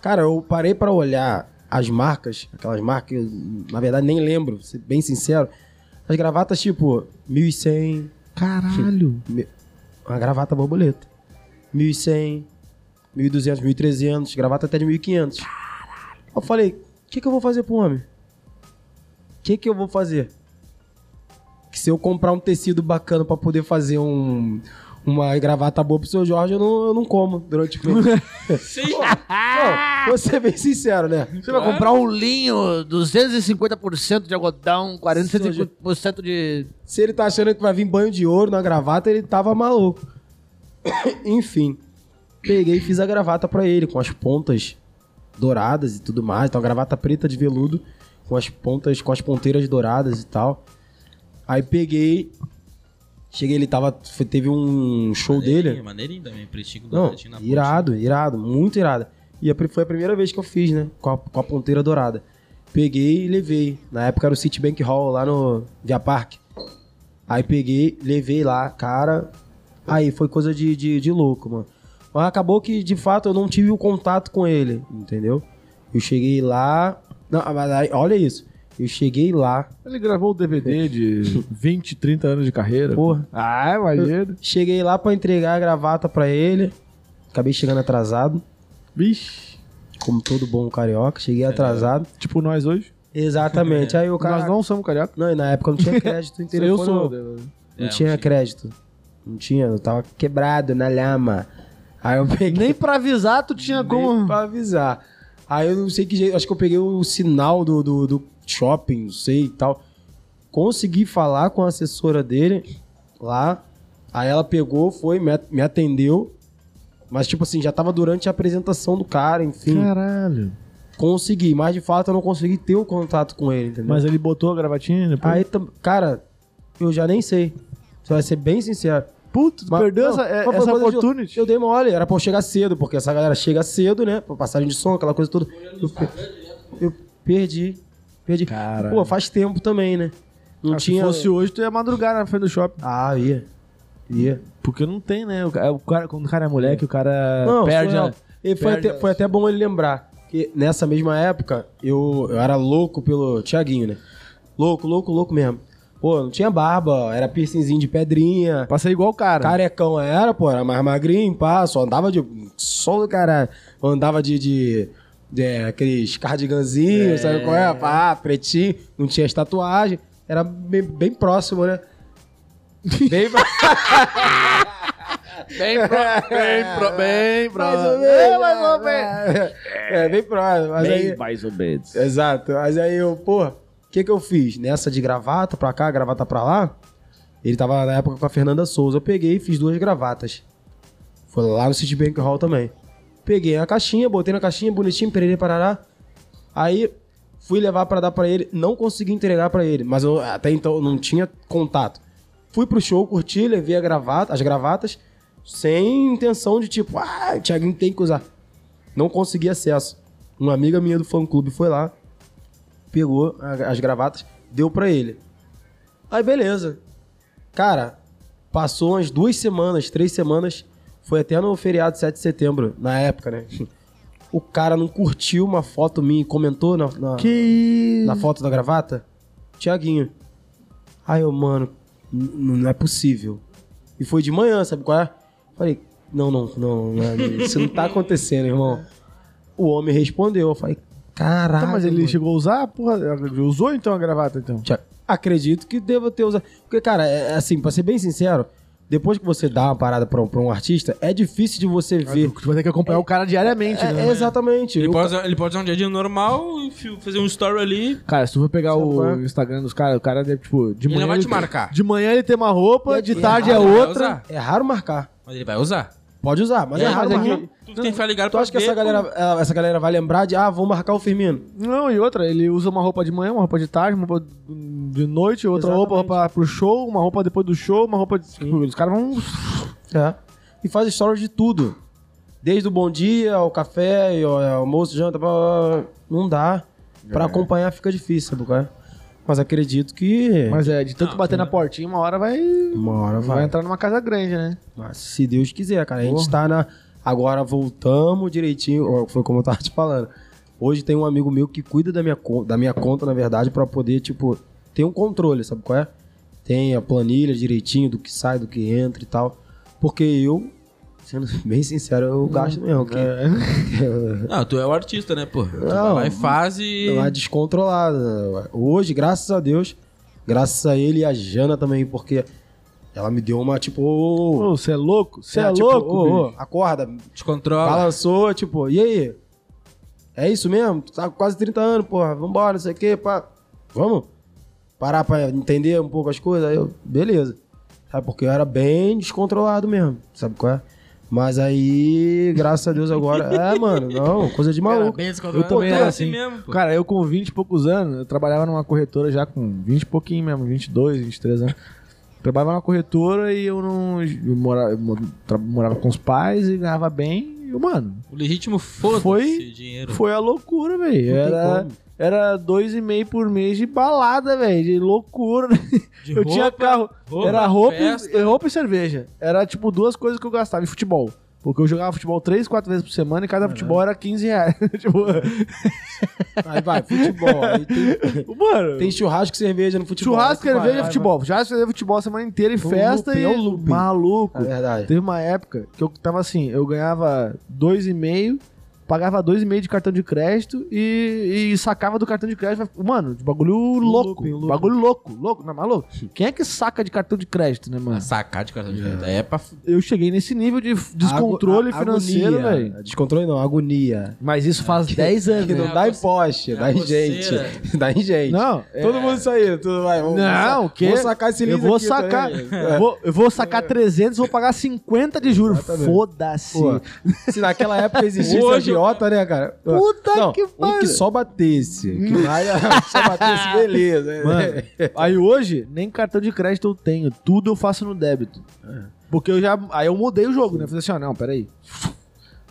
D: Cara, eu parei pra olhar as marcas, aquelas marcas que eu, na verdade, nem lembro, ser bem sincero. As gravatas, tipo, 1100,
A: Caralho.
D: me- uma gravata borboleta. 1.100, 1.200, 1.300, gravata até de 1.500. Eu falei, o que, que eu vou fazer pro homem? O que, que eu vou fazer? Que se eu comprar um tecido bacana pra poder fazer um, uma gravata boa pro seu Jorge, eu não, eu não como durante o mês.
B: Sim!
D: Pô, vou ser bem sincero, né?
E: Você vai comprar um linho, 250% de algodão, 40% de.
D: Se ele tá achando que vai vir banho de ouro na gravata, ele tava maluco. Enfim, peguei e fiz a gravata pra ele, com as pontas douradas e tudo mais. Então, a gravata preta de veludo, com as pontas, com as ponteiras douradas e tal. Aí peguei. Cheguei, ele tava. foi- Teve um show dele.
B: Maneirinho, Maneirinho também, pretinho
D: Não,
B: douradinho na né?
D: irado, irado, muito irado. E a pri- foi a primeira vez que eu fiz, né? Com a, com a ponteira dourada. Peguei e levei. Na época era o Citibank Hall lá no Via Parque. Aí peguei, levei lá, cara. Aí foi coisa de, de, de louco, mano. Mas acabou que, de fato, eu não tive o contato com ele, entendeu? Eu cheguei lá. Não, mas aí, olha isso. Eu cheguei lá,
A: Ele gravou o DVD de 20, 30 anos de carreira.
D: porra.
A: Ah, imagina.
D: Cheguei lá pra entregar a gravata pra ele. Acabei chegando atrasado,
A: Vixe.
D: como todo bom carioca. Cheguei atrasado.
A: Tipo nós hoje.
D: Exatamente. Aí o cara.
A: Nós não somos carioca.
D: Não, e na época não tinha crédito em telefone.
A: Eu sou.
D: Não,
B: É,
D: não
B: não
D: tinha
B: tinha.
D: crédito. Não tinha, eu tava quebrado na lama. Aí eu peguei.
A: Nem pra avisar tu tinha
D: Nem
A: como.
D: pra avisar. Aí eu não sei que jeito, acho que eu peguei o sinal do, do, do shopping, não sei e tal. Consegui falar com a assessora dele lá. Aí ela pegou, foi, me at- me atendeu. Mas, tipo assim, já tava durante a apresentação do cara, enfim.
A: Caralho.
D: Consegui, mas de fato eu não consegui ter o contato com ele, entendeu?
A: Mas ele botou a gravatinha depois.
D: Aí, tam- cara, eu já nem sei. Você vai ser bem sincero.
A: Puto, tu
D: Mas-
A: perdeu
D: não,
A: essa,
D: mas foi
A: essa
D: coisa de-
A: oportunidade.
D: Eu dei mole, era pra eu chegar cedo, porque essa galera chega cedo, né? Pra passagem de som, aquela coisa toda. Eu, per- eu perdi. Perdi.
A: Caralho.
D: Pô, faz tempo também, né? Não
A: Ah,
D: tinha.
A: Se fosse hoje, tu ia madrugar na frente do shopping.
D: Ah, ia. Ia.
A: Porque não tem, né? O ca- o cara, quando o cara é moleque, o cara
D: Não,
A: perde
D: surreal.
A: a...
D: E foi,
A: perde
D: até,
A: a-
D: foi até bom ele lembrar. Que nessa mesma época, eu, eu era louco pelo Thiaguinho, né? Louco, louco, louco mesmo. Pô, não tinha barba, era piercingzinho de pedrinha.
A: Passa igual o cara.
D: Carecão era, pô, era mais magrinho, pá, só andava de. Sol do caralho. Andava de. de, de é, aqueles cardiganzinhos, sabe qual é? Pá, pretinho, não tinha as tatuagens. Era bem, bem próximo, né? Bem, pro-
E: Bem, pro, bem,
D: mais ou
E: bro.
D: menos. É, mais ou menos. É, bem próximo. Mas aí,
C: mais ou menos.
D: Exato. Mas aí eu, pô, o que que eu fiz? Nessa de gravata pra cá, gravata pra lá, ele tava na época com a Fernanda Souza. Eu peguei e fiz duas gravatas. Foi lá no Citibank Hall também. Peguei a caixinha, botei na caixinha, bonitinho, pererê, parará. Aí fui levar pra dar pra ele, não consegui entregar pra ele, mas eu até então eu não tinha contato. Fui pro show, curti, levei a gravata, as gravatas, sem intenção de tipo, ah, o Thiaguinho tem que usar. Não consegui acesso. Uma amiga minha do fã-clube foi lá, pegou a- as gravatas, deu pra ele. Aí beleza. Cara, passou umas duas semanas, três semanas, foi até no feriado de 7 de setembro, na época, né? O cara não curtiu uma foto minha e comentou na, na-
A: Que...
D: na foto da gravata? Tiaguinho. Aí eu, mano, n- n- não é possível. E foi de manhã, sabe qual é? Falei, não, não, não, não, isso não tá acontecendo, irmão. O homem respondeu, eu falei, caralho.
A: Tá, mas ele
D: mano."
A: chegou a usar? Porra, ele usou então a gravata, então?
D: Tia- Acredito que deva ter usado. Porque, cara, é, é assim, pra ser bem sincero, depois que você dá uma parada pra um, pra um artista, é difícil de você ver.
A: Tu vai ter que acompanhar o cara diariamente,
D: É,
A: né?
D: exatamente.
B: Ele
D: O
B: pode, usar- ele pode usar um dia a dia normal, e fi- fazer um story ali.
A: Cara, se tu for pegar
D: Sabe,
A: o Instagram dos caras, o cara deve, tipo, de
B: Ele
A: manhã.
B: não vai te marcar.
A: De manhã ele tem uma roupa,
D: E-
A: de
D: e-
A: tarde é
B: Ah, ele vai
A: outra.
B: usar.
D: É raro marcar.
B: Mas ele vai usar.
D: Pode usar, mas é,
B: É,
D: raro
A: mas é
D: marcar.
A: que-
B: Tu tem que ficar ligado
D: Tu acha
B: pra
D: que essa
B: ver
D: galera, ela- essa galera vai lembrar de, ah, vou marcar o Firmino?
A: Não, e outra, ele usa uma roupa de manhã, uma roupa de tarde, uma roupa de noite, outra
D: Exatamente.
A: roupa pra, pro show, uma roupa depois do show, uma roupa. De... Tipo, os caras vão.
D: É. E faz stories de tudo. Desde o bom dia, ao café, ao almoço, janta, blá, blá, blá. não dá. Pra acompanhar fica difícil, sabe qual é? Mas acredito que
A: Mas é, de tanto
B: Não,
A: bater na portinha, uma hora vai.
D: uma hora
A: Vai
D: vai.
A: entrar numa casa grande, né?
D: Mas se Deus quiser, cara. A gente tá na... Agora voltamos direitinho, ó, foi como eu tava te falando. Hoje tem um amigo meu que cuida da minha, con- da minha conta, na verdade, pra poder, tipo, ter um controle, sabe qual é? Tem a planilha direitinho do que sai, do que entra e tal. Porque eu, sendo bem sincero, eu gasto
A: Hum, É,
D: mesmo. que-
B: Não, tu é o artista, né, pô? Tu
D: Não,
B: vai lá e faz e.
D: Ela é descontrolada. Hoje, graças a Deus, graças a ele e a Jana também, porque ela me deu uma tipo. ô, ô, ô.
A: Ô, você é louco? Você é,
D: tipo,
A: louco?
D: ô, ô,
A: bicho?
D: acorda,
B: Descontrola.
D: balançou, tipo, e aí? É isso mesmo? Tu tá com quase 30 anos, porra, vambora, não sei o quê, pá. Vamos? Parar pra entender um pouco as coisas? Aí eu, beleza. Sabe, porque eu era bem descontrolado mesmo, sabe qual é? Mas aí, graças a Deus agora. É, mano, não, coisa de maluco.
A: Eu também
B: Pô,
A: era
B: é
A: assim.
B: mesmo, pô.
A: Cara, eu com 20 e poucos anos, eu trabalhava numa corretora já com 20 e pouquinho mesmo, 22, 23 anos. Trabalhava numa corretora e eu não. Eu morava, eu mo- tra- morava com os pais e ganhava bem. E, eu, mano,
B: O legítimo foda-se
A: Foi-
B: dinheiro.
A: foi a loucura, velho. Era. Era dois e meio por mês de balada, velho. De loucura.
B: De
A: eu tinha
B: roupa,
A: carro.
B: roupa,
A: era roupa, e-
B: festa.
A: roupa e cerveja. Era tipo duas coisas que eu gastava. E futebol. Porque eu jogava futebol três, quatro vezes por semana e cada futebol era 15 reais. tipo,
D: Aí vai, futebol. Aí tem,
A: mano,
D: tem churrasco, cerveja no futebol. né?
A: churrasco,
D: Aí tu vai,
A: cerveja e
D: vai,
A: futebol. Churrasco, cerveja e futebol a semana inteira e
D: O
A: festa
D: looping,
A: e...
D: é o looping.
A: Maluco.
D: vai. É verdade.
A: Teve uma época que eu tava assim, eu ganhava 2,5, pagava 2,5 de cartão de crédito e, e sacava do cartão de crédito. Mano, de bagulho louco.
F: looping, looping.
A: Bagulho louco, louco. Não, mas louco. Quem é que saca de cartão de crédito, né, mano?
B: Ah, Sacar de cartão de crédito. É pra. f-
A: Eu cheguei nesse nível de f- descontrole
D: Ago- a-
A: financeiro,
D: agonia.
A: velho.
D: Descontrole não, agonia.
A: Mas isso faz 10 anos.
D: Que
A: né?
D: não
B: É,
D: dá em
B: você-
D: poste,
B: é,
D: dá em
B: você-
D: gente. Dá em gente.
A: Não,
F: É.
D: Todo mundo saiu, tudo vai. vamos-
A: Não,
D: vamos
A: o quê?
D: Vou sacar esse
A: eu
D: lindo
A: vou
D: aqui
A: sacar,
D: também. É.
A: eu vou, eu vou sacar 300, vou pagar 50 de juros. Foda-se.
D: Pô, se naquela época existisse
B: Hoje-
D: Hoje... agiota, né, cara?
A: Puta
D: não,
A: que
D: Um
A: pariu.
D: que só batesse. Que mais só batesse, beleza.
A: Mano, aí hoje, nem cartão de crédito eu tenho. Tudo eu faço no débito.
D: É.
A: Porque eu já. Aí eu mudei o jogo, né? Falei assim, ó, não, peraí.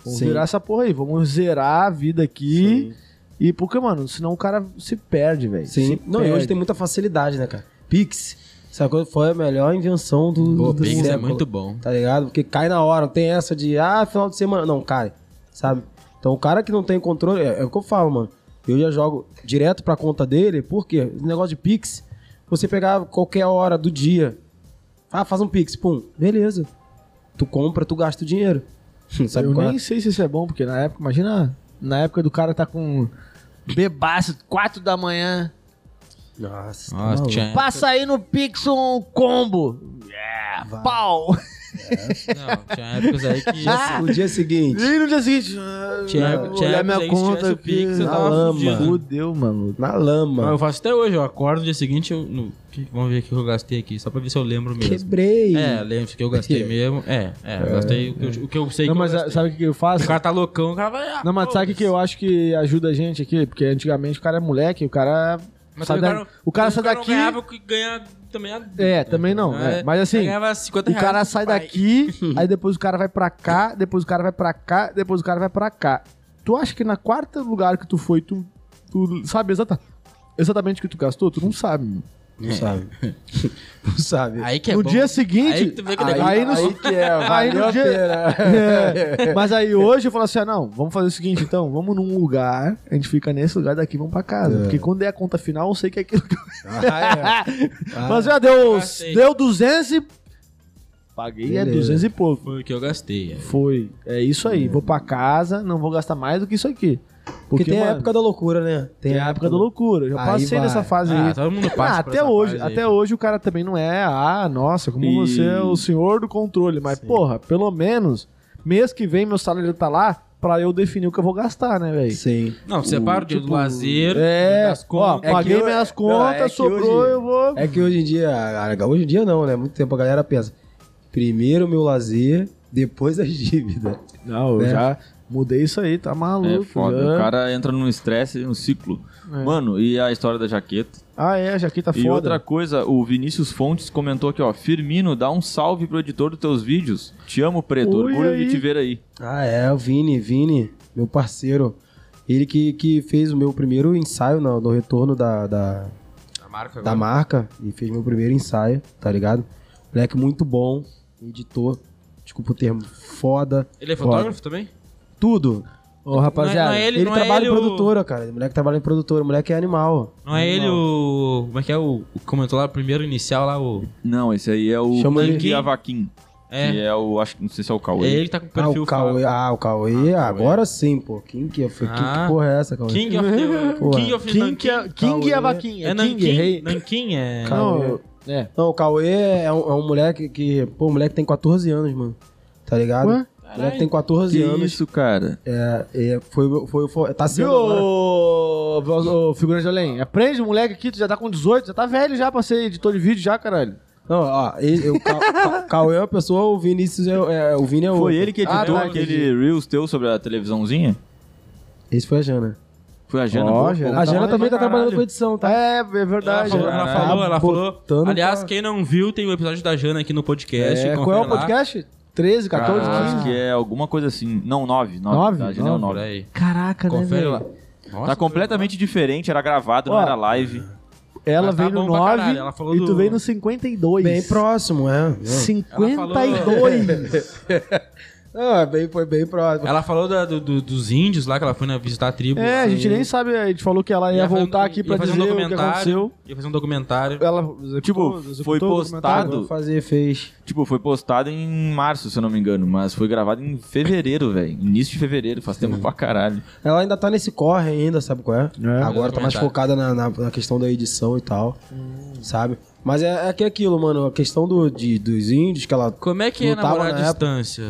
A: Vamos
D: Sim.
A: virar essa porra aí. Vamos zerar a vida aqui. E porque, mano, senão o cara se perde, velho.
D: Sim. É.
A: Se
D: Não, e hoje
A: perde.
D: tem muita facilidade, né, cara? Pix, essa coisa foi a melhor invenção do,
B: Pô,
D: do
B: Pix é
D: século,
B: muito bom.
D: Tá ligado? Porque cai na hora, não tem essa de, ah, final de semana. Não, cai, sabe? Então o cara que não tem controle, é, é o que eu falo, mano. Eu já jogo direto pra conta dele, porque o negócio de Pix, você pegar qualquer hora do dia. Ah, faz um Pix, pum, beleza. Tu compra, tu gasta o dinheiro. Sabe
A: eu
D: qual é?
A: nem sei se isso é bom, porque na época, imagina, na época do cara tá com bebaço, 4 da manhã. tá
D: Nossa,
B: Nossa, tinha.
A: Passa aí no Pix um combo. Yeah, pau.
B: Não, tinha épocas aí que.
D: o dia seguinte.
A: E no dia seguinte,
B: Tinha-
A: ah, vou
B: tinha
A: olhar
B: épocas
A: minha
B: aí que se tivesse
A: conta
B: o Pix,
A: aqui.
B: eu
A: na
B: tava
A: lama.
B: fudido.
A: Fudeu, mano.
D: Na
B: Não,
D: lama.
B: eu faço até hoje, eu acordo no dia seguinte, eu. no- que- Vamos ver o que eu gastei aqui, só pra ver se eu lembro mesmo.
D: Quebrei.
B: É, lembro que eu gastei mesmo. É, é, eu gastei o que eu, o que eu sei
A: Não,
B: que
A: mas
B: eu
A: a-
B: gastei.
A: sabe o que que eu faço?
B: O cara tá loucão, o cara vai. ah,
A: Não, mas sabe o que que eu acho que ajuda a gente aqui? Porque antigamente o cara é moleque, o cara.
B: Mas
A: sai
B: também
A: da- o cara sai
B: não
A: daqui.
B: ganhava o que ganha também. a- Ah,
A: É, também não. é. Mas assim,
B: ganhava 50
A: o cara
B: reais do
A: sai
B: pai.
A: daqui, aí depois o cara vai pra cá, depois o cara vai pra cá, depois o cara vai pra cá. Tu acha que na quarta lugar que tu foi, tu, tu sabe exata- exatamente o que tu gastou? Tu não sabe. mano.
D: Não sabe. Não sabe.
B: Aí que é
A: no
B: bom.
A: dia seguinte.
B: Aí tu vê que
A: aí,
B: legal.
A: aí no-
D: que é,
A: Aí no
D: valeu a
A: dia-
D: pena.
A: É, Mas aí hoje eu falo assim: ah, não, vamos fazer o seguinte então, vamos num lugar, a gente fica nesse lugar daqui, vamos pra casa. Porque quando é a conta final, eu sei que é aquilo que eu
D: Ah.
A: Mas já deu,
B: Gastei.
A: deu 200 e. Paguei é
D: Beleza.
A: 200 e pouco.
B: Foi o que eu gastei. é.
A: Foi. É isso aí. Vou pra casa, não vou gastar mais do que isso aqui.
D: Porque
A: Porque,
D: tem a
A: mano,
D: época da loucura, né?
A: tem a época da loucura. Eu já
D: Aí
A: passei
D: vai.
A: nessa fase
B: Ah,
A: aí.
B: todo mundo passa
A: Ah,
B: por
A: até
B: essa
A: hoje,
B: fase aí.
A: até hoje o cara também não é, ah, nossa, como
C: E-
A: você é o senhor do controle, mas porra, pelo menos mês que vem meu salário tá lá pra eu definir o que eu vou gastar, né, velho?
D: Sim.
B: Não, separa o tipo- dia do lazer,
A: É,
B: das
A: ó,
B: contas.
A: paguei
D: eu-
A: minhas
D: não,
A: contas,
D: é que
A: sobrou,
D: hoje-
A: eu vou.
D: É que hoje em dia, a- a- hoje em dia não, né? Muito tempo a galera pensa, primeiro meu lazer, depois as dívidas.
A: Não, eu
D: É.
A: já mudei isso aí, tá maluco.
C: É foda.
A: já.
C: O cara entra num estresse, num ciclo. Mano, e a história da jaqueta?
A: Ah, é, a jaqueta
C: E
A: foda.
C: outra coisa, o Vinícius Fontes comentou aqui, ó. Firmino, dá um salve pro editor dos teus vídeos. Te amo, preto.
A: Oi,
C: Orgulho
A: aí.
C: de te ver aí.
D: Ah, é, o Vini, Vini, meu parceiro. Ele que, que fez o meu primeiro ensaio no, no retorno da, da,
A: Tá
B: A marca
D: da
B: agora.
D: marca e fez meu primeiro ensaio, tá ligado? Moleque muito bom, editor, desculpa o termo, foda.
B: Ele é fotógrafo também?
D: Tudo.
A: Ô, rapaziada,
B: Não é- não é
D: Ele,
B: não é
D: trabalha em
B: ele o-
D: produtora, cara. O moleque trabalha em produtora, o moleque é animal.
B: Não é ele o. Como é que é o. o que comentou lá, o primeiro inicial lá, o.
C: Não, esse aí é o
D: Chama
C: Tanque
B: ele.
C: Avaquim.
B: É.
C: Que é o, acho que não sei se é o
B: É
C: Cauê.
B: ele que tá com o
D: Ah,
B: perfil
D: o Cauê.
B: fala-
D: Ah, o Cauê.
B: Ah,
D: agora sim, pô. King, que, que,
B: Ah.
D: que porra é essa, Cauê?
B: King of the.
D: Pô,
B: King of
A: King,
B: Nankin.
A: que- King e a
D: Cauê.
A: vaquinha.
B: É
A: King,
B: Nankin?
A: rei.
B: Nankin é.
A: Não, é.
D: Não, o Cauê é um, é um moleque que. Pô, o moleque tem 14 anos, mano. Tá ligado?
A: Ué?
D: O moleque tem 14
C: Que
D: anos.
C: isso, cara?
D: É, é, foi, foi, foi. Tá
A: Viu,
D: sendo. agora.
A: ô, ô, ô, figurante de além? Aprende, moleque, aqui, tu já tá com 18, já tá velho já pra ser editor de vídeo já, caralho.
D: Não, ó. ele- o Ca- Ca- Cauê é uma pessoa, o Vinícius é. é o Vini é o.
C: Foi ele que
A: Ah,
C: editou
A: tá,
C: aquele Reels teu sobre a televisãozinha?
D: Esse foi a Jana.
C: Foi a Jana?
A: Ó,
C: boa.
A: Jana. Ela
D: A
A: tá
D: Jana
A: mais
D: também tá
B: pra caralho.
D: trabalhando com edição, tá?
A: É, é
B: Ela
A: verdade.
B: falou,
A: né?
B: ela falou, ela falou.
D: botando
B: Aliás,
D: pra-
B: quem não viu, tem o episódio da Jana aqui no podcast.
A: É,
B: confere
A: qual é o
B: lá.
A: podcast? 13, 14,
C: Cara, acho
A: 15?
C: que é alguma coisa assim. Não, nove.
A: Nove?
C: Nove? A Jana é o
B: Por
C: nove.
B: aí.
A: Caraca, né,
B: Confere
A: velho?
B: lá.
C: Tá completamente diferente, era gravado,
A: Ó.
C: não era live.
A: Ela
B: Mas tá
A: veio no
B: bom pra
A: 9
B: caralho, ela falou
A: e
B: do-
A: tu veio no 52.
D: Bem próximo, é.
A: 52.
B: Ela
D: Não, é bem, foi bem próximo.
B: Ela falou da- do- do- dos índios lá que ela foi na visitar a tribo.
A: É, a gente nem sabe, a gente falou que ela
B: E
A: ia,
B: ela
A: voltar
B: fazendo-
A: aqui
B: ia
A: pra
B: fazer um
A: dizer o que aconteceu.
B: Ia fazer um documentário.
A: Ela
C: Tipo,
A: executou- executou
C: foi
A: o documentário.
C: postado.
D: Fazer, fez.
C: Tipo, foi postado em março, se eu não me engano, mas foi gravado em fevereiro, velho. Início de fevereiro, faz tempo pra caralho.
D: Ela ainda tá nesse corre ainda, sabe qual é? Agora tá mais
B: comentário.
D: focada na, na, na questão da edição e tal, sabe? Mas é, é que é aquilo, mano, a questão do, de- dos índios que ela...
B: Como é que é
D: Lutava
B: namorar à
D: na época.
B: distância?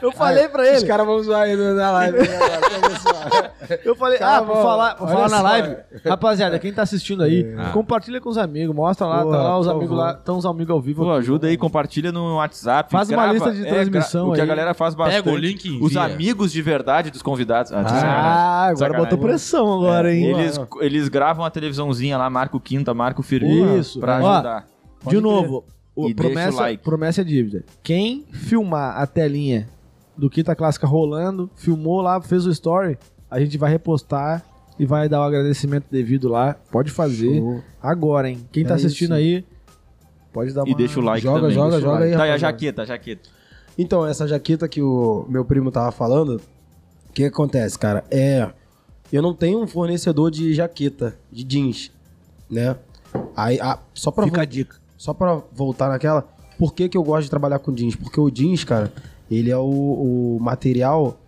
A: Eu falei pra
D: Os
A: ele,
D: caras vão zoar aí na live. né, galera? Vamos zoar.
A: eu falei, ah,
D: Calma,
A: vou falar, vou
D: olha
A: falar na
D: só.
A: live. Rapaziada, quem tá assistindo aí, compartilha com os amigos, mostra lá,
D: Porra,
A: tá lá os
D: por
A: amigos
D: favor.
A: lá, estão os amigos ao vivo.
C: Pô, ajuda aí, compartilha no WhatsApp.
A: Faz uma
C: grava.
A: lista de
C: É,
A: transmissão
C: gra- O que a
A: aí.
C: galera faz bastante.
B: o link e envia.
C: Os amigos de verdade dos convidados. Ah, de sacanagem.
A: Ah, agora
C: Sacanagem. É,
A: botou pressão agora, hein?
C: Eles, eles gravam a televisãozinha lá, marca o quinta, marca o firme.
A: Isso.
C: Pra
A: Ó,
C: ajudar.
A: De novo, o-
C: E deixa
A: promessa,
C: o like.
A: promessa é dívida. Quem filmar a telinha do Quinta Clássica rolando, filmou lá, fez o story, a gente vai repostar e vai dar o agradecimento devido lá. Pode fazer agora, hein? Quem tá
D: É
A: assistindo
D: isso.
A: aí, pode dar
C: E
A: uma...
C: deixa o like
D: Joga,
C: também.
D: joga,
C: deixa o
D: joga
C: like.
D: aí,
C: Tá, e a
D: rapaziada.
C: jaqueta, a jaqueta.
D: Então, essa jaqueta que o meu primo tava falando, o que acontece, cara? É. Eu não tenho um fornecedor de jaqueta, de jeans, né? Aí, ah, só pra Fica a dica. Só pra voltar naquela, por que, que eu gosto de trabalhar com jeans? Porque o jeans, cara, ele é o, o material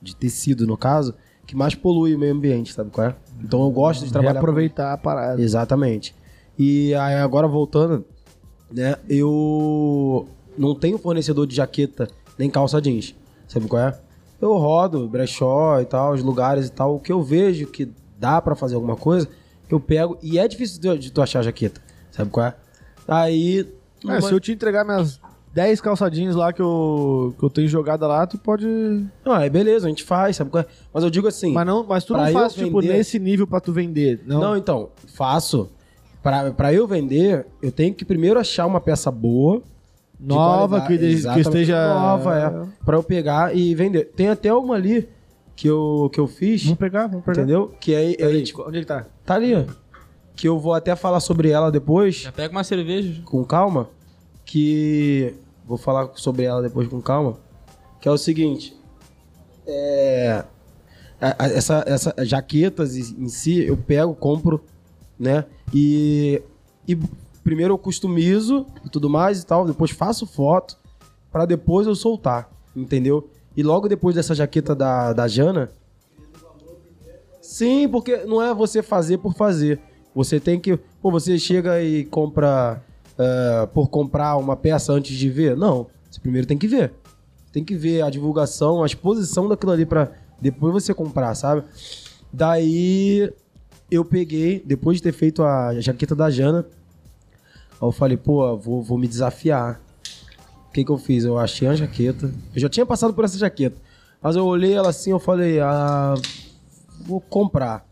D: de tecido, no caso, que mais polui o meio ambiente, sabe qual é? Então eu gosto de trabalhar com
A: Reaproveitar a parada.
D: Exatamente. E aí agora voltando, né? Eu não tenho fornecedor de jaqueta nem calça jeans. Sabe qual é? Eu rodo brechó e tal, os lugares e tal. O que eu vejo que dá pra fazer alguma coisa, eu pego. E é difícil de, de tu achar jaqueta. Sabe qual é? Aí.
A: É, se eu te entregar minhas 10 calçadinhas lá que eu, que eu tenho jogada lá, tu pode...
D: Não, é beleza, a gente faz, sabe qual é? Mas eu digo assim.
A: Mas, não, mas tu não
D: Pra eu
A: faz, tipo,
D: vender-
A: nesse nível pra tu vender. Não,
D: Não, então, faço. Pra, pra eu vender, eu tenho que primeiro achar uma peça boa. de
A: nova, que,
D: qualidade,
A: de- que
D: exatamente,
A: esteja...
D: Nova, é. Pra eu pegar e vender. Tem até uma ali que eu, que eu fiz,
A: Vamos pegar, vamos pegar.
D: entendeu? Que aí, aí, tipo,
A: Onde ele tá?
D: tá ali, ó. Que eu vou até falar sobre ela depois,
B: Já pega uma cerveja.
D: com calma. Que. Vou falar sobre ela depois com calma. Que é o seguinte. É. a- a- Essa, essa jaquetas em em si, eu pego, compro, né? E, e primeiro eu customizo e tudo mais e tal, depois faço foto pra depois eu soltar, entendeu? E logo depois dessa jaqueta da, da Jana. Sim, porque não é você fazer por fazer. Você tem que. Pô, você chega e compra eh, por comprar uma peça antes de ver? Não. Você primeiro tem que ver. Tem que ver a divulgação, a exposição daquilo ali pra depois você comprar, sabe? Daí eu peguei, depois de ter feito a jaqueta da Jana, aí eu falei, pô, vou, vou me desafiar. O que, que eu fiz? Eu achei a jaqueta. Eu já tinha passado por essa jaqueta. Mas eu olhei ela assim, eu falei, ah, vou comprar.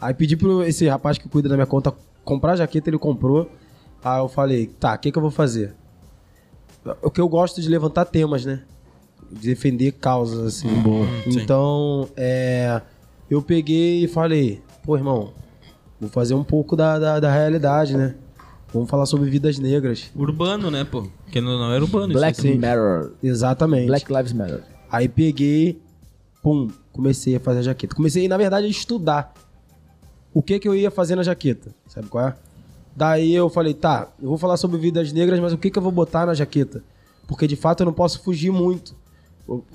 D: Aí pedi pro esse rapaz que cuida da minha conta comprar a jaqueta, ele comprou. Aí eu falei, tá, o que, que eu vou fazer? O que eu gosto de levantar temas, né? De defender causas, assim.
B: sim.
D: então, é, eu peguei e falei, pô, irmão, vou fazer um pouco da, da, da realidade, né? Vamos falar sobre vidas negras.
B: Urbano, né, pô? Porque não, não era urbano. isso
A: Black
B: aí.
A: Matter.
D: Exatamente.
A: Black Lives Matter.
D: Aí peguei, pum, comecei a fazer a jaqueta. Comecei, na verdade, a estudar o que que eu ia fazer na jaqueta, sabe qual é? Daí eu falei, tá, eu vou falar sobre vidas negras, mas o que que eu vou botar na jaqueta? Porque de fato eu não posso fugir muito.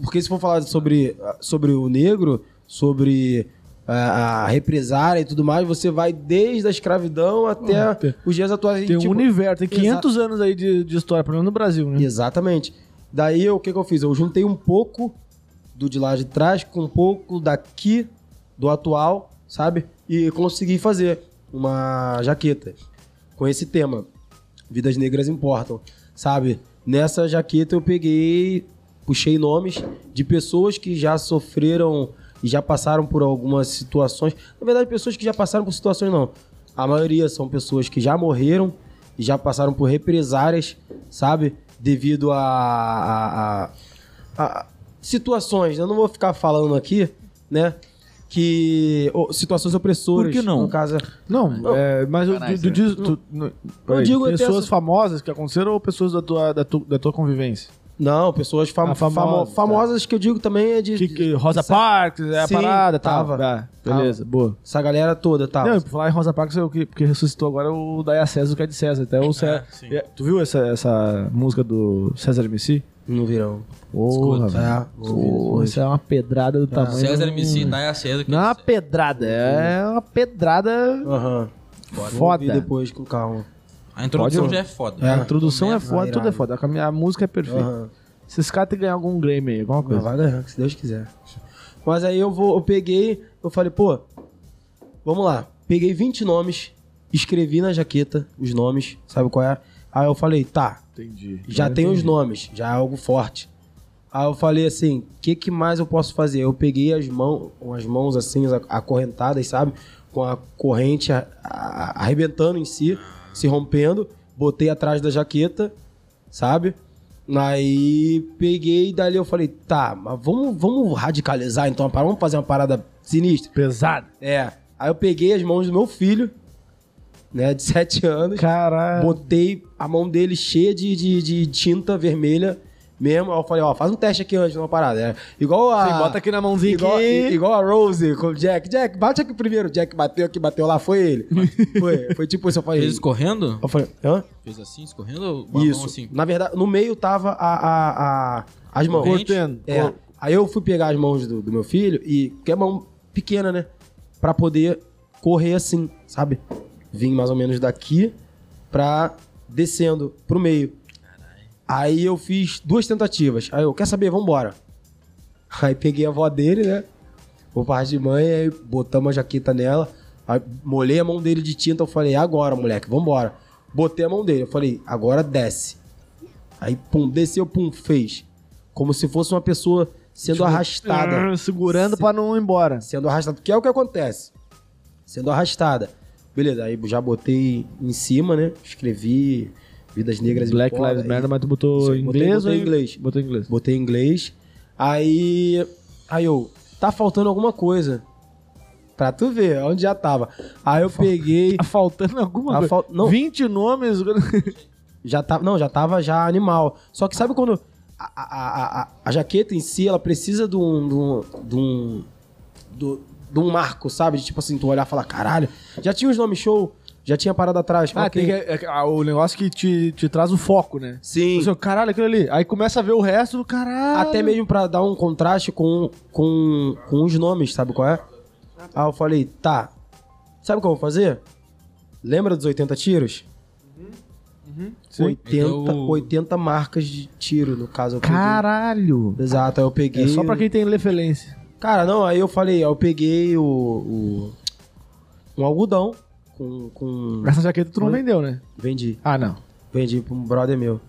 D: Porque se for falar sobre, sobre o negro, sobre ah, a represária e tudo mais, você vai desde a escravidão até
A: Ah, tem-
D: os dias atuais. E,
A: Tem um
D: tipo,
A: universo, tem
D: exa-
A: 500 anos aí de, de história, pelo menos no Brasil, né?
D: Exatamente. Daí eu- o que, que eu fiz? Eu juntei um pouco do de lá de trás com um pouco daqui do atual, sabe? E consegui fazer uma jaqueta com esse tema. Vidas negras importam, sabe? Nessa jaqueta eu peguei, puxei nomes de pessoas que já sofreram e já passaram por algumas situações. Na verdade, pessoas que já passaram por situações não. A maioria são pessoas que já morreram e já passaram por represárias, sabe? Devido a, a- a- a- situações. Eu não vou ficar falando aqui, né? Que. ou situações opressoras.
C: Por que não?
D: No caso,
A: Não, é, mas eu,
C: Caralho,
A: tu- tu diz- tu- não- peraí,
D: digo até
A: pessoas
D: essa-
A: famosas que aconteceram ou pessoas da tua, da tu- da tua convivência?
D: Não, pessoas fam-
A: Ah, famosa,
D: famo- famosas que eu digo também é de.
A: Que, que Rosa
D: essa-
A: Parks, é a
D: Sim,
A: parada, tal.
D: tava.
A: Tá, beleza, boa.
D: Essa galera toda, tá?
A: Não, e por falar em Rosa Parks, eu, que, porque ressuscitou agora o Daí a César, o que é de César. Até o César
B: sim.
A: É, tu viu essa, essa música do César MC?
D: No verão.
A: Porra,
B: Escuta.
D: Ah,
A: velho. Porra, isso é uma pedrada do tamanho.
B: César
A: de um-
B: MC, tá? É a César que
A: Não é uma
B: disse.
A: pedrada, é uma pedrada
D: Aham.
A: é foda.
D: E depois com calma.
B: A introdução
A: Pode-
B: já é foda.
A: A
D: É.
A: introdução é
B: Começa,
A: foda,
D: irado.
A: tudo é foda. A cami- A música é perfeita.
D: Aham.
A: Se esse cara tem que ganhar algum Grammy aí, alguma
D: Mas
A: coisa.
D: vai ganhar, se Deus quiser. Mas aí eu vou, eu peguei, eu falei, pô, vamos lá. Peguei 20 nomes, escrevi na jaqueta os nomes, sabe qual é? Aí eu falei, tá,
A: Entendi.
D: já tem os nomes, já é algo forte. Aí eu falei assim, o que, que mais eu posso fazer? Eu peguei as mãos, as mãos assim, ac- acorrentadas, sabe? Com a corrente a- a- arrebentando em si, se rompendo, botei atrás da jaqueta, sabe? Aí peguei e dali eu falei, tá, mas vamos, vamos radicalizar então a parada, vamos fazer uma parada sinistra.
A: Pesado.
D: É. Aí eu peguei as mãos do meu filho, né, de 7 anos.
A: Caralho.
D: Botei a mão dele cheia de, de, de tinta vermelha mesmo. Aí eu falei, ó, faz um teste aqui antes de uma parada. É, igual a.
A: Sim, bota aqui na mãozinha
D: igual,
A: aqui.
D: Igual a Rose com o Jack. Jack, bate aqui primeiro. Jack bateu aqui, bateu lá, foi ele. foi, foi tipo
A: é
D: isso, eu falei.
B: Fez escorrendo?
D: Eu falei, hã?
B: Fez assim, escorrendo? Ou uma mão
D: Isso.
B: assim?
D: Na verdade, no meio tava a, a, a- as mãos.
B: Corrente.
A: Cortando.
D: É. Aí eu fui pegar as mãos do, do meu filho e. Que é mão pequena, né? Pra poder correr assim, sabe? Vim mais ou menos daqui pra descendo pro meio. Aí eu fiz duas tentativas. Aí eu, quer saber? Vambora. Aí peguei a avó dele, né? O par de mãe, aí botamos a jaqueta nela. Aí molhei a mão dele de tinta. Eu falei, "É agora, moleque, vambora. Botei a mão dele. Eu falei, agora desce. Aí, pum, desceu, pum, fez. Como se fosse uma pessoa
A: Tipo,
D: sendo arrastada
A: Ah, Segurando pra não ir embora.
D: sendo arrastada, que é o que acontece. Sendo arrastada. Beleza, aí já botei em cima, né? Escrevi Vidas Negras
A: Black
D: Importa,
A: Lives
D: aí
A: Matter, mas tu botou
D: Sim,
A: em
D: botei-
A: inglês
D: botei
A: ou
D: em inglês.
A: Botou em inglês.
D: Botei em inglês. Aí. Aí eu. Tá faltando alguma coisa. Pra tu ver onde já tava. Aí eu peguei.
A: Tá faltando alguma
D: Tá
A: coisa.
D: fal- não.
A: 20 nomes.
D: Já tava, não, já tava já animal. Só que sabe quando a, a, a, a, a jaqueta em si, ela precisa de um, de um, de um, do- de um marco, sabe? De, tipo assim, tu olhar e falar, caralho, já tinha os nomes show, já tinha parada atrás.
A: Ah,
D: ok.
A: tem que, é- é- ah, o negócio que te, te traz o foco, né?
D: Sim.
A: Você, caralho, aquilo ali. Aí começa a ver o resto, caralho.
D: Até mesmo pra dar um contraste com, com, com os nomes, sabe qual é? Aí eu falei, tá, sabe o que eu vou fazer? Lembra dos 80 tiros?
A: Uhum.
D: 80,
B: Então-
D: 80 marcas de tiro, no caso. eu peguei.
A: Caralho.
D: Exato, aí eu peguei.
A: É só pra quem tem referência.
D: Cara, não, aí eu falei, eu peguei o. o- um algodão com. com-
A: Essa jaqueta tu não
D: Olha.
A: vendeu, né?
D: Vendi.
A: Ah, não.
D: Vendi pra um brother meu.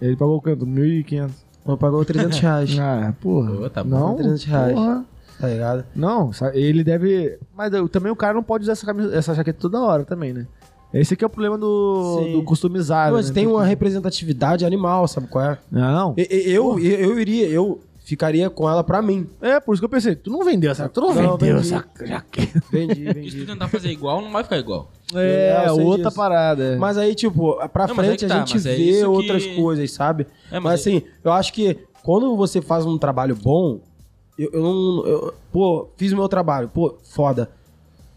A: Ele pagou quanto? 1.500.
D: Eu pagou 300 reais,
A: Ah, porra.
B: Pô, tá bom.
A: não,
D: 300 reais.
A: porra.
D: tá ligado?
A: Não, sa- ele deve... Mas eu- também o cara não pode usar essa, camisa, essa jaqueta toda hora também, né? Esse aqui é o problema do,
D: Sim.
A: do customizado.
D: Mas
A: né?
D: tem um uma representatividade animal, sabe qual é?
A: Não.
D: E- e- Eu, eu, eu iria, eu ficaria com ela pra mim.
A: É, por isso que eu pensei. Tu não vendeu essa... Tu não, vendeu
D: Não, vendi.
A: essa jaqueta.
D: Vendi,
B: Porque se tu
D: vendi.
B: tentar fazer igual, não vai ficar igual.
A: É,
D: É, eu sei
A: outra
D: disso.
A: parada. é.
D: Mas aí, tipo, pra
B: Não, mas
D: frente
B: é que tá,
D: a gente
B: mas é
D: vê
B: isso que-
D: outras coisas, sabe?
B: É,
D: Mas
B: mas
D: assim, eu acho que quando você faz um trabalho bom, eu, eu não. eu- pô, fiz o meu trabalho, pô, foda.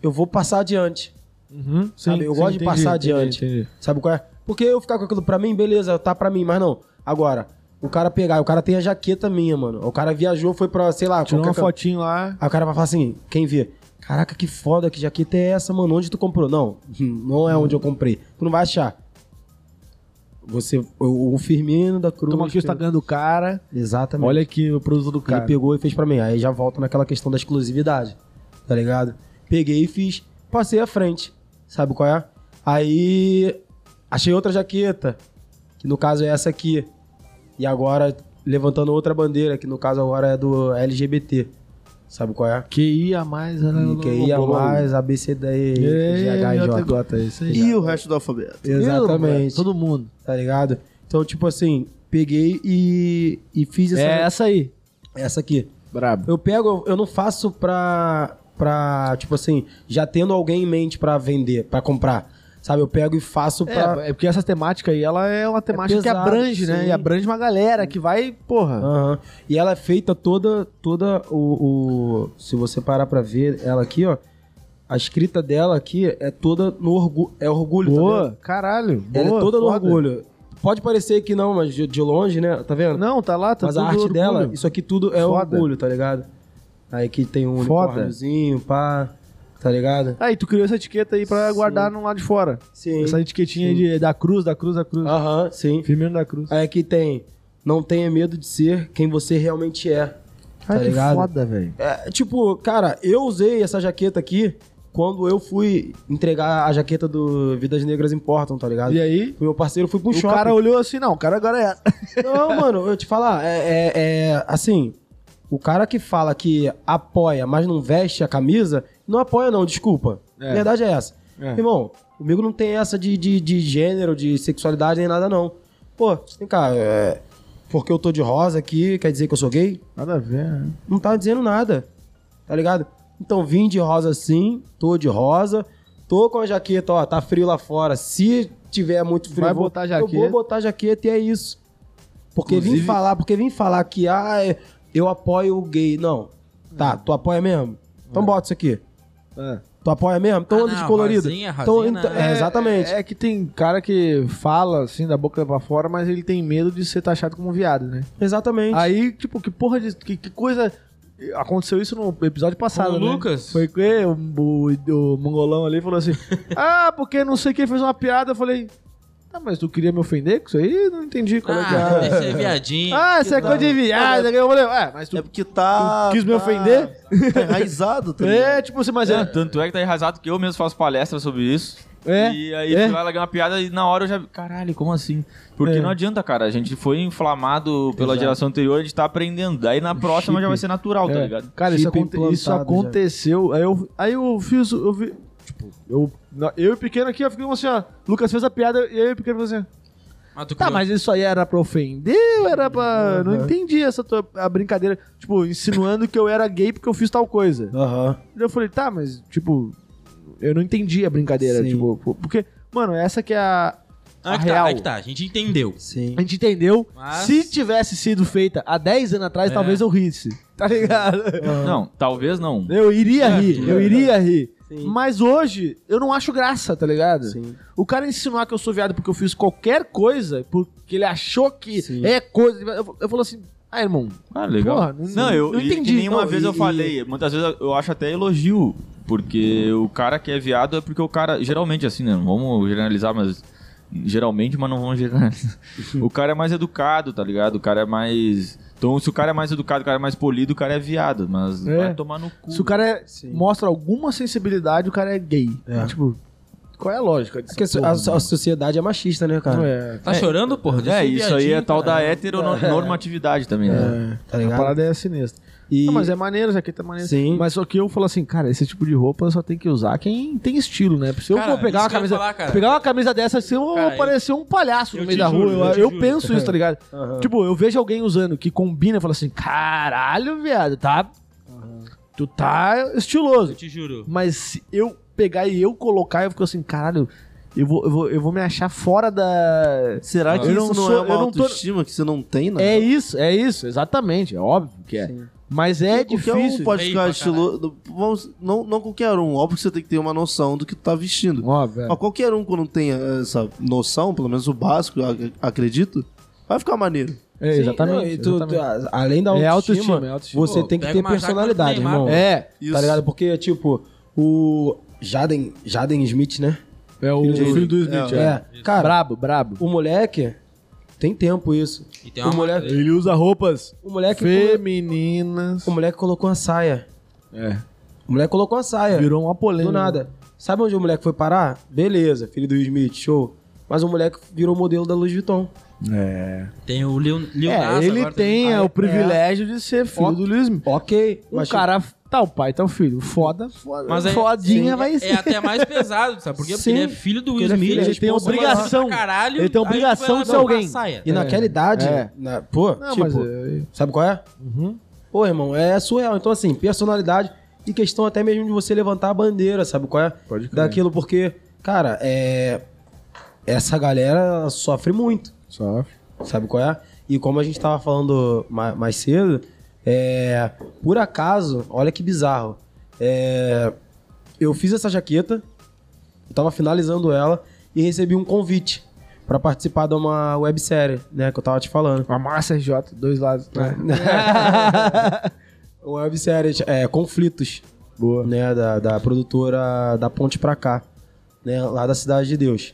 D: Eu vou passar adiante.
A: Uhum,
D: Sabe, eu gosto de passar adiante.
A: entendi.
D: Sabe qual é? Porque eu ficar com aquilo pra mim, beleza, tá pra mim, mas não. Agora, o cara pegar, o cara tem a jaqueta minha, mano. O cara viajou, foi pra, sei lá,
A: Tirou uma
D: qualquer can-
A: fotinho lá.
D: Aí o cara vai falar assim, quem vê? Caraca, que foda, que jaqueta é essa, mano? Onde tu comprou? Não, não é onde eu comprei. Tu não vai achar. Você, o, o Firmino da Cruz.
A: Toma aqui o
D: pegou-
A: Instagram do cara.
D: Exatamente.
A: tá Olha aqui o produto do
D: Ele
A: cara.
D: pegou e fez pra mim. Aí já volta naquela questão da exclusividade, tá ligado? Peguei e fiz. Passei à frente, sabe qual é? Aí achei outra jaqueta, que no caso é essa aqui. E agora levantando outra bandeira, que no caso agora é do LGBT, sabe qual é?
A: QIA mais...
D: E que ia é mais ABCD, GHJ.
A: Gota, isso aí.
E: E o resto do alfabeto?
D: é Exatamente,
A: Todo mundo.
D: tá ligado? Então, tipo assim, peguei e, e fiz essa,
A: É essa aí.
D: essa aqui.
A: Brabo.
D: Eu pego, eu não faço pra. pra, tipo assim, já tendo alguém em mente pra vender, pra comprar. Sabe, eu pego e faço pra.
A: É, é porque essa temática aí, ela é uma temática
D: pesado,
A: que abrange, né?
D: sim.
A: E abrange uma galera que vai, porra.
D: Aham. E ela é feita toda, toda o, o- Se você parar pra ver ela aqui, ó. A escrita dela aqui é toda no orgulho. É orgulho, tá
A: boa,
D: vendo?
A: caralho. Boa,
D: ela é toda no
A: foda.
D: orgulho. Pode parecer que não, mas de, de longe, né? Tá vendo?
A: Não, tá lá, tá
D: mas a
A: tudo
D: arte
A: orgulho.
D: dela, isso aqui tudo é
A: Foda.
D: orgulho, tá ligado? Aí que tem um
A: Foda.
D: unicórniozinho, pá, tá ligado?
A: Aí, tu criou essa etiqueta aí pra guardar no lado de fora.
D: Sim. Ah.
A: Essa etiquetinha de, da cruz, da cruz, da cruz.
D: Aham, sim.
A: Firmino da cruz.
D: Aí que tem, não tenha medo de ser quem você realmente é.
A: Ai,
D: tá ligado?
A: foda, velho.
D: É, tipo, cara, eu usei essa jaqueta aqui quando eu fui entregar a jaqueta do Vidas Negras Importam, tá ligado?
A: E aí?
D: O meu parceiro foi pro
A: O
D: shopping.
A: cara olhou assim, não, o cara agora é...
D: Não, mano, eu te falar, é, é- é, assim, o cara que fala que apoia, mas não veste a camisa, não apoia não, desculpa. A Verdade é essa. Irmão, comigo não tem essa de, de, de gênero, de sexualidade, nem nada não. Pô, vem cá, é, porque eu tô de rosa aqui, quer dizer que eu sou gay?
A: Nada a ver, né?
D: Não tá dizendo nada, tá ligado? Então vim de rosa sim, tô de rosa, tô com a jaqueta, ó, tá frio lá fora, se tiver muito frio
A: Vai
D: eu vou-
A: botar a
D: eu
A: jaqueta.
D: vou botar a jaqueta e é isso. Porque vim
E: Inclusive-
D: falar, porque vim falar que ah, é- eu apoio o gay. Não. Tá, tu apoia mesmo? Então bota isso aqui.
A: Hum. É.
D: Tu apoia mesmo? Então
B: Ah,
D: anda de
B: não,
D: colorido.
B: rosinha,
D: Então,
B: rosinha,
D: então-
B: né?
D: é, exatamente.
A: É, que tem cara que fala, assim, da boca pra fora, mas ele tem medo de ser taxado como um viado, né?
D: Exatamente.
A: Aí, tipo, que porra de... Que, que coisa... Aconteceu isso no episódio passado,
B: Com o
A: né?
B: Lucas?
A: Foi que o, o- o mongolão ali falou assim... ah, porque não sei quem fez uma piada. Eu falei... Ah, mas tu queria me ofender com isso aí? Não entendi qual é que
B: Ah,
A: é.
B: esse é viadinho.
A: Ah, isso é coisa de viado. Eu falei, ué, mas tu...
E: É porque tá.
A: Tu quis me
E: tá-
A: ofender?
E: Tá enraizado, tá
A: É,
E: ligado?
A: tipo assim, mas
C: É,
A: é...
C: tanto é que tá enraizado que eu mesmo faço palestra sobre isso.
A: É,
C: E aí
A: é.
C: fui lá largar uma piada e na hora eu já. Caralho, como assim? Porque
A: É.
C: não adianta, cara. A gente foi inflamado pela geração anterior, a gente tá aprendendo. Daí na próxima já vai ser natural, tá
A: É.
C: ligado?
A: Cara, isso,
D: Chip
A: aconte-
D: implantado
A: isso
D: já.
A: aconteceu. Aí eu, aí eu fiz. Eu vi. Tipo, eu, na- eu e o pequeno aqui, eu fiquei como assim, ó. Lucas fez a piada e aí o pequeno falou assim.
B: Ah, tu
A: Tá,
B: criou-
A: mas isso aí era pra ofender ou era pra. Não entendi essa tua a brincadeira. Tipo, insinuando que eu era gay porque eu fiz tal coisa.
D: Aham.
A: Eu falei, tá, mas, tipo, eu não entendi a brincadeira.
D: Sim.
A: Tipo, po- porque, mano, essa que é a.
B: Ah,
A: a
B: que
A: real.
B: tá, ah, que tá, a gente entendeu.
D: Sim.
A: A gente entendeu.
B: Mas-
A: Se tivesse sido feita há 10 anos atrás,
B: Ah. É.
A: talvez eu risse. Tá ligado?
C: Não, talvez não.
A: Eu iria rir, eu iria rir.
D: Sim.
A: Mas hoje, eu não acho graça, tá ligado?
D: Sim.
A: O cara insinuar que eu sou viado porque eu fiz qualquer coisa, porque ele achou que
D: Sim.
A: é coisa. Eu, eu falo assim, ah, irmão,
C: Ah, legal.
A: Porra, não-
C: não, eu
A: não
C: e que
A: entendi.
C: Nenhuma
A: Não,
C: vez eu
A: e-
C: falei. Muitas vezes eu acho até elogio. Porque o cara que é viado é porque o cara. Geralmente, assim, né? Não vamos generalizar, mas. Geralmente, mas não vamos generalizar. o cara é mais educado, tá ligado? O cara é mais. Então, se o cara é mais educado, o cara é mais polido, o cara é viado. Mas
A: É.
C: vai tomar no cu.
A: se o cara é-
D: Sim.
A: mostra alguma sensibilidade, o cara é gay. Tipo, qual é a lógica disso?
D: Porque a, a sociedade é machista, né, cara?
A: é,
B: Tá chorando, porra? Deixa
C: É,
B: o
C: isso aí
B: viadinho,
C: é tal da
B: cara.
C: heteronormatividade também, né?
D: Tá
A: a
D: ligado?
A: parada é sinistra.
D: E...
A: Não, mas é maneiro, a jaqueta é maneira.
D: Sim.
A: Mas só que eu falo assim, cara, esse tipo de roupa só tem que usar quem tem estilo, né? Porque Se eu
B: Cara,
A: for pegar
B: isso
A: uma
B: que eu ia
A: camisa,
B: falar, cara.
A: pegar uma camisa dessa, assim, eu vou
B: Cara, eu-
A: parecer um palhaço no
B: eu
A: meio
B: te
A: da rua.
B: juro, eu
A: Eu,
B: te
A: eu
B: juro.
A: penso isso, tá ligado?
D: Aham.
A: Tipo, eu vejo alguém usando que combina e falo assim, caralho, viado, tá... Tu tá
B: Eu
A: estiloso.
B: te juro.
A: Mas se eu pegar e eu colocar, eu fico assim, caralho, eu vou, eu vou, eu vou me achar fora da...
E: Será que
A: Eu
E: isso
A: não
E: não,
A: sou-
E: é uma
A: eu não tô-
E: autoestima que você não tem, né?
A: É isso, é isso, exatamente, é óbvio que é. Mas é
E: Qualquer
A: difícil.
E: um pode
B: Feio
E: ficar
B: pra
E: estiloso. Vamos- Não, não qualquer um. Óbvio que você tem que ter uma noção do que tu tá vestindo.
A: Óbvio, é.
E: Mas qualquer um, quando tem essa noção, pelo menos o básico, eu ac- acredito, vai ficar maneiro.
A: É,
D: um, Sim,
A: exatamente.
D: não, e tu-
A: exatamente.
D: tu- a- além da
A: É
D: autoestima,
A: autoestima, é autoestima.
D: você
B: Pô,
D: tem que
B: pega
D: ter
B: uma jaca
D: personalidade,
B: do Neymar,
D: irmão.
B: pô.
A: É,
E: Isso.
D: Tá ligado? Porque, tipo, o Jaden, Jaden Smith, né?
A: é o
E: do-
A: filho do Smith, é.
D: Cara,
A: brabo, brabo.
D: o moleque tem tempo isso.
B: E tem uma
D: o, moleque,
A: Ele usa roupas
D: o, moleque colo-
A: femininas.
D: o moleque colocou uma saia.
A: É.
D: O moleque colocou uma saia.
A: Virou né? uma polêmica.
D: do nada. Sabe onde o moleque foi parar? Beleza, filho do Will Smith, show. Mas o moleque virou modelo da Louis Vuitton.
B: Tem o Lil, Lil
A: É,
B: Nas
A: ele
D: um
B: agora
A: tem
B: também.
A: o privilégio de ser filho
D: Ó,
A: do Luiz Smith.
D: Ok.
A: Um
D: é mas- tipo-
A: cara, tá o pai, tá o filho. Foda, foda.
B: Mas é-
A: Fodinha
B: sim,
A: vai
B: é,
A: ser.
B: é até mais pesado, sabe? Por quê? Porque
D: Sim,
B: ele é filho do Will
D: ele é
B: Smith.
D: filho, ele
B: é
A: tem
B: responsável
A: obrigação.
B: pra Caralho,
A: Ele tem
B: aí tu vai
A: obrigação
B: lá
A: de ser
B: dar uma
A: alguém.
B: saia.
D: E naquela idade,
A: É.
D: na- pô,
A: Não,
D: tipo,
A: mas é-
D: sabe qual é?
A: Uhum.
D: Pô, irmão, é surreal. Então, assim, personalidade e questão até mesmo de você levantar a bandeira, sabe qual é?
A: Pode crer.
D: Daquilo, porque Cara, é. Essa galera sofre muito.
F: Sofre.
D: Sabe qual é? E como a gente tava falando ma- mais cedo, é, por acaso, olha que bizarro. é, eu fiz essa jaqueta, eu tava finalizando ela e recebi um convite pra participar de uma websérie, né, que eu tava te falando.
A: Uma massa RJ, dois lados. né?
D: É, né? uma websérie, é, Conflitos,
A: Boa.
D: né, da, da produtora da Ponte Pra Cá, né, lá da Cidade de Deus.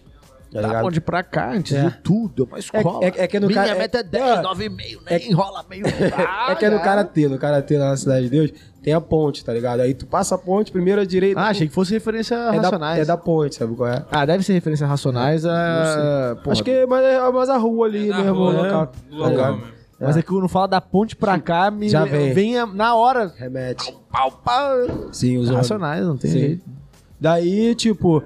D: tá
A: Tá
D: ligado?
A: onde pra cá, antes
D: É.
A: de tudo, é uma escola.
D: é que- é que no
A: Minha
D: ca-
A: meta é
D: é-
A: 10,
D: é-
A: 9,5, né? Enrola meio. Ah,
D: é que é no
A: já.
D: Karatê, no Karatê lá na Cidade de Deus, tem a ponte, tá ligado? Aí tu passa a ponte, primeira direita.
A: Ah, achei que fosse referência a
D: é da,
A: Racionais.
D: é da É, ponte, sabe qual é?
A: Ah, deve ser referência a Racionais ah, a... Porra.
D: Acho que é mais, é mais a rua ali
B: da
D: mesmo,
B: rua,
D: o
B: né?
D: local.
B: Do
D: tá
B: local
D: ligado?
B: mesmo.
A: Mas é que quando fala da ponte pra cá, me
D: Já vem.
A: vem a- na hora.
D: Remete.
A: Pau, pau.
D: Sim, os homens.
A: Racionais, não tem
D: Sim.
A: jeito.
D: Daí, tipo,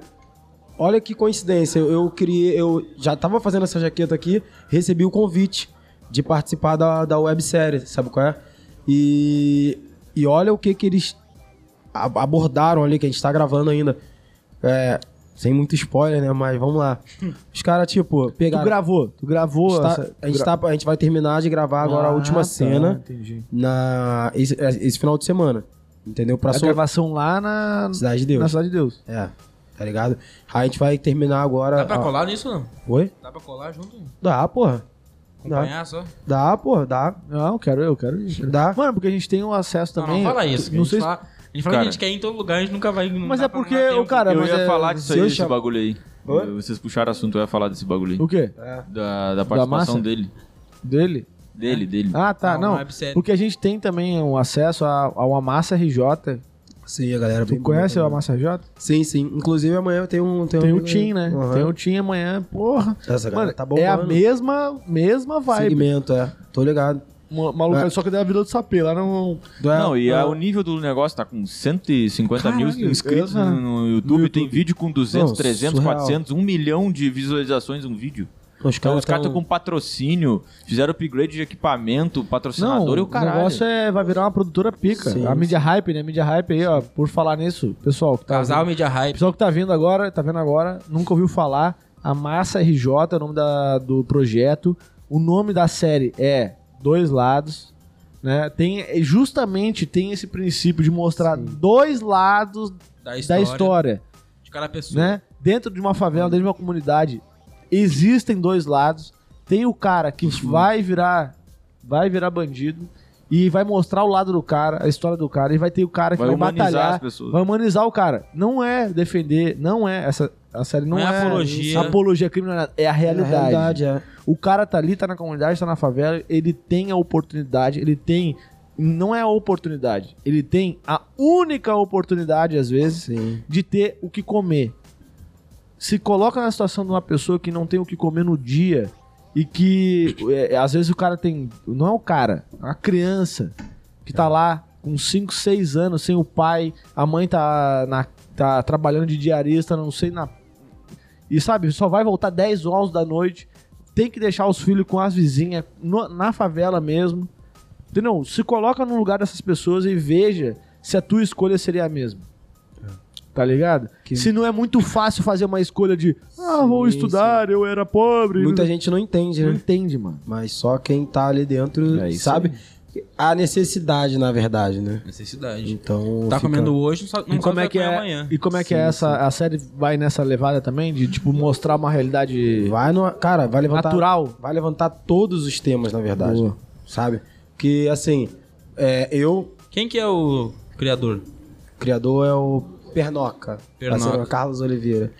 D: olha que coincidência. Eu, eu criei, eu já tava fazendo essa jaqueta aqui, recebi o convite de participar da, da websérie, sabe qual é? E, e olha o que que eles a- abordaram ali, que a gente tá gravando ainda. É, sem muito spoiler, né? Mas vamos lá. Os caras, tipo,
A: Tu
D: pegaram.
A: gravou, tu gravou.
D: a,
A: essa-
D: gente tá- a gente tá- a gente vai terminar de gravar agora a
A: Ah,
D: última
A: tá,
D: cena
A: Entendi.
D: na, esse, esse final de semana. Entendeu? Pra
A: A
D: sua
A: gravação lá na,
D: Cidade de Deus.
A: na Cidade de Deus.
D: É, tá ligado? Aí a gente vai terminar agora.
A: tá.
B: Dá pra
D: a-
B: colar nisso, não?
D: Oi?
B: Dá pra colar junto?
D: Dá, porra. Dá.
B: Acompanhar só?
D: Dá, porra, dá.
A: Não, eu quero eu, quero ir. quero.
D: Dá.
A: Mano, porque a gente tem o acesso
B: Não,
A: também.
B: não fala isso. que
A: Não
B: a gente
A: sei se-
B: fala, A gente fala que
C: Cara.
B: a gente quer ir em todo lugar, a gente nunca vai. não
A: Mas
B: dá
A: é
B: pra
A: porque,
B: arrumar tempo.
A: o cara,
C: eu
A: mas
C: ia
A: é-
C: falar disso aí,
D: se eu
C: desse
D: cham-
C: bagulho aí.
D: Oi?
C: Vocês puxaram assunto, eu ia falar desse bagulho aí.
A: O quê?
C: Da, da
A: massa?
C: participação dele.
A: Dele?
C: Dele, dele.
A: Ah, tá,
B: Não, é-
A: não.
B: uma websérie.
A: Porque a gente tem também o acesso a, a uma massa RJ.
D: Sim, a galera.
A: Tu conhece a massa RJ?
D: Sim, sim. Inclusive amanhã tem um. Tem,
A: né? Tem
D: um...
A: o Tim, né?
D: Aham.
A: Tem o Tim amanhã, porra.
D: Essa galera
A: Mano,
D: tá
A: é a
D: bombando.
A: mesma, mesma vibe.
D: Segmento, é. Tô ligado.
A: Ma- Maluco,
D: É.
A: só que daí a vida do sapê, lá não... ah.
D: Do- é-
C: Não, e
D: é-
C: a- o nível do negócio tá com 150 mil
A: Caralho,
C: inscritos
A: eu- ah.
C: no, no YouTube, Tem vídeo com 200,
D: Não,
C: 300,
D: surreal.
C: 400, 1 milhão de visualizações um vídeo.
D: Os
C: Então
D: caras
C: os caras
D: tão-
C: estão com patrocínio, fizeram upgrade de equipamento, patrocinador e o caralho.
A: negócio é, vai virar uma produtora pica.
D: Sim,
A: a mídia hype, né? A mídia hype aí, ó, por falar nisso, pessoal que tá
B: Casal
A: ouvindo-
B: Media Hype.
A: pessoal que tá vindo agora, tá vendo agora, nunca ouviu falar, a Massa RJ é o nome da, do projeto, o nome da série é Dois Lados, né? Tem, é, justamente tem esse princípio de mostrar dois lados
B: Da
A: da
B: história.
A: história,
B: De cada pessoa.
A: né? Dentro de uma favela, dentro de uma comunidade, existem dois lados. Tem o cara que vai virar vai virar bandido e vai mostrar o lado do cara, a história do cara, e vai ter o cara que
C: Vai
A: vai,
C: humanizar
A: batalhar,
C: as pessoas.
A: vai humanizar o cara. Não é defender, não é essa a série não,
B: Não é
A: é
B: apologia.
A: apologia a crime, não é nada. é a
D: É a
A: realidade.
D: realidade, é.
A: O cara tá ali, tá na comunidade, tá na favela, ele tem a oportunidade, ele tem não é a oportunidade, ele tem a única oportunidade às vezes
D: Sim.
A: de ter o que comer. Se coloca na situação de uma pessoa que não tem o que comer no dia e que é, às vezes o cara tem. Não é o cara, é uma criança que tá lá com 5, 6 anos, sem o pai, a mãe tá, na- tá trabalhando de diarista, não sei na. E sabe, só vai voltar 10 horas da noite. Tem que deixar os filhos com as vizinhas no- na favela mesmo. Entendeu? Se coloca no lugar dessas pessoas e veja se a tua escolha seria a mesma.
D: É.
A: Tá ligado? Se não é muito fácil fazer uma escolha de ah, vou
D: Sim,
A: estudar, eu era pobre.
D: Muita
A: não-
D: gente não entende,
A: não
D: né?
A: entende, mano.
D: Mas só quem tá ali dentro
C: É isso
D: sabe a necessidade, na verdade, né?
B: Necessidade.
D: Então.
B: Tá
D: fica-
B: comendo hoje, não sabe, não
A: E como,
B: sabe
A: é
B: o
A: que
B: vai comer
A: é,
B: amanhã.
A: e como é que é
D: Sim,
A: essa. A série vai nessa levada também de, tipo, mostrar uma realidade
D: Vai no. Cara, vai levantar.
A: natural?
D: vai levantar todos os temas, na verdade.
A: Boa.
D: Sabe? Porque, assim, é, eu,
B: Quem que é o criador? Tá
D: criador é o Pernoca.
B: Pernoca.
D: parceiro é Carlos Oliveira.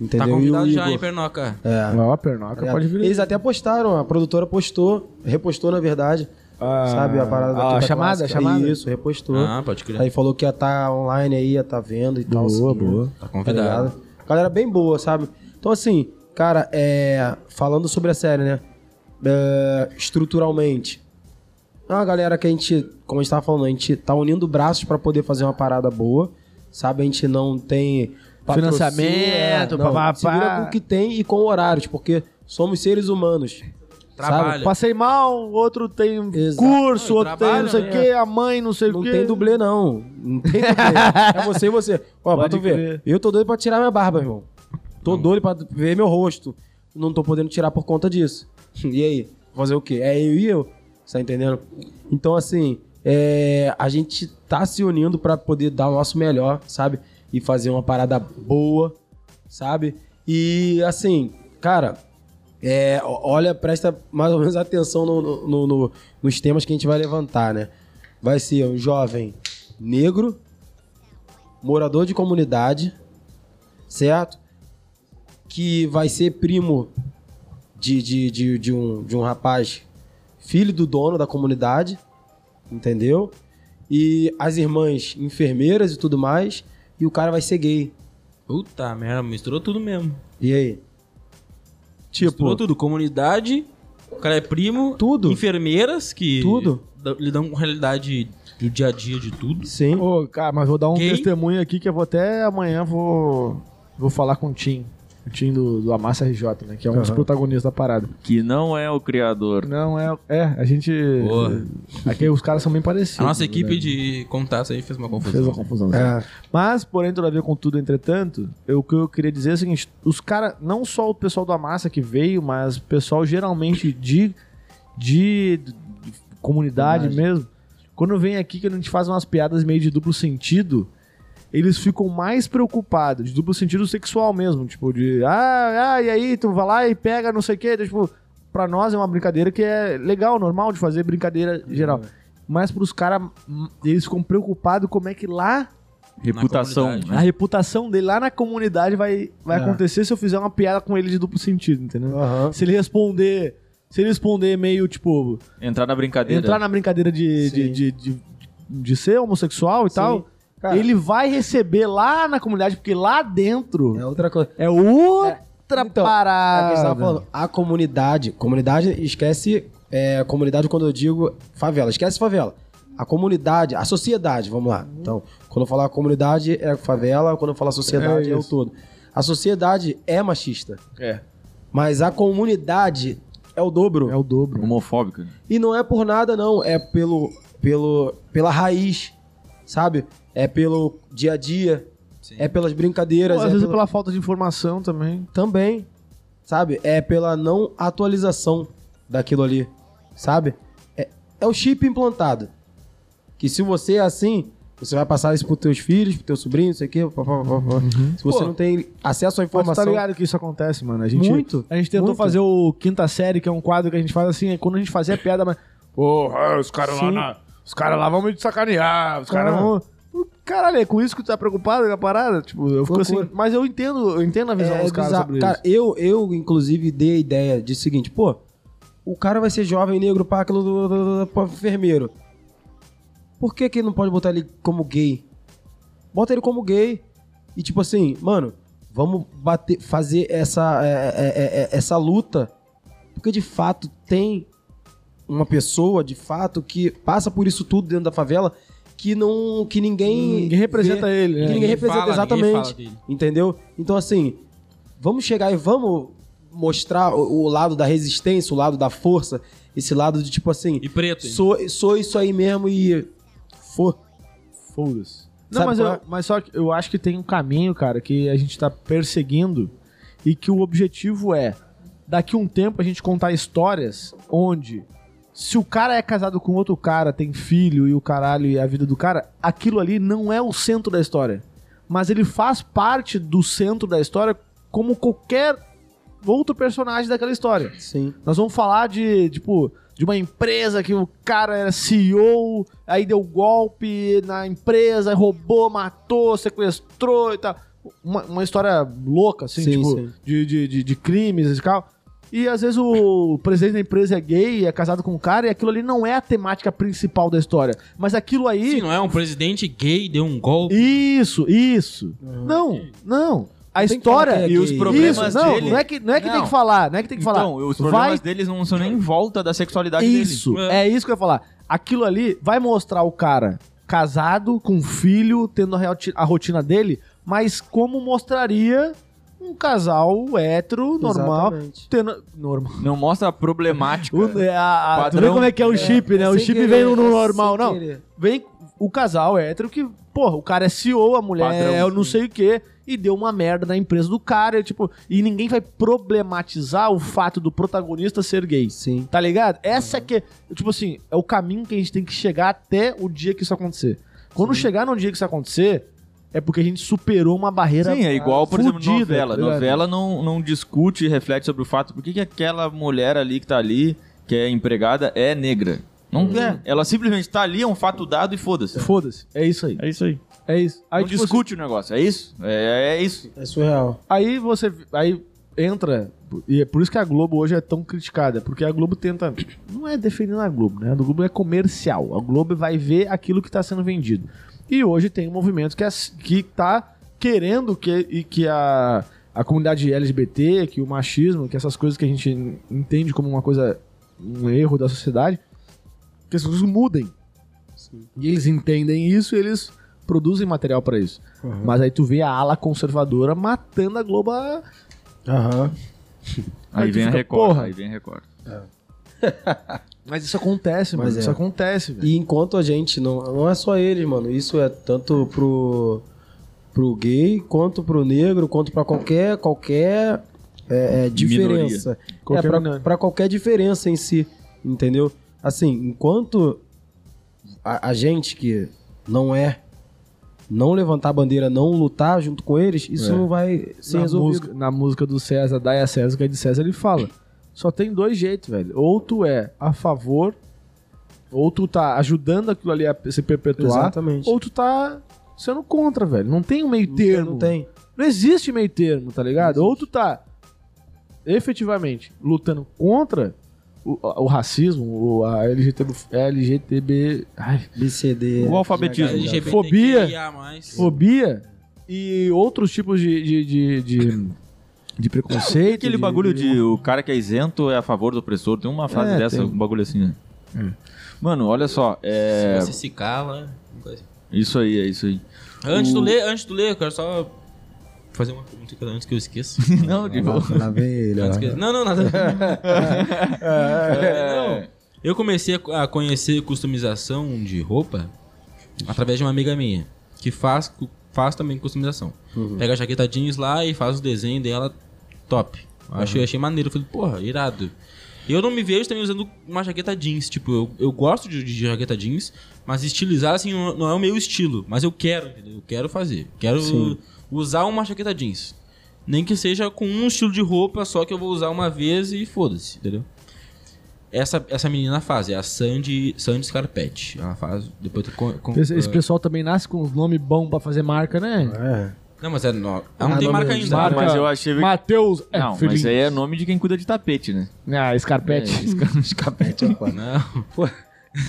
D: Entendeu?
B: Tá convidado
D: e o
B: já, hein,
D: Igor.
A: Tá
B: Pernoca?
D: É.
A: Ó, a pernoca,
D: Tá
A: pode
D: ligado?
A: vir.
D: Eles até postaram, a produtora postou, repostou na verdade,
A: Ah,
D: sabe? A parada
A: a
D: da Quinta
A: chamada,
D: Clássica.
A: a chamada.
D: Isso, repostou.
B: Ah, pode crer.
D: Aí falou que ia estar online aí, ia estar vendo e tal.
A: Boa,
D: assim, né?
A: boa.
B: Tá convidado.
D: ligado? Galera bem boa, sabe? Então, assim, cara, é... falando sobre a série, né? É, Estruturalmente. É uma galera que a gente, como a gente tava falando, a gente tá unindo braços pra poder fazer uma parada boa, sabe? A gente não tem. patrocínio,
A: Financiamento,
D: é, não,
A: papapá.
D: se vira com o que tem e com horários, porque somos seres humanos.
B: Trabalho.
A: Passei mal, outro tem
D: Exato.
A: curso,
B: Não,
A: outro tem não
B: trabalho,
A: sei o
D: né?
A: que, a mãe não sei o
D: Não
A: que.
D: tem dublê, não. Não tem dublê. é você e você. Ó, pra
A: Pode
D: tu ver.
A: crer.
D: Eu tô doido pra tirar minha barba, irmão. Tô doido pra ver meu rosto. Não tô podendo tirar por conta disso. E aí? Fazer o quê? É eu e eu. Tá entendendo? Então, assim, é, a gente tá se unindo pra poder dar o nosso melhor, sabe? E fazer uma parada boa, sabe? E, assim, cara, é, o- olha, presta mais ou menos atenção no- no- no- no- nos temas que a gente vai levantar, né? Vai ser um jovem negro, morador de comunidade, certo? Que vai ser primo de, de, de, de um, de um rapaz, filho do dono da comunidade, entendeu? E as irmãs enfermeiras e tudo mais, e o cara vai ser gay.
B: Puta merda, misturou tudo mesmo.
D: E aí?
B: Misturou
D: Tipo,
B: tudo. Comunidade, o cara é primo.
D: Tudo.
B: Enfermeiras que
D: Tudo.
B: da- lidam com realidade do dia a dia de tudo.
D: sim.
A: Ô, cara, mas vou dar um
B: Quem?
A: testemunho aqui que eu vou até amanhã vou, vou falar com o Tim. O Tim do, do Amassa RJ, né? Que é um dos protagonistas da parada.
C: Que não é o criador.
A: Não, é. É, a gente.
B: Boa.
A: Aqui os caras são bem parecidos.
B: A nossa
A: na
B: equipe
A: verdade.
B: de contatos aí fez uma confusão.
A: Fez uma confusão. sim. Mas, porém, tudo a ver com tudo, entretanto, eu- o que eu queria dizer é o seguinte: os caras, não só o pessoal do Amassa que veio, mas o pessoal geralmente de, de, de comunidade mesmo, quando vem aqui que a gente faz umas piadas meio de duplo sentido, eles ficam mais preocupados, de duplo sentido sexual mesmo, tipo, de ah, ah, e aí, tu vai lá e pega não sei o quê, então, tipo, pra nós é uma brincadeira que é legal, normal de fazer brincadeira geral. Mas pros caras, hum, eles ficam preocupados como é que lá
C: Reputação.
B: comunidade.
A: a reputação dele lá na comunidade vai, vai
D: É.
A: acontecer se eu fizer uma piada com ele de duplo sentido, entendeu?
D: Aham.
A: Se ele responder. Se ele responder meio, tipo,
C: Entrar na brincadeira.
A: entrar na brincadeira de, de,
D: Sim.
A: de, de, de ser homossexual e tal,
D: Cara,
A: ele vai receber lá na comunidade, porque lá dentro
D: é outra coisa.
A: é outra
D: Então, É o que a gente tava
A: parada.
D: falando. A comunidade. Comunidade, esquece. É, comunidade, quando eu digo favela, esquece favela. A comunidade, a sociedade, vamos lá. Então, quando eu falar comunidade é favela, quando eu falar sociedade é, o todo. A sociedade é machista.
A: É.
D: Mas a comunidade é o dobro.
A: É o dobro.
C: Homofóbica.
D: E não é por nada, não. É pelo, pelo, pela raiz, sabe? É pelo dia a dia.
B: Sim.
D: É pelas brincadeiras.
A: Às
D: é
A: vezes é
D: pela-
A: pela falta de informação também.
D: também, sabe? É pela não atualização daquilo ali, sabe? É, é o chip implantado. Que se você é assim, você vai passar isso pros teus filhos, pros teus sobrinhos, não sei o quê. pá, pá, pá, pá. Se você não tem acesso à
A: Pô, tu tá
D: informação...
A: ligado que isso acontece, mano. A gente,
D: Muito,
A: A gente tentou
D: muito.
A: fazer o Quinta Série, que é um quadro que a gente faz assim, é quando a gente fazia a piada, mas. Porra, os caras lá na- Os caras lá vão me sacanear, os caras
D: Ah.
A: vão. Pô, Caralho, é com isso que tu tá preocupado com a parada? Tipo, eu fico
D: Loucura.
A: assim. Mas eu entendo, eu entendo a visão
D: é
A: dos caras
D: bizarro.
A: sobre
D: cara,
A: isso.
D: eu, eu, inclusive, dei a ideia de seguinte, pô, o cara vai ser jovem, negro, pá, aquilo, do- do- do- do- pô, enfermeiro. Por que que não pode botar ele como gay? Bota ele como gay e, tipo assim, mano, vamos bater, fazer essa, é, é, é, é, essa luta, porque de fato tem uma pessoa, de fato, que passa por isso tudo dentro da favela, que não, que ninguém...
A: Ninguém representa
D: vê,
A: ele,
D: Que
A: né?
D: ninguém representa,
B: fala, ninguém
D: exatamente.
B: fala dele.
D: Entendeu? Então, assim, vamos chegar e vamos mostrar o, o lado da resistência, o lado da força, esse lado de tipo assim,
B: E preto. hein?
D: sou, sou isso aí mesmo e. For.
A: Foda-se. Não,
D: Sabe
A: mas,
D: qual
A: eu,
D: é?
A: mas só que eu acho que tem um caminho, cara, que a gente tá perseguindo e que o objetivo é, daqui um tempo, a gente contar histórias onde, se o cara é casado com outro cara, tem filho e o caralho e a vida do cara, aquilo ali não é o centro da história. Mas ele faz parte do centro da história como qualquer outro personagem daquela história.
D: Sim.
A: Nós vamos falar de, tipo, de uma empresa que o cara era CEO, aí deu golpe na empresa, roubou, matou, sequestrou e tal. Uma, uma história louca, assim,
D: Sim,
A: tipo,
D: sim.
A: De, de, de, de crimes e tal. E às vezes o presidente da empresa é gay, é casado com um cara, e aquilo ali não é a temática principal da história. Mas aquilo aí.
B: Sim, não é um presidente gay, deu um golpe.
A: Isso, isso. Não, não. A
D: Uhum. Tem que falar
A: história.
D: que é
C: E os
D: gay.
C: problemas
A: isso, não,
C: dele-
A: não é que, não é que tem
C: Não.
A: que falar, não é que tem que falar.
C: Então, os problemas
A: Vai
C: deles não são nem em volta da sexualidade
A: isso,
B: dele.
A: é isso que eu ia falar. Aquilo ali vai mostrar o cara casado, com um filho, tendo a, reati- a rotina dele, mas como mostraria um um casal hétero, normal.
D: Exatamente.
A: Tendo, normal.
C: Não mostra a problemática.
A: O- é, a- a- tu vê
C: Padrão.
A: como é que é o chip, né? O
D: Sem
A: chip
D: querer,
A: vem no, no
D: sem
A: normal, não.
D: querer.
A: Vem o casal hétero que, porra, o cara é CEO, a mulher
C: Padrão.
A: é eu não sei o quê, e deu uma merda na empresa do cara, e, tipo, e ninguém vai problematizar o fato do protagonista ser gay.
D: Sim.
A: Tá ligado? Essa
C: Uhum.
A: que, tipo assim, é o caminho que a gente tem que chegar até o dia que isso acontecer. Quando chegar no dia que isso acontecer, é porque a gente superou uma barreira.
C: Sim, é igual, por
A: fudida,
C: exemplo, novela.
A: tá ligado?
C: novela não, não discute e reflete sobre o fato por que, que aquela mulher ali que tá ali, que é empregada, é negra. Não é. Ela simplesmente tá ali, é um fato dado e foda-se.
A: Foda-se. É isso Uhum. aí.
C: É isso aí.
A: É isso. Aí,
C: não
A: tipo, assim,
C: discute o negócio, é isso? É, é isso.
D: É surreal.
A: Aí você. Aí entra. E é por isso que a Globo hoje é tão criticada. Porque a Globo tenta. Não é defendendo a Globo, né? A Globo é comercial. A Globo vai ver aquilo que está sendo vendido. E hoje tem um movimento que, é, que tá querendo que, e que a, a comunidade LGBT, que o machismo, que essas coisas que a gente entende como uma coisa. um erro da sociedade, que as coisas mudem. E eles entendem isso e eles produzem material para isso. Mas aí tu vê a ala conservadora matando a Globo. a-
D: Aham.
A: Aí
C: Aí
A: tu
C: vem a
A: fica,
C: Record.
A: porra.
C: Aí vem a Record.
A: Mas isso acontece,
D: Mas
A: mano.
D: é.
A: Isso acontece, velho.
D: E enquanto a gente não. Não é só eles, mano. Isso é tanto pro. pro gay, quanto pro negro, quanto pra qualquer. qualquer. é, é, diferença.
A: Qualquer
D: é, pra,
A: minoria.
D: pra qualquer diferença em si. Entendeu? Assim, enquanto. A, a gente que não é. Não levantar a bandeira, não lutar junto com eles, isso
A: É.
D: vai ser
A: na,
D: resolvido.
A: música, na música do César, dai a César, o que é de César, ele fala. Só tem dois jeitos, velho. Ou tu é a favor, ou tu tá ajudando aquilo ali a se perpetuar,
D: Exatamente.
A: ou tu tá sendo contra, velho. Não tem um meio termo.
D: Não tem.
A: Não existe meio termo, tá ligado? Ou tu tá efetivamente lutando contra o, o racismo, o, a LGTB, LGTB ai,
D: BCD.
A: É,
C: O alfabetismo.
D: GH.
A: Fobia.
B: ah, Mais.
A: fobia e outros tipos de, de, de, de, de preconceito.
C: Aquele bagulho de o cara que é isento é a favor do opressor. Tem uma frase
A: É,
C: dessa,
A: tem. É.
C: um bagulho assim, né? Mano, olha só. É...
B: Você se cala. uma coisa. assim.
C: Isso aí, é isso aí.
B: Antes
C: O-
B: do ler, antes do ler, eu quero só fazer uma pergunta que eu- antes que eu esqueça.
C: Não, de boa.
F: Lá vem ele, ó.
B: Antes que eu- Não, não, nada. Não. Eu comecei a co- a conhecer customização de roupa através de uma amiga minha, que faz, cu- faz também customização.
A: Uhum.
B: Pega a jaqueta jeans lá e faz o desenho dela top.
A: Uhum.
B: Achei, achei maneiro. Falei, porra, irado. E Eu não me vejo também usando uma jaqueta jeans. Tipo, eu, eu gosto de, de jaqueta jeans, mas estilizar assim não não é o meu estilo. Mas eu quero, entendeu? Eu quero fazer. Quero usar uma jaqueta jeans. Nem que seja com um estilo de roupa só que eu vou usar uma vez e foda-se, entendeu? Essa, essa menina faz, é a Sandy, Sandy Scarpetti. Ela faz. Depois tu con- con-
A: Esse, esse
B: ah,
A: pessoal também nasce com um nome bom pra fazer marca, né?
D: É.
B: Não, mas é. Não, ela não
D: Ah,
B: tem
D: não
B: marca
D: mesmo.
B: ainda.
A: Marca.
C: mas eu achei.
A: Mateus é
C: Não,
A: feliz.
C: mas aí é nome de quem cuida de tapete, né?
A: Ah,
E: é
A: Scarpete.
B: Não.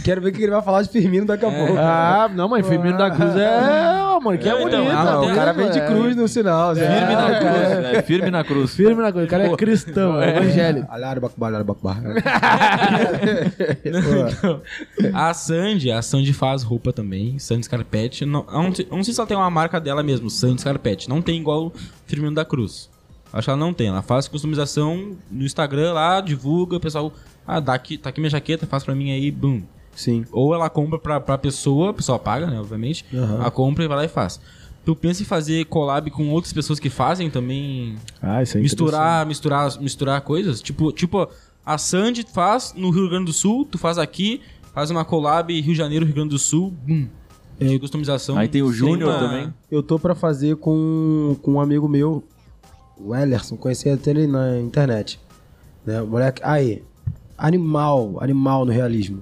D: Quero ver o que ele vai falar de Firmino daqui a pouco.
A: Ah, não, mas Firmino da Cruz
C: Ah.
A: é, ó, mano, que é,
B: É,
A: bonito.
B: então, ah,
A: tá
B: não, o
A: vendo,
B: cara
D: é.
A: velho?
D: no sinal.
C: Firme
D: Firmino.
C: na cruz. É, firme na cruz.
A: Firme na coisa, o cara é cristão, é evangélico.
F: Alhara Bakbar, alhara Bakbar.
B: A Sandy, a Sandy faz roupa também, Sandy Scarpetti. Não, eu não, sei- eu não sei se ela tem uma marca dela mesmo, Sandy Scarpetti. Não tem igual o Firmino da Cruz. Acho que ela não tem. Ela faz customização no Instagram lá, divulga, o pessoal. Ah, dá aqui, tá aqui minha jaqueta, faz pra mim aí, bum.
D: Sim.
B: Ou ela compra pra, pra pessoa, a pessoa paga, né, obviamente.
D: Aham.
B: A compra e vai lá e faz. Tu pensa em fazer collab com outras pessoas que fazem também
A: Ah, isso
B: misturar, misturar, misturar coisas. Tipo, tipo, a Sandy faz no Rio Grande do Sul, tu faz aqui, faz uma collab Rio de Janeiro, Rio Grande do Sul, bum. De customização.
C: Aí tem o Júnior
B: uma-
C: também.
D: Eu tô pra fazer com, com um amigo meu, o Ellerson, conheci até ele na internet. Né, moleque, aí, animal, animal no realismo.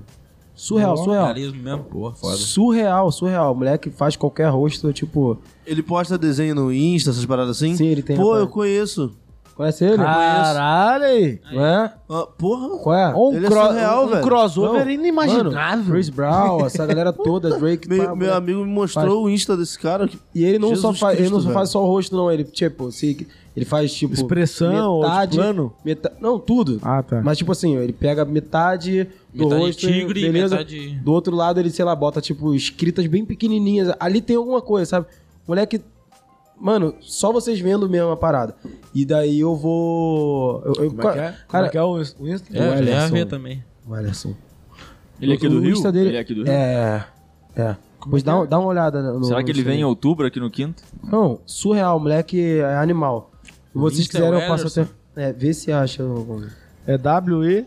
D: Surreal, surreal.
B: Realismo mesmo,
D: é
B: porra, foda.
D: Surreal, surreal. Moleque faz qualquer rosto, tipo.
E: Ele posta desenho no Insta, essas paradas assim?
D: Sim, ele tem,
E: Pô,
D: rapaz.
E: eu conheço.
D: Conhece ele?
A: Caralho! aí.
D: Não é?
E: Ah, porra,
D: Qual é?
A: Ou um,
E: Ele é
A: cro-
E: surreal,
A: um
E: velho.
A: crossover
D: Não, Mano,
A: inimaginável.
D: Chris Brown, essa galera toda,
A: é
D: Drake.
E: meu,
D: pá,
A: tá,
E: meu
D: moleque.
E: amigo me mostrou
D: Faz.
E: o Insta desse cara. que-
D: E ele não só
E: Jesus
D: faz, ele não
E: Cristo,
D: só faz
E: velho.
D: só o rosto, não. Ele, tipo, se, ele faz, tipo.
A: Expressão, ou
D: metade,
A: plano?
D: meta- não, tudo.
A: Ah, tá.
D: Mas, tipo assim, ele pega metade do
B: Metade
D: rosto.
B: tigre,
D: beleza?
B: metade-
D: Do outro lado, ele, sei lá, bota, tipo, escritas bem pequenininhas. Ali tem alguma coisa, sabe? Moleque Mano, só vocês vendo mesmo a parada. E daí eu vou. Eu, eu-
A: Como é que é? Como
D: Cara,
A: é que é o Winston?
B: É,
D: O
B: ele é a
D: Ellison.
B: ver também.
D: Olha assim.
C: Ele é aqui do
D: O
C: Rio?
D: Insta dele-
C: Ele é aqui do Rio?
D: É. É. Pois dá, dá uma olhada no.
C: Será que ele
D: no-
C: vem em outubro aqui no quinto?
D: Não, surreal, moleque é animal. Se vocês
B: Mr.
D: quiserem, eu passo
B: Ederson.
D: até. É, vê se acha. algum.
A: É W-E.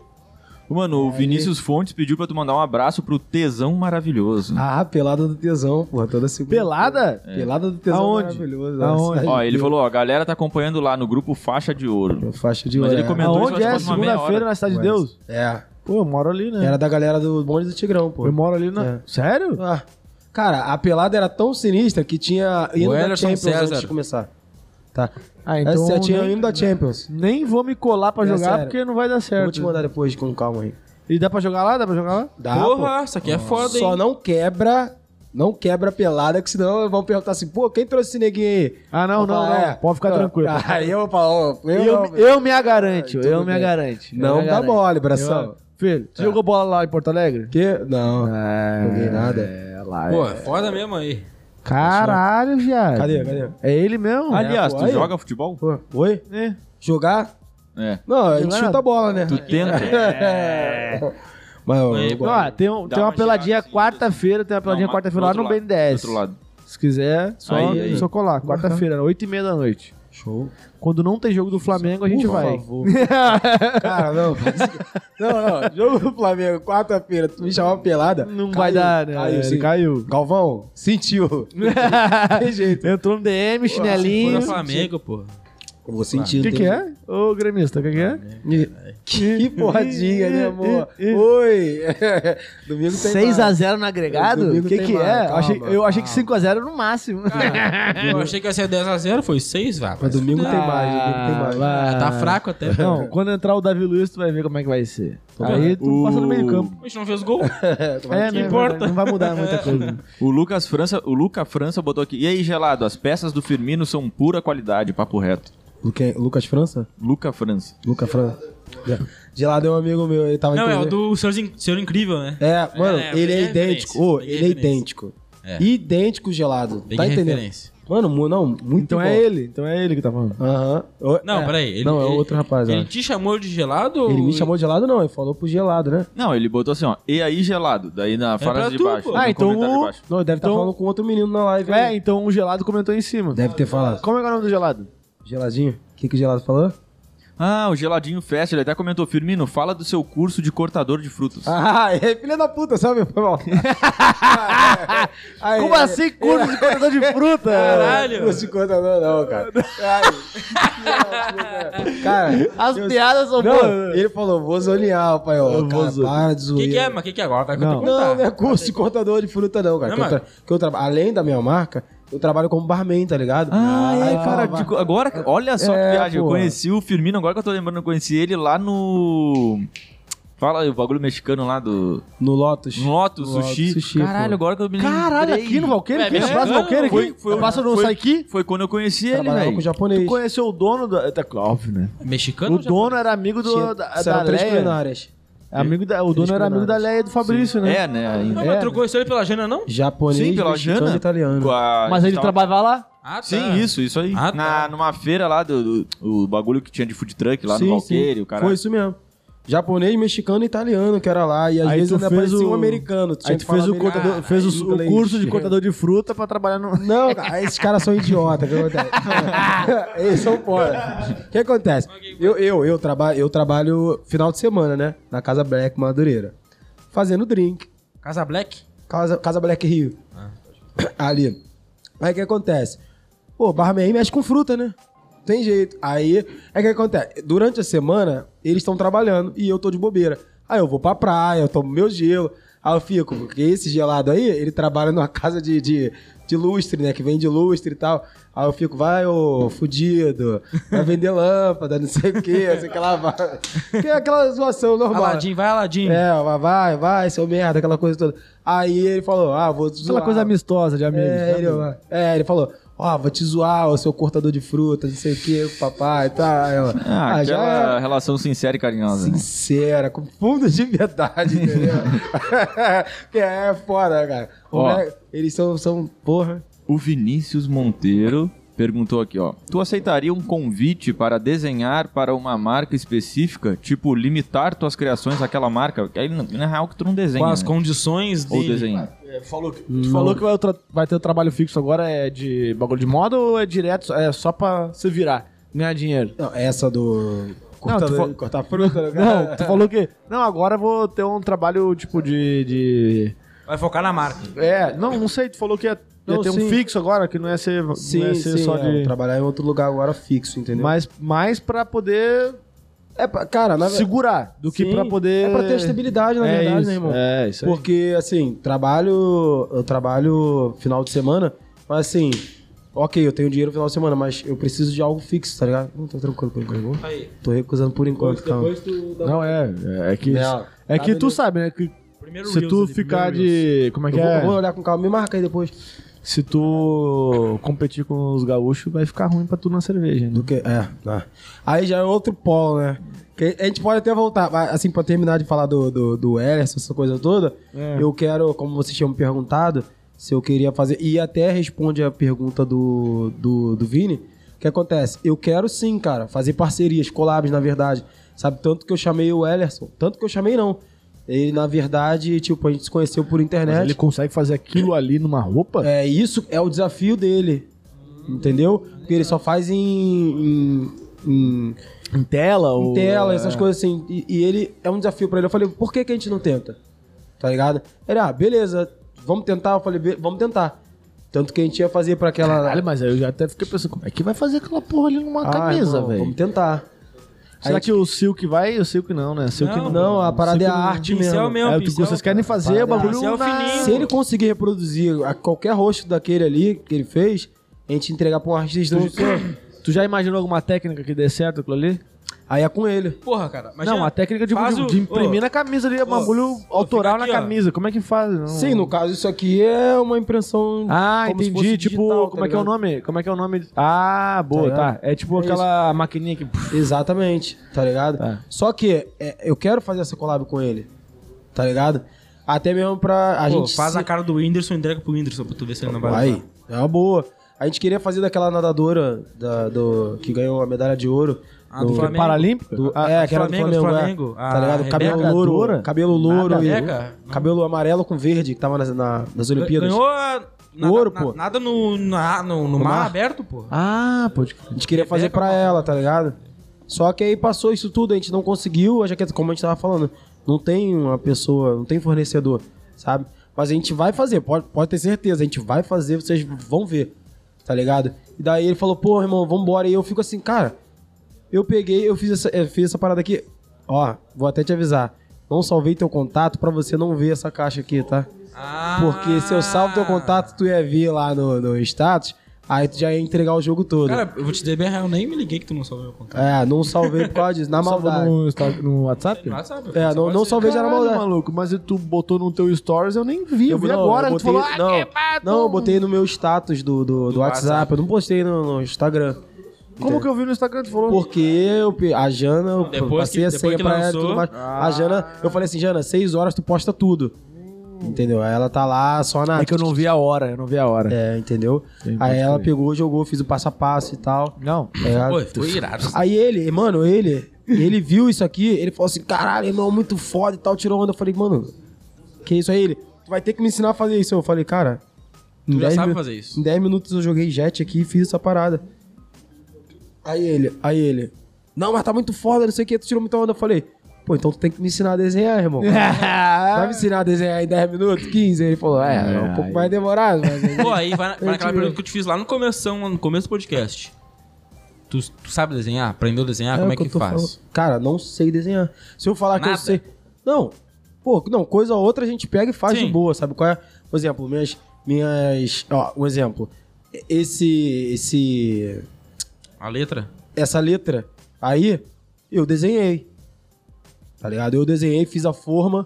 C: Mano, o Vinícius Fontes pediu pra tu mandar um abraço pro tesão maravilhoso.
D: Ah, pelada do tesão, porra, toda segunda.
A: Pelada?
D: Pelada do tesão
A: Aonde?
D: maravilhoso.
A: Aonde?
C: É. Ó, ele falou, ó, a galera tá acompanhando lá no grupo Faixa de Ouro.
D: falou. Faixa de
C: Mas
D: ouro.
C: ele
D: é.
C: comentou isso,
A: Aonde
C: acho que
A: é?
C: faz uma meia
A: Segunda-feira
C: hora.
A: na Cidade de Deus?
D: É.
A: Pô, eu moro ali, né?
D: Era da galera do bonde do Tigrão, pô.
A: Eu moro ali na.
D: É.
A: Sério?
D: Ah, cara, a pelada era tão sinistra que tinha hino da
B: Ellerson
D: Champions antes
B: César.
D: de começar. Tá.
A: Ah,
D: Essa tinha hino da Champions.
A: Nem vou me colar pra
D: É
A: jogar
D: sério.
A: porque não vai dar
D: Vou te
A: certo.
D: mandar depois com calma aí.
A: E dá pra jogar lá? Dá pra jogar lá?
D: Dá, Ah, pô.
B: Porra, isso aqui é foda, hein?
D: Só não quebra, não quebra a pelada, que senão vão perguntar assim, pô, quem trouxe esse neguinho aí?
A: Ah, não,
D: Vou
A: não,
D: falar,
A: não.
D: "É."
A: Pode ficar
D: Ah,
A: tranquilo.
D: Aí eu falo, ó, eu, É
A: Eu,
D: não,
A: eu me agaranto,
D: Tudo
A: eu me
D: bem.
A: agaranto. eu
D: Não
A: me
D: dá
A: agaranto.
D: bola, Bração. É.
A: Eu- Filho, tu jogou bola lá em Porto Alegre?
D: Que? Não, não joguei nada.
A: É, lá.
B: Pô,
A: é.
B: é foda mesmo aí.
A: Caralho, viado.
D: Cadê, cadê?
A: É ele mesmo?
C: Aliás,
D: É, né?
C: tu
D: pô, aí.
C: joga futebol?
D: Pô, oi?
A: É.
D: Jogar?
C: É.
D: Não, a gente
A: Jogar
D: chuta
A: nada.
D: a bola, né?
C: Tu É. tenta?
D: Mas eu-
B: Oi,
D: eu
B: pô.
D: gosto.
A: Ó, tem, um,
C: Dá
A: tem uma
C: uma
A: peladinha
C: girada assim,
A: quarta-feira, tem uma peladinha
C: Não,
A: quarta-feira lá
C: outro
A: no
C: lado,
A: BNDES.
C: Outro lado.
A: Se quiser, só,
C: Aí, aí.
A: só colar. Quarta-feira, oito e meia da noite.
D: Show.
A: Quando não tem jogo do Flamengo, a gente
D: Por
A: vai.
D: favor. Cara, não. Não, não. Jogo do Flamengo, quarta-feira, tu me chamar pelada.
A: Não
D: caiu,
A: vai dar, né?
D: Caiu,
A: Ele
D: sim.
A: caiu.
D: Galvão, sentiu. Tem jeito.
A: Entrou no DM,
B: Foi
A: chinelinho.
B: no Flamengo, pô.
D: Eu vou sentir.
A: O que,
D: não
A: que
D: tem
A: é? Ô, gremista, o que, que é?
D: jeito. Que porradinha, né, amor? Oi! Domingo tem
A: 6x0 no agregado?
D: Domingo
A: O que,
D: tem
A: que
D: mais,
A: é?
D: calma,
A: Achei- eu achei que 5x0 no máximo.
B: Eu achei que ia ser 10x0, foi 6, vá.
D: Mas domingo tem mais, domingo tem mais.
A: Ah,
B: Ah, tá fraco até.
A: Não, quando entrar o Davi Luiz, tu vai ver como é que vai ser. Aí tu passa no meio campo.
B: A gente não fez gol.
A: É,
B: né, verdade,
A: Não vai mudar muita coisa.
C: O Lucas França, o Luca França botou aqui. E aí, gelado, as peças do Firmino são pura qualidade, papo reto.
D: Luque- Lucas França?
C: Luca França.
D: Luca França. Gelado é um amigo meu, ele tava
B: Não, é o
D: inclusive-
B: do Senhor, In- Senhor Incrível, né?
D: É, mano,
B: É,
D: ele
B: peguei
D: é
B: a
D: idêntico.
B: referência,
D: Ô,
B: peguei a
D: ele é
B: referência.
D: idêntico.
B: É.
D: Idêntico gelado.
B: Peguei
D: Tá
B: a
D: entendendo?
B: referência.
D: Mano, mu- não, muito
A: Então
D: bom.
A: é ele, então é ele que tá falando.
D: Aham. Ô,
B: Não,
D: é.
B: peraí. Ele,
D: não, é
B: ele-
D: outro rapaz.
B: Ele
D: ó.
B: te chamou de gelado?
D: Ele
B: ou-
D: me chamou de gelado, não. Ele falou pro gelado, né?
C: Não, ele botou assim, ó. E aí, gelado. Daí na frase
B: É pra
C: de
B: tu,
C: baixo.
B: pô.
C: no
A: Ah, então
C: comentário de
A: o-
C: baixo.
D: Não, ele deve um- estar
A: Então-
D: Tá falando com outro menino na live.
A: É,
D: aí.
A: então o gelado comentou em cima.
D: Deve ter falado.
A: Como é que é o nome do gelado?
D: Geladinho. O que, que o gelado falou?
C: Ah, o Geladinho Fest, ele até comentou, Firmino, fala do seu curso de cortador de frutas.
D: Ah, é filha da puta, sabe? Foi mal. Aí,
A: Como
D: aí,
A: assim, curso de cortador de fruta?
B: Caralho!
D: Não se conta não, não, cara. Ai, filha da puta. cara,
A: As piadas são
D: não,
A: boas.
D: ele falou, vou zonear, pai. Ó,
A: Eu vou
D: cara,
A: zonear.
D: para de
B: O
D: zoeira.
B: que, que é? Mas o que, que é agora? Agora que eu
A: Não.
B: tenho que
D: Não,
B: contar.
D: não é curso de cortador de fruta, não, cara.
B: Não,
D: que eu tra- que eu traba- Além da minha marca, eu trabalho como barman, tá ligado?
C: Ah, é,
D: Aí
C: cara,
D: fala,
C: de- agora, olha só
D: É,
C: que viagem, eu
D: porra.
C: conheci o Firmino, agora que eu tô lembrando, eu conheci ele lá no... Fala aí, o bagulho mexicano lá do...
D: No Lotus.
C: Noto,
D: Lotus,
C: sushi.
D: sushi,
C: Caralho,
D: pô.
C: agora que eu me lembrei.
A: Caralho, aqui no Valqueiro?
B: É,
A: Aqui no
B: mexicano,
A: Braço Valqueiro?
C: foi-
A: Aqui?
C: foi-
A: Passa no
C: foi-
A: Saiki?
C: Foi quando eu conheci ele,
D: Trabalhava
C: velho.
D: com japonês.
A: Conheceu o dono do... Tá, óbvio, né?
B: Mexicano?
A: O
B: ou
A: dono era amigo do,
D: Tinha-
A: da,
D: serão
A: da
D: três
A: Leia.
D: culinárias.
A: Amigo da, o dono era amigo da Leia e do Fabrício, né?
C: É, né?
B: japonês?
C: ainda.
B: Não, mas trocou isso aí pela Jana, não?
D: Japonês,
C: Sim, pela
D: mexicano
C: Jana.
D: e italiano.
C: Com a-
A: Mas ele
C: tava-
A: trabalhava lá?
B: Ah, tá.
C: Sim, isso, isso aí.
B: Ah, tá.
C: Na, numa feira lá do, do- o bagulho que tinha de food truck lá no
D: Sim,
C: Valqueiro,
D: sim.
C: o cara.
D: Foi isso mesmo. Japonês, mexicano e italiano que era lá. E às
A: Aí
D: vezes
A: tu
D: ainda
A: fez
D: aparecia
A: o-
D: um americano. tinha
A: Aí
D: que
A: tu fez
D: falar
A: o,
D: americano. Ah,
A: cortador, fez o, o
D: inglês.
A: curso de cortador de fruta pra trabalhar no...
D: Não, cara, esses caras são idiotas. o que acontece? Eles são fora. O que acontece? Eu, eu, eu, traba eu trabalho final de semana, né? Na Casa Black Madureira. Fazendo drink.
B: Casa Black?
D: Casa, Casa Black Rio. Ali. Aí o que acontece? Pô, barman mexe com fruta, né? Tem jeito. Aí, é que acontece? Durante a semana, eles estão trabalhando e eu tô de bobeira. Aí eu vou pra praia, eu tomo meu gelo. Aí eu fico, porque esse gelado aí, ele trabalha numa casa de, de, de lustre, né? Que vende lustre e tal. Aí eu fico, vai, ô, fudido, vai vender lâmpada, não sei o quê, não sei o que lá, vai. Que é aquela zoação normal. né?
B: Aladim, vai Aladim.
D: É, vai, vai, vai, seu merda, aquela coisa toda. Aí ele falou, ah, vou te zoar.
A: Aquela coisa amistosa de amigos.
D: é,
A: né?
D: ele, é, ele falou, ó, vou te zoar, ô seu cortador de frutas, não sei o que, papai e tal. Aí eu,
C: Ah,
D: ah,
C: aquela
D: já é
C: relação sincera e carinhosa. né?
D: sincera, com fundo de verdade, entendeu? que é foda, cara. O
C: Ó.
D: moleque- eles são, são, porra.
C: O Vinícius Monteiro perguntou aqui, ó. Tu aceitaria um convite para desenhar para uma marca específica? Tipo, limitar tuas criações àquela marca? Aí, na- na real, que tu não desenha,
B: Com as
C: né?
B: condições
C: Ou
B: dele.
C: desenha.
A: É, falou que, tu falou que vai, tra- vai ter o trabalho fixo agora, é de bagulho de moda ou é direto, é só pra se virar, ganhar dinheiro?
D: Não, essa do.
A: Não,
D: Cortar,
A: tu fa-
D: cortar fruta. né,
A: Não, tu falou que. Não, agora eu vou ter um trabalho tipo de. de-
B: Vai focar na marca.
A: É, não, não sei, tu falou que ia, ia
D: Não,
A: ter
D: sim.
A: um fixo agora, que não ia ser, não
D: Sim,
A: ia ser
D: sim,
A: só
D: é,
A: de.
D: trabalhar em outro lugar agora fixo, entendeu?
A: Mas mais pra poder
D: é, pra- cara, na verdade.
A: segurar do que
D: Sim,
A: pra poder.
D: É pra ter estabilidade, na
A: É
D: verdade,
A: isso,
D: né, irmão?
A: É, isso aí.
D: Porque, assim, trabalho. Eu trabalho final de semana, mas assim. Ok, eu tenho dinheiro no final de semana, mas eu preciso de algo fixo, tá ligado? Não tô tranquilo por enquanto.
B: Aí.
D: Tô recusando por enquanto, calma.
B: tu dá
A: Não, é. É que,
D: Não,
A: é que
D: sabe,
A: tu
D: né?
A: sabe, né? Que
B: primeiro
A: se
B: Reels
A: tu
B: ali,
A: ficar
B: primeiro Reels.
A: de. Como é
D: Eu
A: que
D: vou, eu vou
A: é?
D: olhar com calma, me marca aí depois.
A: Se tu competir com os gaúchos, vai ficar ruim pra tu na cerveja, né?
D: Do que, é, tá. Aí já é outro polo, né? Que a gente pode até voltar, mas, assim, pra terminar de falar do, do, do Ellerson, essa coisa toda,
A: É.
D: eu quero, como vocês tinham me perguntado, se eu queria fazer, e até responde a pergunta do, do, do Vini, o que acontece? Eu quero sim, cara, fazer parcerias, collabs, na verdade, sabe? Tanto que eu chamei o Ellerson, tanto que eu chamei não. Ele, na verdade, tipo, a gente se conheceu por internet.
A: Mas ele consegue fazer aquilo ali numa roupa?
D: É, isso é o desafio dele. Entendeu? Porque ele só faz em. em, em-
A: Em tela
D: em
A: ou. é.
D: tela, essas coisas assim. E, e ele é um desafio pra ele. Eu falei, por que, que a gente não tenta? Tá ligado? Ele, ah, beleza, vamos tentar. Eu falei, "Be- vamos tentar. Tanto que a gente ia fazer pra aquela.
A: Caralho, mas aí eu já até fiquei pensando, como é que vai fazer aquela porra ali numa
D: Ah,
A: camisa,
D: irmão, Vamos
A: velho?
D: tentar.
A: Será
D: Aí,
A: que o Silk vai e o Silk não, né? Silk
B: Não,
D: Não, a parada é a arte
B: Pincel
D: mesmo.
B: mesmo,
A: É, o que
B: pincel.
A: vocês querem fazer é o
D: Parada é
A: bagulho
B: pincel
A: na-
B: fininho.
D: Se ele conseguir reproduzir a- qualquer rosto daquele ali que ele fez, a gente entregar pra um artista.
A: Tu já imaginou alguma técnica que dê certo aquilo ali?
D: Aí é com ele.
B: Porra, cara. imagina-
A: não, a técnica de,
B: faz
A: de-
B: o-
A: de imprimir
B: ô,
A: na camisa ali é um bagulho autoral
B: fica
A: na
B: aqui, ó.
A: camisa. Como é que faz? Não-
D: Sim, no caso, isso aqui é uma impressão.
A: Ah,
D: como se
A: entendi.
D: fosse
A: Tipo,
D: digital, tá
A: como é que é o
D: ligado?
A: nome? Como é que é o nome? Ah, boa,
D: Tá
A: tá. É tipo
D: É
A: aquela maquininha que.
D: Exatamente, tá ligado?
A: Tá.
D: Só que é, eu quero fazer essa collab com ele, tá ligado? Até mesmo pra a
B: Pô,
D: gente.
B: faz
D: se-
B: a cara do Whindersson e entrega pro Whindersson pra tu ver se ele não vai.
D: Vai,
B: usar.
D: é uma boa. A gente queria fazer daquela nadadora da- do, que ganhou a medalha de ouro.
B: Ah, do Flamengo.
A: Paralímpica?
D: do-
A: Ah,
D: é, que era do
B: Flamengo,
D: Flamengo,
B: do
D: é.
B: Flamengo.
D: tá
B: A
D: ligado?
B: Rebeca
D: Cabelo louro,
A: Dora?
D: cabelo louro, e,
B: Rebeca?
D: cabelo amarelo com verde que tava nas, na- nas Olimpíadas.
B: Ganhou a- nada,
D: Ouro,
B: na-
D: pô.
B: Nada no, na- no, no mar,
D: mar.
B: aberto, pô.
A: Ah, pode
D: A gente queria fazer pra ela, tá ligado? Só que aí passou isso tudo, a gente não conseguiu, já que, como a gente tava falando, não tem uma pessoa, não tem fornecedor, sabe? Mas a gente vai fazer, pode, pode ter certeza, a gente vai fazer, vocês vão ver, tá ligado? E daí ele falou, pô, irmão, vambora. E eu fico assim, cara, eu peguei, eu fiz essa, eu fiz essa parada aqui, ó, vou até te avisar. Não salvei teu contato pra você não ver essa caixa aqui, tá?
B: Ah.
D: Porque se eu salvo teu contato, tu ia ver lá no, no status, aí tu já ia entregar o jogo todo.
B: Cara, eu vou te dizer bem a real, nem me liguei que tu não salvou meu contato.
D: É, não salvei por causa disso, na
A: Salva
D: maldade.
A: no, Insta- no WhatsApp?
B: Ah, sabe?
D: É, não, não salvei já na
A: Caralho,
D: maldade.
A: maluco, mas tu botou no teu stories, eu nem vi. Eu, vi
D: não,
A: agora,
D: eu
A: tu falou, ah,
D: não,
A: que pá,
D: não,
A: tu-
D: eu botei no meu status do, do, do WhatsApp.
B: WhatsApp.
D: eu não postei no, no Instagram.
A: Como que eu vi no Instagram? Tu falou.
D: Porque eu, pe- a Jana, eu
B: Depois
D: passei
B: que-
D: a
B: depois
D: senha
B: que
D: pra ela e
B: lançou.
D: tudo mais. A Jana, eu falei assim, Jana, seis horas tu posta tudo. Entendeu? Aí ela tá lá só na.
A: É que eu não vi a hora, eu não vi a hora.
D: É, entendeu? Aí ela pegou, jogou, fiz o passo a passo e tal.
A: Não.
D: Tá ligado?
B: Pô, foi irado.
D: Aí ele, mano, ele, ele viu isso aqui, ele falou assim, caralho, irmão, muito foda e tal, tirou onda. Eu falei, mano, que isso aí? Ele, tu vai ter que me ensinar a fazer isso. Eu falei, cara, em
B: Tu já
D: 10
B: sabe
D: minu-
B: fazer isso.
D: em 10 minutos eu joguei jet aqui e fiz essa parada. Aí ele, aí ele, não, mas tá muito foda, não sei o que, tu tirou muita onda. Eu falei, pô, então tu tem que me ensinar a desenhar, irmão. Vai me ensinar a desenhar em 10 minutos, 15? Aí ele falou, é, é um pouco mais demorado, mas...
B: Pô, aí vai, na- vai naquela
D: tive-
B: pergunta que eu te fiz lá no começo, no começo do podcast. Tu, tu sabe desenhar? Aprendeu a desenhar? Como é
D: o
B: que,
D: eu tô
B: faz?
D: falando. Cara, não sei desenhar. Se eu falar que eu
B: Nada.
D: sei. Não, pô, não, coisa ou outra a gente pega e faz
B: Sim.
D: de boa, sabe qual é? Por exemplo, minhas. minhas ó, um exemplo. Esse. esse
B: A letra?
D: essa letra aí, eu desenhei. Tá ligado? Eu desenhei, fiz a forma,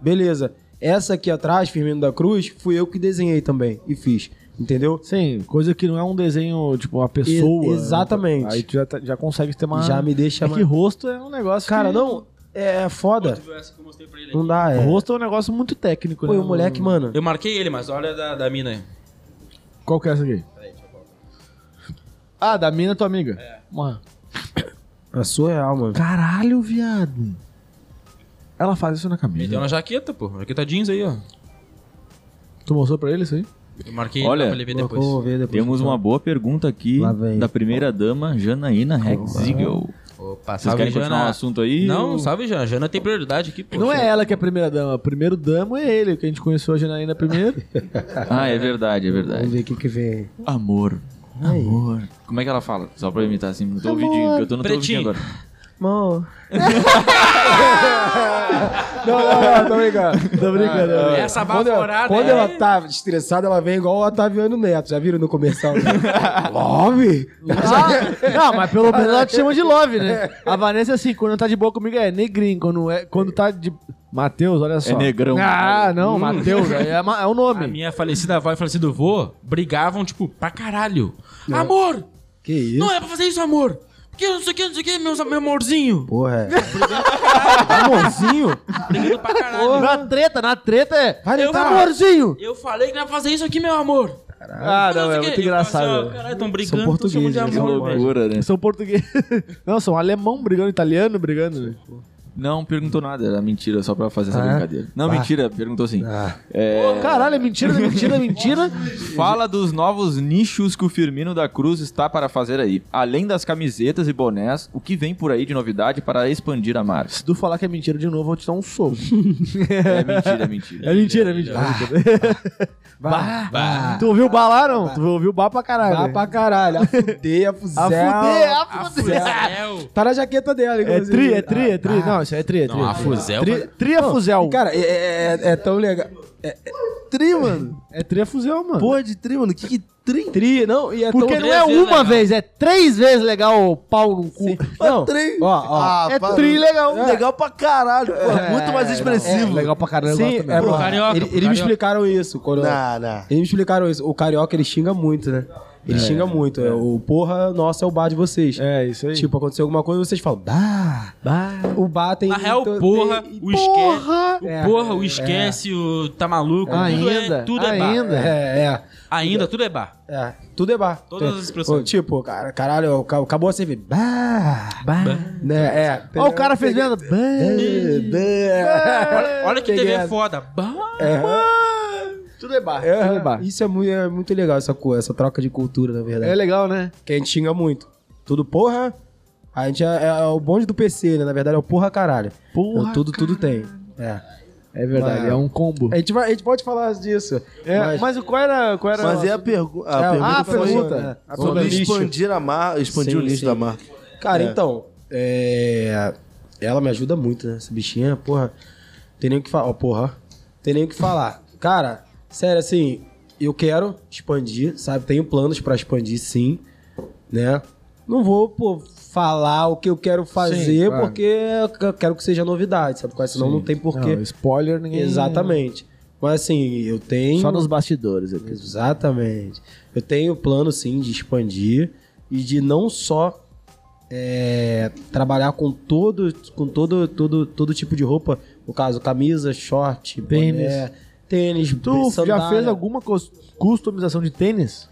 D: beleza. Essa aqui atrás, Firmino da Cruz, fui eu que desenhei também e fiz, entendeu?
A: Sim, coisa que não é um desenho, tipo, uma pessoa.
D: E- exatamente.
A: Aí tu já, tá- já consegue ter uma.
D: Já me deixa
A: É
D: mais-
A: que rosto é um negócio.
D: Cara,
A: que-
D: não, é foda.
B: essa que eu mostrei pra ele
D: Não dá, é.
A: Rosto é um negócio muito técnico,
D: Pô, e
A: né?
D: o moleque, mano.
B: Eu marquei ele, mas olha a da, da mina aí.
A: Qual que é essa aqui? Ah, da mina tua amiga. Mano.
D: É surreal, mano.
A: Caralho, viado. Ela faz isso na
D: Uhum.
A: camisa.
B: Meteu na jaqueta, pô. Jaqueta jeans aí, ó.
A: Tu mostrou pra ele isso aí?
B: Eu marquei
C: Olha,
B: pra levei depois.
D: Vou ver depois.
C: Temos uma boa pergunta aqui
D: Lá vem.
C: da primeira dama, Janaína Hexigel.
B: Opa,
C: Vocês
B: salve,
C: querem continuar o
B: Jana.
C: assunto aí? Ah,
B: Não,
C: ou-
B: salve, Jana. Jana tem prioridade aqui, pô.
A: Não é ela que é a primeira dama. O primeiro dama é ele, que a gente conheceu a Janaína primeiro.
C: Ah, é verdade, é
D: Vamos
C: verdade.
D: ver o que que vem.
C: Amor. Amor. Como é que ela fala? Só pra imitar assim, no teu ouvidinho, porque eu tô no teu ouvidinho
B: Pretinho.
C: agora.
D: Mano,
A: não, não, não, tô brincando. Tô brincando.
B: Essa baforada
D: quando
B: é...
D: ela tá estressada, ela vem igual o Otaviano Neto. Já viram no comercial? Love?
A: Ah, não, mas pelo menos ela te chama de love, né? A Vanessa, assim, quando tá de boa comigo é negrinho. Quando, é, quando tá de. Matheus, olha só.
C: É negrão.
A: Ah,
B: Hum.
A: não, Matheus. É, ma- é o
B: A
A: nome.
B: minha falecida avó e falecido vô brigavam, tipo, pra caralho. Amor!
D: Que isso?
B: Não é pra fazer isso, amor! Porque eu não sei o que, não sei o que, meu, meu amorzinho!
D: Porra.
A: Amorzinho?
B: Brigando pra caralho.
A: Na treta, na treta é.
D: Vai
B: Eu-
D: deitar.
A: Amorzinho!
B: Eu falei que não é pra fazer isso aqui, meu amor!
A: Ah, não,
B: sei
A: é
B: o quê.
A: muito
B: Eu falava assim, ó,
A: engraçado.
B: Caralho, tão brigando, tão chamando
D: portugueses,
B: de
D: eles
C: Que
B: amor, velho.
C: loucura, né?
A: São português. Não, são alemão brigando, italiano brigando.
C: Não perguntou nada, era mentira, só pra fazer essa
D: Ah, é?
C: brincadeira. Não,
D: Ah.
C: mentira, perguntou sim.
D: Ah.
C: É,
A: Pô, caralho, é mentira, é mentira, é mentira.
C: Fala dos novos nichos que o Firmino da Cruz está para fazer aí. Além das camisetas e bonés, o que vem por aí de novidade para expandir a marca?
A: Se tu falar que é mentira de novo, eu vou te dar um soco.
C: É mentira, é mentira.
A: É mentira, é mentira.
D: Bah.
B: Bah.
A: Tu ouviu o bar lá, não? Tu ouviu o bar pra caralho. Ah,
D: Bah pra caralho. A fuder, a fuzel.
A: A fuder, a
B: A
A: fuder.
B: Fuzel.
D: Tá na jaqueta dela.
A: É tri, é tri, é tri. Não, isso aí é tri, é tri.
B: Não, a Fuzel.
A: Tri, tri é fuzel.
D: Cara, é, é- é- é tão legal. É,
E: Tri, mano.
A: É tri é fuzel, mano.
E: Porra né? de tri, mano. Que que tri?
D: tri, não, e é um,
A: Porque
D: tão...
A: não é
B: Então três vezes né,
A: uma
B: legal.
A: vez, é três vezes legal o pau no cu.
D: Não,
E: Tri.
D: ó, ó.
A: é
E: para.
A: tri legal.
E: Legal pra caralho. pô.
D: É
E: muito mais expressivo.
A: legal pra caralho.
D: Sim,
A: eu gosto
D: é,
A: mesmo.
D: bom.
B: carioca,
D: Ele-
B: pro
D: eles me
B: carioca.
D: explicaram isso. Quando
E: Não, não.
D: Eles me explicaram isso. O carioca, ele xinga muito, né? Ele xinga muito. é, O porra, nossa, é o bar de vocês.
A: É, isso aí.
D: Tipo, aconteceu alguma coisa, vocês falam, bah. O bar tem...
B: Na real,
D: tem-
B: porra,
D: tem-
B: o esquece. O
D: É,
B: porra, o esquece, o tá maluco.
A: Ainda,
B: Tudo é, tudo é
A: ainda.
B: bar.
D: É, é.
B: Ainda, tudo é bar.
D: É, tudo é bar.
B: Todas
D: Tem-
B: as expressões.
D: Pô, Tipo, cara, caralho, ca- acabou a cerveja. Bah!
A: Bah.
D: Né, é.
A: Ó, o cara fez venda.
D: É,
B: Olha que
D: Tem
B: TV
D: essa.
B: foda. Bah.
A: É. Tudo é bar.
D: é,
A: Tudo é bar.
D: Isso é muito, é muito legal, essa, co- essa troca de cultura, na verdade.
A: É legal, né?
D: Que a gente xinga muito. Tudo porra. A gente é, é o bonde do PC, né? Na verdade, é o porra caralho.
A: Porra,
D: Eu tudo, tudo tem. É.
A: É verdade,
D: Mas-
A: é um combo.
D: A gente, vai, a gente pode falar disso.
A: É, mas, o qual era. Qual era
E: Mas é a, pergu a
D: É,
E: pergunta
A: ah, a
E: foi um
A: pergunta.
D: É,
E: sobre
D: sobre lixo.
E: expandir a marca, expandir
D: Sim,
E: o lixo
D: sim.
E: da marca.
D: Cara, então, é, ela me ajuda muito, né? Essa bichinha, porra. Tem nem o que falar. Ó, porra. Tem nem o que falar. Cara, sério, assim, eu quero expandir, sabe? Tenho planos pra expandir, sim, né? Não vou, pô, falar o que eu quero fazer,
A: claro.
D: porque eu quero que seja novidade, sabe? Porque senão não tem porquê.
A: Não, spoiler
E: é
A: ninguém.
D: Exatamente. Mas assim, eu tenho.
A: Só nos bastidores aqui.
D: Exatamente. Eu tenho plano, sim, de expandir e de não só é, trabalhar com todo, com todo, todo, todo tipo de roupa, no caso, camisa, short,
A: Tênis.
D: boné, tênis,
A: Tu já
D: sandália.
A: fez alguma cos- customização de tênis?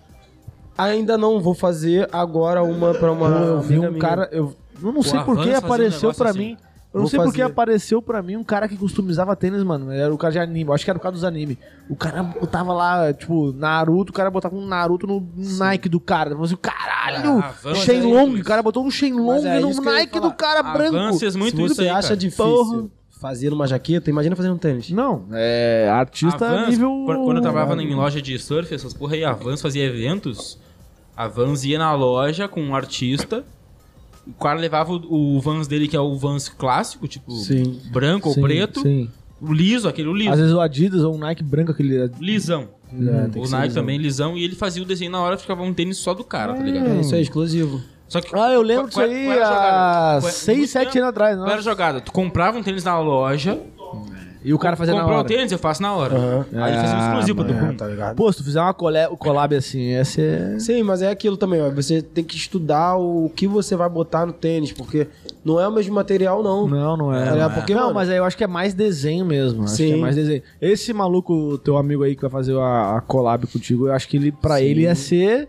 D: Ainda não vou fazer agora uma para uma.
A: eu vi
D: amiga
A: um
D: minha.
A: cara. Eu eu não sei
B: Avan
A: por que
B: fazia um
A: apareceu
B: negócio
A: pra
B: assim.
A: mim. Eu não
D: Vou
A: sei por que
D: fazer.
A: apareceu pra mim um cara que customizava tênis, mano. Era o cara de anime. Eu acho que era o cara dos anime. O cara botava lá, tipo, Naruto. O cara botava um Naruto no Nike do cara. Eu falei assim, caralho!
B: Ah, Avan fazia
A: Shenlong.
B: isso.
A: O cara botou um Shenlong
D: Mas é
A: no
D: isso que eu ia
A: Nike do
D: falar.
A: cara branco.
B: Avances muito
D: Se
B: é isso
D: você
B: aí,
D: acha
B: cara.
D: difícil
A: Porra.
D: fazer uma jaqueta, imagina fazer um tênis.
A: Não, é artista
B: Avans,
A: nível...
B: quando, quando eu trabalhava em loja de surf, essas porra aí, a Vans fazia eventos. A Vans ia na loja com um artista. O cara levava o, o Vans dele, que é o Vans clássico, tipo
A: Sim.
B: branco
A: Sim,
B: ou preto.
A: Sim.
B: O liso, aquele o liso.
A: Às vezes o Adidas ou o Nike branco, aquele...
B: Lisão.
D: É, tem
B: o
D: que ser
B: Nike
D: visão.
B: também, lisão. E ele fazia o desenho na hora, ficava um tênis só do cara, tá ligado?
D: É, isso é exclusivo.
B: Só que,
A: Ah, eu lembro disso
B: qual- qual-
A: aí
B: qual era a jogada?
A: há
B: Qual-
A: 6,
B: muito
A: 7
B: tempo.
A: anos atrás.
B: Qual era a
A: Não?
B: jogada? Tu comprava um tênis na loja,
A: E o cara fazia na
B: comprou
A: hora.
B: o tênis, eu faço na hora. Aí ele fazia um
A: Ah,
B: exclusivo do
D: É,
B: mundo.
D: tá ligado?
A: Pô, se tu fizer uma collab, collab assim, ia ser.
D: Sim, mas é aquilo também, ó. Você tem que estudar o que você vai botar no tênis, porque não é o mesmo material, não.
A: Não, não é.
D: É,
A: não, é.
D: porque,
A: Não,
D: mano-
A: mas aí eu acho que é mais desenho mesmo. Acho que é
D: Sim.
A: mais desenho. Esse maluco, teu amigo aí que vai fazer a, a collab contigo, eu acho que ele, pra ele ia ser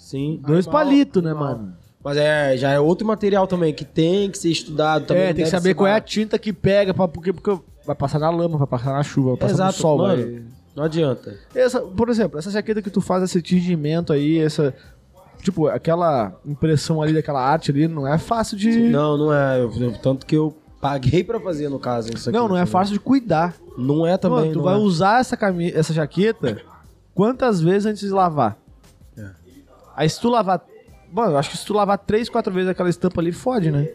D: Sim.
A: Dois
D: Animal,
A: palitos, né,
D: animal.
A: mano?
D: Mas é, já é outro material também que tem que ser estudado também.
A: é, tem que
D: deve
A: saber
D: ser
A: qual é a
D: barato.
A: tinta que pega, pra, porque, porque vai passar na lama, vai passar na chuva, vai passar
D: Exato,
A: no sol,
D: mano.
A: vai-
D: Não adianta.
A: Essa, por exemplo, essa jaqueta que tu faz, esse tingimento aí, essa. Tipo, aquela impressão ali daquela arte ali, não é fácil de. Não,
D: Não, não é. Eu- eu- tanto que eu paguei pra fazer, no caso, isso aqui.
A: não, é
D: entendeu?
A: fácil de cuidar.
D: Não é também.
A: Mano, tu
D: não
A: vai
D: é.
A: usar essa, cami... essa jaqueta quantas vezes antes de lavar?
D: É.
A: Aí se tu lavar. Mano, eu acho que se tu lavar três, quatro vezes aquela estampa ali, fode, né?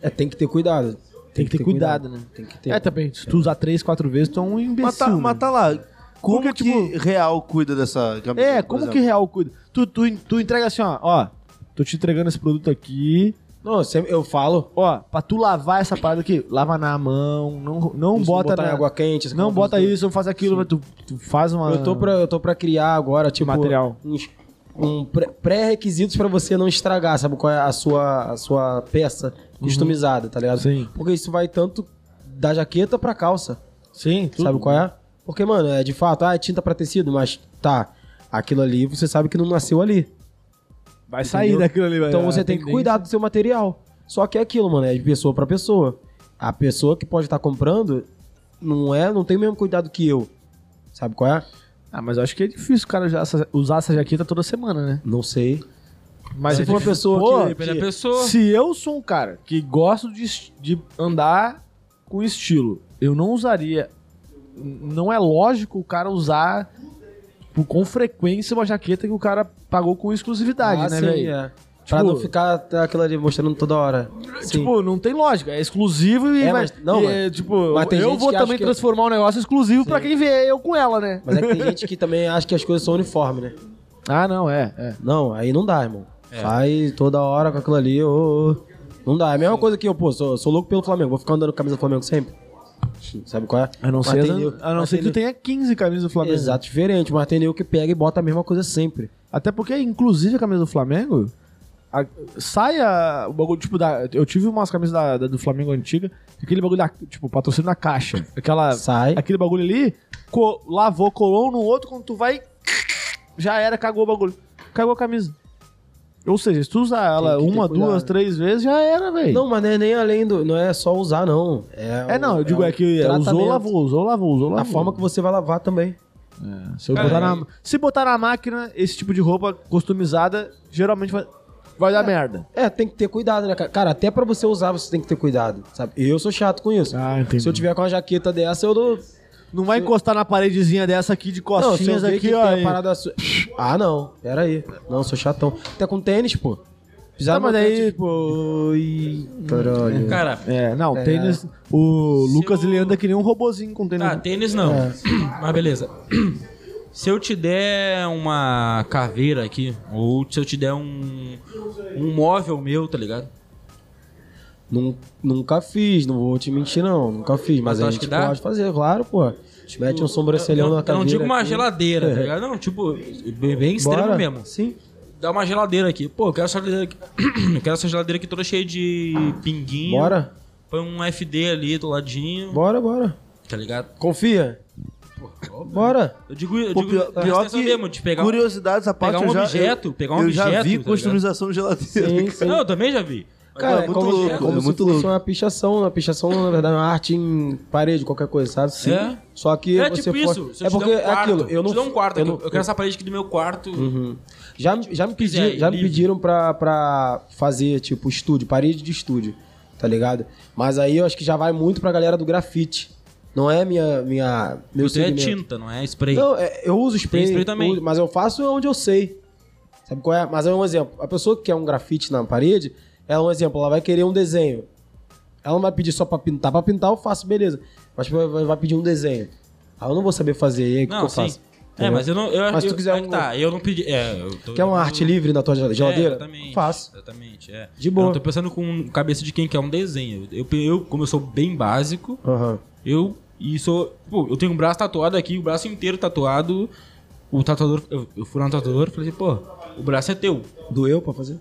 D: É, tem que ter cuidado.
A: Tem que ter cuidado, né?
D: Tem que ter.
A: É, também. Se tu usar três, quatro vezes, tu é um imbecil.
E: Mas tá, mas
A: né?
E: tá lá. Como
A: Porque,
E: que
A: tipo-
E: real cuida dessa
D: um
E: camiseta?
A: É,
E: por
A: como
E: exemplo?
A: que real cuida? Tu, tu, tu entrega assim, ó, ó. Tô te entregando esse produto aqui.
D: Não, eu, sempre- eu falo.
A: Ó, pra tu lavar essa parada aqui, lava na mão, não, não
D: Isso,
A: bota
D: botar
A: na...
D: em água quente. essa
A: Não
D: coisa
A: bota
D: toda.
A: isso, não faz aquilo, mas tu, tu faz uma...
D: Eu tô, pra, eu tô pra criar agora, tipo.
A: material.
D: Uns um pré- pré-requisitos pra você não estragar, sabe? Qual é a sua, a sua peça customizada, tá ligado?
A: Uhum. Sim.
D: Porque isso vai tanto da jaqueta pra calça.
A: Sim, tudo.
D: Sabe qual é? Porque, mano, é de fato, ah, é tinta pra tecido, mas tá. Aquilo ali você sabe que não nasceu ali.
A: Vai sair
D: Entendeu?
A: daquilo ali, vai.
D: Então
A: é
D: você
A: a
D: tem que
A: tendência.
D: cuidar do seu material. Só que é aquilo, mano, é de pessoa pra pessoa. A pessoa que pode estar comprando não é, não tem o mesmo cuidado que eu. Sabe qual é?
A: Ah, mas eu acho que é difícil o cara usar essa, usar essa jaqueta toda semana, né?
D: Não sei.
A: Mas
D: Se
A: é
D: for uma
A: difícil.
D: pessoa
A: Pô,
D: que-
B: Depende da pessoa.
A: Se eu sou um cara que gosto de, es- de andar com estilo, eu não usaria. Não é lógico o cara usar tipo, com frequência uma jaqueta que o cara pagou com exclusividade,
D: Ah,
A: né,
D: sim,
A: velho?
D: é. Pra
A: Tipo-
D: não ficar tá, aquilo ali mostrando toda hora. Sim.
A: Tipo, não tem lógica. É exclusivo e
D: É,
A: vai.
D: mas- não,
A: e
D: mas-
A: é, tipo,
D: mas tem
A: eu
D: gente
A: vou
D: que acha
A: também
D: que- é-
A: transformar um negócio exclusivo pra quem vê eu com ela, né?
D: Mas é que tem gente que também acha que as coisas são uniformes, né?
A: Ah, não, é. é.
D: Não, aí não dá, irmão. Vai toda hora com aquilo ali, ô, ô. Não dá. É a mesma coisa que eu, pô, sou, sou louco pelo Flamengo. Vou ficar andando com a camisa do Flamengo sempre. Sabe qual é?
A: A não
D: Mas
A: ser,
D: tem nego-
A: a não
D: mas
A: ser
D: tem
A: que tu
D: nego-
A: tenha 15 camisas do Flamengo.
D: Exato, diferente. Mas tem nego que pega e bota a mesma coisa sempre.
A: Até porque, inclusive, a camisa do Flamengo. a- sai a- o bagulho, tipo, da, eu tive umas camisas da, da- do Flamengo antiga, aquele bagulho da, tipo, patrocínio na caixa. Aquela,
D: Sai.
A: aquele bagulho ali, co- lavou, colou um no outro, quando tu vai. Já era, cagou o bagulho. Cagou a camisa. Ou seja, se tu usar ela
D: Tem que ter
A: uma,
D: cuidado.
A: duas, três vezes, já era, velho.
D: Não, mas não é nem além do. Não é só usar, não. É,
A: é, não, eu digo, é, que
D: o
A: usou,
D: tratamento.
A: lavou, usou, lavou, usou,
D: A
A: lavou.
D: forma que você vai lavar também.
A: Se, eu
B: É.
A: botar na, se botar na máquina esse tipo de roupa customizada, geralmente vai, vai dar merda.
D: É, tem que ter cuidado, né, cara? Cara, até pra você usar, você tem que ter cuidado, sabe? Eu sou chato com isso.
A: Ah, entendi.
D: Se eu tiver com uma jaqueta dessa, eu não...
A: Não vai encostar na paredezinha dessa aqui de
D: não, se eu
A: costinhas
D: ver
A: aqui,
D: que
A: ó.
D: tem a
A: e-
D: parada su- Ah, não. Pera aí. Não, sou chatão. Até com tênis, pô.
A: Tá,
D: Pisar
A: mas aí,
D: aí
A: tipo. e-
D: Caralho.
B: Cara,
A: É, não, tênis. O
B: Se
A: Lucas
B: eu-
A: ele anda que nem um robozinho com tênis.
B: Tá, tênis não. Mas beleza. Se eu te der uma caveira aqui, ou se eu te der um, um móvel meu, tá ligado?
D: Nun- Nunca fiz, não vou te mentir, não. Nunca fiz.
B: Mas
D: Mas,
B: tu
D: a
B: acha
D: gente
B: que dá? Tipo,
D: pode fazer, claro, pô. Mete um sobrancelhão
B: eu,
D: na
B: eu
D: cadeira.
B: não digo uma
D: aqui.
B: geladeira, tá ligado? Não, tipo, bem, bem extremo
D: Bora.
B: mesmo.
D: Sim.
B: Dá uma geladeira aqui. Pô, eu quero essa geladeira aqui. eu quero essa geladeira aqui toda cheia de pinguinho.
D: Bora.
B: Põe um FD ali do ladinho,
D: Bora, bora.
B: tá ligado?
D: Confia. Bora.
B: Eu digo, eu
E: Pô,
B: digo
E: pior,
B: presta
E: pior
B: atenção
E: que
B: mesmo, de pegar um-
E: curiosidades à parte,
B: pegar um
E: eu já,
B: objeto,
E: eu,
B: pegar um
E: eu já
B: objeto,
E: vi
B: tá
E: customização de geladeira.
D: Sim,
E: cara.
D: sim.
B: Não, eu também já vi.
D: Cara,
E: é
D: é
E: muito
D: como,
E: louco,
D: é como
E: é
D: se
E: muito
D: fosse
E: louco.
D: uma pichação, uma pichação, na verdade, uma arte em parede, qualquer coisa, sabe?
B: Sim. É.
D: Só que
B: é
D: você
B: tipo
D: for-
B: isso. Se eu
D: É
B: te
D: porque
B: der um
D: é
B: quarto,
D: aquilo, eu não
B: te dou um quarto
D: eu
B: aqui,
D: não- Uhum,
B: eu quero essa parede aqui do meu quarto.
D: Já, já me, pedi,
B: quiser,
D: já me
B: livre.
D: pediram pra, pra fazer, tipo, estúdio, parede de estúdio, tá ligado? Mas aí eu acho que já vai muito pra galera do grafite. Não é minha. minha meu
B: Isso é
D: segmento.
B: tinta, não é spray.
D: Não, é- eu uso spray,
B: spray também.
D: uso, mas eu faço onde eu sei. Sabe qual é? Mas é um exemplo. A pessoa que quer um grafite na parede, ela é um exemplo, ela vai querer um desenho. Ela não vai pedir só pra pintar. Pra pintar eu faço, beleza. Mas vai, vai- vai pedir um desenho. Aí eu não vou saber fazer. E aí, o que, que
B: não,
D: eu faço?
B: sim. É, mas eu não. Eu,
D: Mas se tu
B: eu-
D: quiser
B: é que
D: um-
B: tá, eu não pedi. É, eu tô-
D: Quer uma arte livre na tua geladeira?
B: É, exatamente.
D: Faço.
B: Exatamente, é.
D: De boa.
B: Eu tô pensando com cabeça de quem quer um desenho. Eu, eu como eu sou bem básico,
D: Aham.
B: eu. E sou. Pô, eu tenho um braço tatuado aqui, o braço inteiro tatuado. O tatuador. Eu, eu fui lá no tatuador e falei assim, pô, o braço é teu.
D: Doeu pra fazer?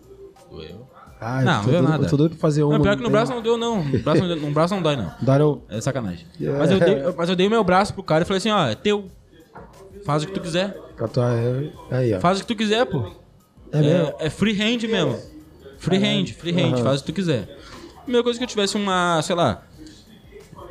B: Doeu.
D: Ah,
B: Não,
D: eu tô
B: doeu
D: doido-
B: nada.
D: Eu tô doido pra fazer um.
B: Não, pior que no
D: tem-
B: braço não deu, não. No braço não, deu- no braço não dói, não.
D: Dá não.
B: É sacanagem. Mas, eu dei, mas eu dei o meu braço pro cara e falei assim, ó, é teu. Faz o que tu quiser.
D: Pra tua- Aí, ó.
B: Faz o que tu quiser, pô. É, é, freehand mesmo. Freehand, freehand, faz o que tu quiser. A mesma coisa que eu tivesse uma, sei lá,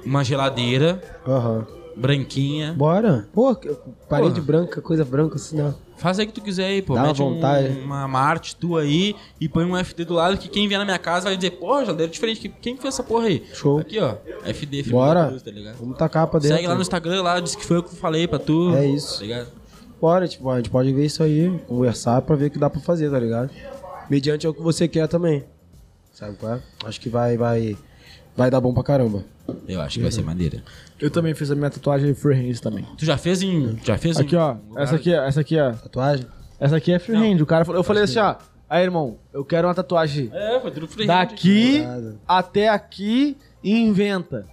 B: uma geladeira
F: Aham.
B: branquinha.
F: Bora. Pô, que- parede branca, coisa branca, assim, não.
B: Faz aí o que tu quiser aí, pô.
F: Dá uma
B: Mete um-
F: vontade.
B: uma, uma arte tua aí e põe um FD do lado que quem vier na minha casa vai dizer, porra, geladeira diferente. que- Quem fez essa porra aí?
F: Show.
B: Aqui, ó. FD, filme
F: Bora.
B: da Cruz, tá ligado?
F: Vamos tacar pra dentro.
B: Segue lá no Instagram, lá, diz que foi eu que falei pra tu.
F: É isso.
B: Tá ligado?
F: Bora, tipo, a gente pode ver isso aí, conversar pra ver o que dá pra fazer, tá ligado? Mediante é o que você quer também. Sabe qual é? Acho que vai, vai, vai dar bom pra caramba.
B: Eu acho que vai ser maneira.
A: Eu também fiz a minha tatuagem freehand também.
B: Tu já fez em. Já fez em-
A: Aqui, ó.
B: em lugar-
A: Essa aqui, ó. Essa aqui, ó.
F: Tatuagem?
A: Essa aqui é freehand. O cara falou, eu falei assim, ó. Aí, irmão, eu quero uma tatuagem
B: É, foi tudo freehand.
A: daqui
F: Nada.
A: até aqui e inventa.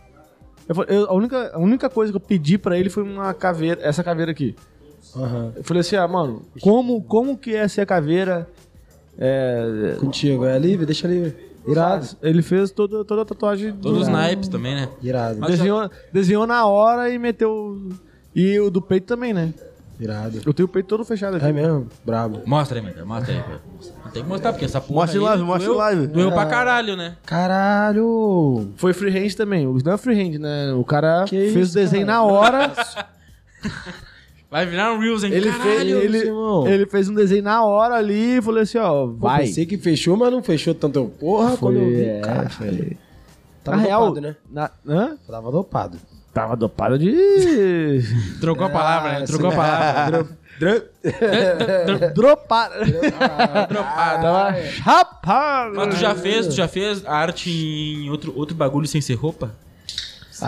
A: Eu falei- eu- a, única, a única coisa que eu pedi pra ele foi uma caveira, essa caveira aqui.
F: Aham.
A: Eu falei assim, ah, mano, como, como que é ser caveira? É,
F: Contigo. É livre? Deixa livre. Irado.
A: ele fez toda, toda a tatuagem. do-
B: Todos os naipes também, né?
F: Irado.
B: Mas-
A: desenhou, desenhou na hora e meteu. E o do peito também, né?
F: Irado.
A: Eu tenho o peito todo fechado aqui.
F: É mesmo? Brabo.
B: Mostra aí, Matheus. Mostra aí, pô. Tem que mostrar, porque essa porra.
E: Mostra em
B: aí
E: live, mostra em
B: doeu-
E: live.
B: Doeu
A: É.
B: pra caralho, né?
F: Caralho!
A: Foi freehand também. o- Não é freehand, né? O cara
F: Que
A: fez
F: isso,
A: o desenho
F: cara?
A: na hora.
B: Vai virar um Reels, hein?
A: ele, fez,
B: caralho.
A: ele,
F: Simão.
A: ele fez um desenho na hora ali e falou assim, ó,
F: Vai.
A: vai.
F: Pensei que fechou, mas não fechou tanto. Eu, Porra,
A: Foi,
F: quando eu vi,
A: é,
F: cara.
A: foi.
F: Tava
A: na real,
F: dopado, né?
A: na- hã?
F: Tava dopado.
A: Tava dopado de...
B: Trocou a palavra, né?
A: Ah,
B: Trocou a palavra.
A: Dropado.
B: né?
A: Tava chapado.
B: Mas tu já fez, tu já fez arte em outro, outro bagulho sem ser roupa?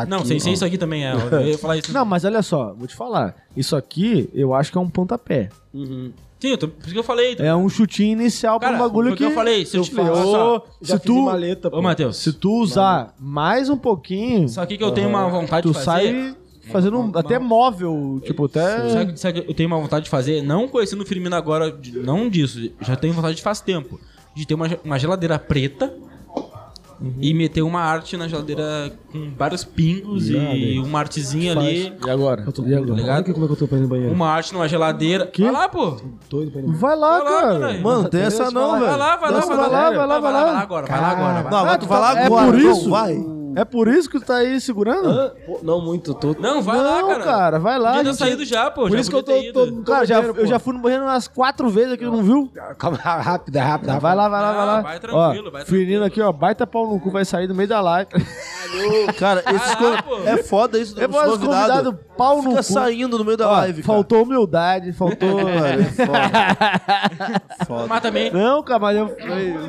B: não, sem ser isso aqui também. É, eu ia falar isso.
A: Não, mas olha só, vou te falar. Isso aqui, eu acho que é um pontapé.
B: Sim, eu tô, por isso que eu falei. tá?
A: É um chutinho inicial pra
B: Cara,
A: um bagulho
B: foi o que eu falei, se eu te falar,
A: Ô,
F: Já
A: se
F: fiz uma
A: tu,
F: maleta,
B: Ô,
F: pô.
B: Matheus.
A: se tu usar mais um pouquinho,
B: Só que que eu tenho uma vontade
A: tu
B: de fazer.
A: sai fazendo um,
B: uma-
A: até móvel, tipo, até...
B: Sabe, sabe que eu tenho uma vontade de fazer? Não conhecendo o Firmino agora, de- não disso. Já tenho vontade de faz tempo. De ter uma, ge- uma geladeira preta
A: Uhum.
B: e meter uma arte na geladeira com vários pingos e uma artezinha ali.
A: E agora?
F: Eu tô
A: E agora?
F: Olha aqui como é que eu tô pra ir no banheiro.
B: Uma arte numa geladeira. Vai lá, pô.
F: Doido pra ir no
A: Vai lá,
B: Vai lá,
A: cara.
B: caralho.
E: Mano, tem essa não, velho.
B: Vai lá, vai lá,
E: Nossa,
B: vai lá.
A: vai lá, vai lá, vai lá.
B: agora, vai lá agora. vai
E: Não,
B: lá.
E: agora tu vai lá
A: É
E: agora.
A: por
E: irmão,
A: isso?
E: Vai.
A: É por isso que tu tá aí segurando?
F: Hã? Pô, Não muito, tô.
B: Não, vai
A: não,
B: lá, cara.
A: vai lá.
B: Podia ter
A: gente.
B: saído já, pô.
F: Por
B: já
F: isso que eu
B: podia
F: tô-
B: ter ido.
F: tô-
A: Cara, já-
F: banheiro,
A: eu
F: pô.
A: já fui no banheiro umas quatro vezes aqui, não viu?
F: Calma, rápida, rápida.
A: Vai lá, vai lá, vai lá.
B: Não, Ah, vai tranquilo,
A: Ó,
B: vai
A: Firmino
B: tranquilo.
A: aqui, ó, baita pau no cu, vai sair do meio da live.
E: Cara, esses
B: Vai lá,
E: co-
B: pô.
E: É foda isso dos
A: É mais convidado,
E: convidados.
A: pau no
E: Fica
A: cu.
E: saindo no meio da
A: Ó,
E: live, cara.
A: faltou humildade, faltou...
E: Cara, é foda.
B: Mas também.
A: não, cara, mas eu...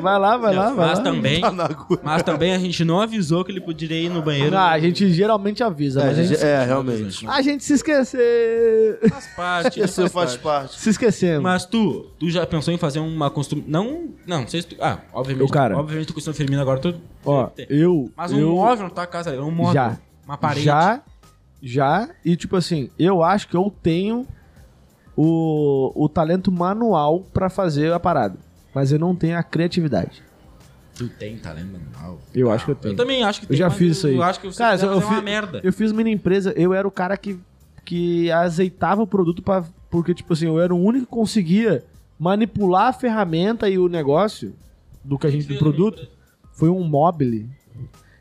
A: vai lá, vai lá, Ah, vai
B: Mas
A: lá.
B: também.
E: Tá na agulha.
B: Mas também a gente não avisou que ele poderia ir no banheiro.
A: Ah, a gente geralmente avisa, mas a gente... né?
E: É, realmente.
A: A gente se esquecer...
B: Faz parte. né?
E: Esqueceu, faz parte.
A: se esquecemos.
B: Mas tu, tu já pensou em fazer uma construção. Não, não, não sei se tu. Ah,
A: Eu,
B: obviamente.
A: cara.
B: Obviamente tu costuma firmina agora, tu.
A: Ó,
B: tem.
A: eu...
B: Mas um
A: eu...
B: móvel na tua casa, um móvel.
A: Já.
B: Uma parede.
A: Já, já. E tipo assim, eu acho que eu tenho o, o talento manual pra fazer a parada. Mas eu não tenho a criatividade.
B: Tu tem talento manual.
A: Eu acho que eu
B: Eu
A: tenho.
B: também acho que
A: Eu já
B: mas
A: fiz isso aí.
B: Eu acho que você
A: Cara,
B: deve
A: eu
B: fazer uma
A: fi-
B: merda.
A: Eu fiz mini empresa, eu era o cara que, que azeitava o produto para Porque, tipo assim, eu era o único que conseguia manipular a ferramenta e o negócio do que a gente do produto. Foi um mobile.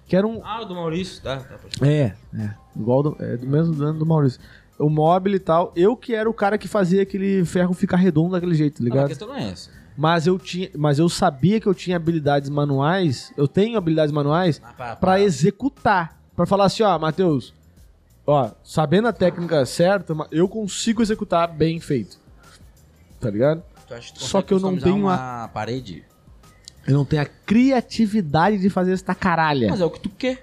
A: Que era um,
B: Ah, o do Maurício, tá. tá pode-
A: É, é. Igual do, é do mesmo ano do Maurício. O móvel e tal. Eu que era o cara que fazia aquele ferro ficar redondo daquele jeito, tá
B: Não, a
A: ligado?
B: questão não é essa.
A: Mas eu tinha, mas eu sabia que eu tinha habilidades manuais, eu tenho habilidades manuais
B: Ah, pá,
A: pra
B: pá.
A: executar, Pra falar assim, ó, Matheus, ó, sabendo a técnica certa, ma- eu consigo executar bem feito. Tá ligado?
B: Tu acha tu
A: Só
B: consegue
A: que eu não
B: customizar
A: tenho
B: uma parede.
A: Eu não tenho a criatividade de fazer esta caralha.
B: Mas é o que tu quer.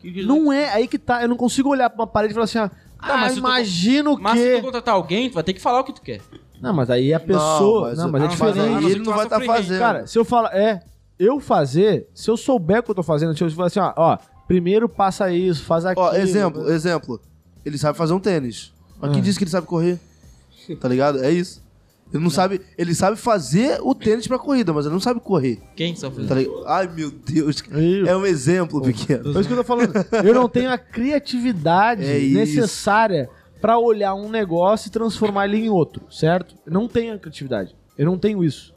B: Que- que-
A: Não é aí que tá, eu não consigo olhar pra uma parede e falar assim, ó, ah,
B: mas se tu-
A: imagino que
B: Mas se tu contratar alguém, tu vai ter que falar o que tu quer.
A: Não, mas aí a pessoa. Não, mas,
E: eu-
A: é diferente.
E: aí
B: Mas
E: ele não
B: faça
E: vai estar
B: free hand.
E: fazendo.
A: Cara, se eu falar, é, eu fazer, se eu souber o que eu tô fazendo, se eu falar assim, ó, ó, primeiro passa isso, faz aquilo.
E: Ó, exemplo, exemplo. Ele sabe fazer um tênis. Mas
A: É.
E: quem disse que ele sabe correr? Tá ligado? É isso. Ele não, sabe. Ele sabe fazer o tênis pra corrida, mas ele não sabe correr.
B: Quem só
A: É.
B: fez?
E: Tá ligado? Ai, meu Deus.
A: Aí,
E: É um exemplo pequeno.
A: É isso que eu tô falando. Eu não tenho a criatividade
E: É isso.
A: necessária pra olhar um negócio e transformar ele em outro, certo? Eu não tenho a criatividade. Eu não tenho isso.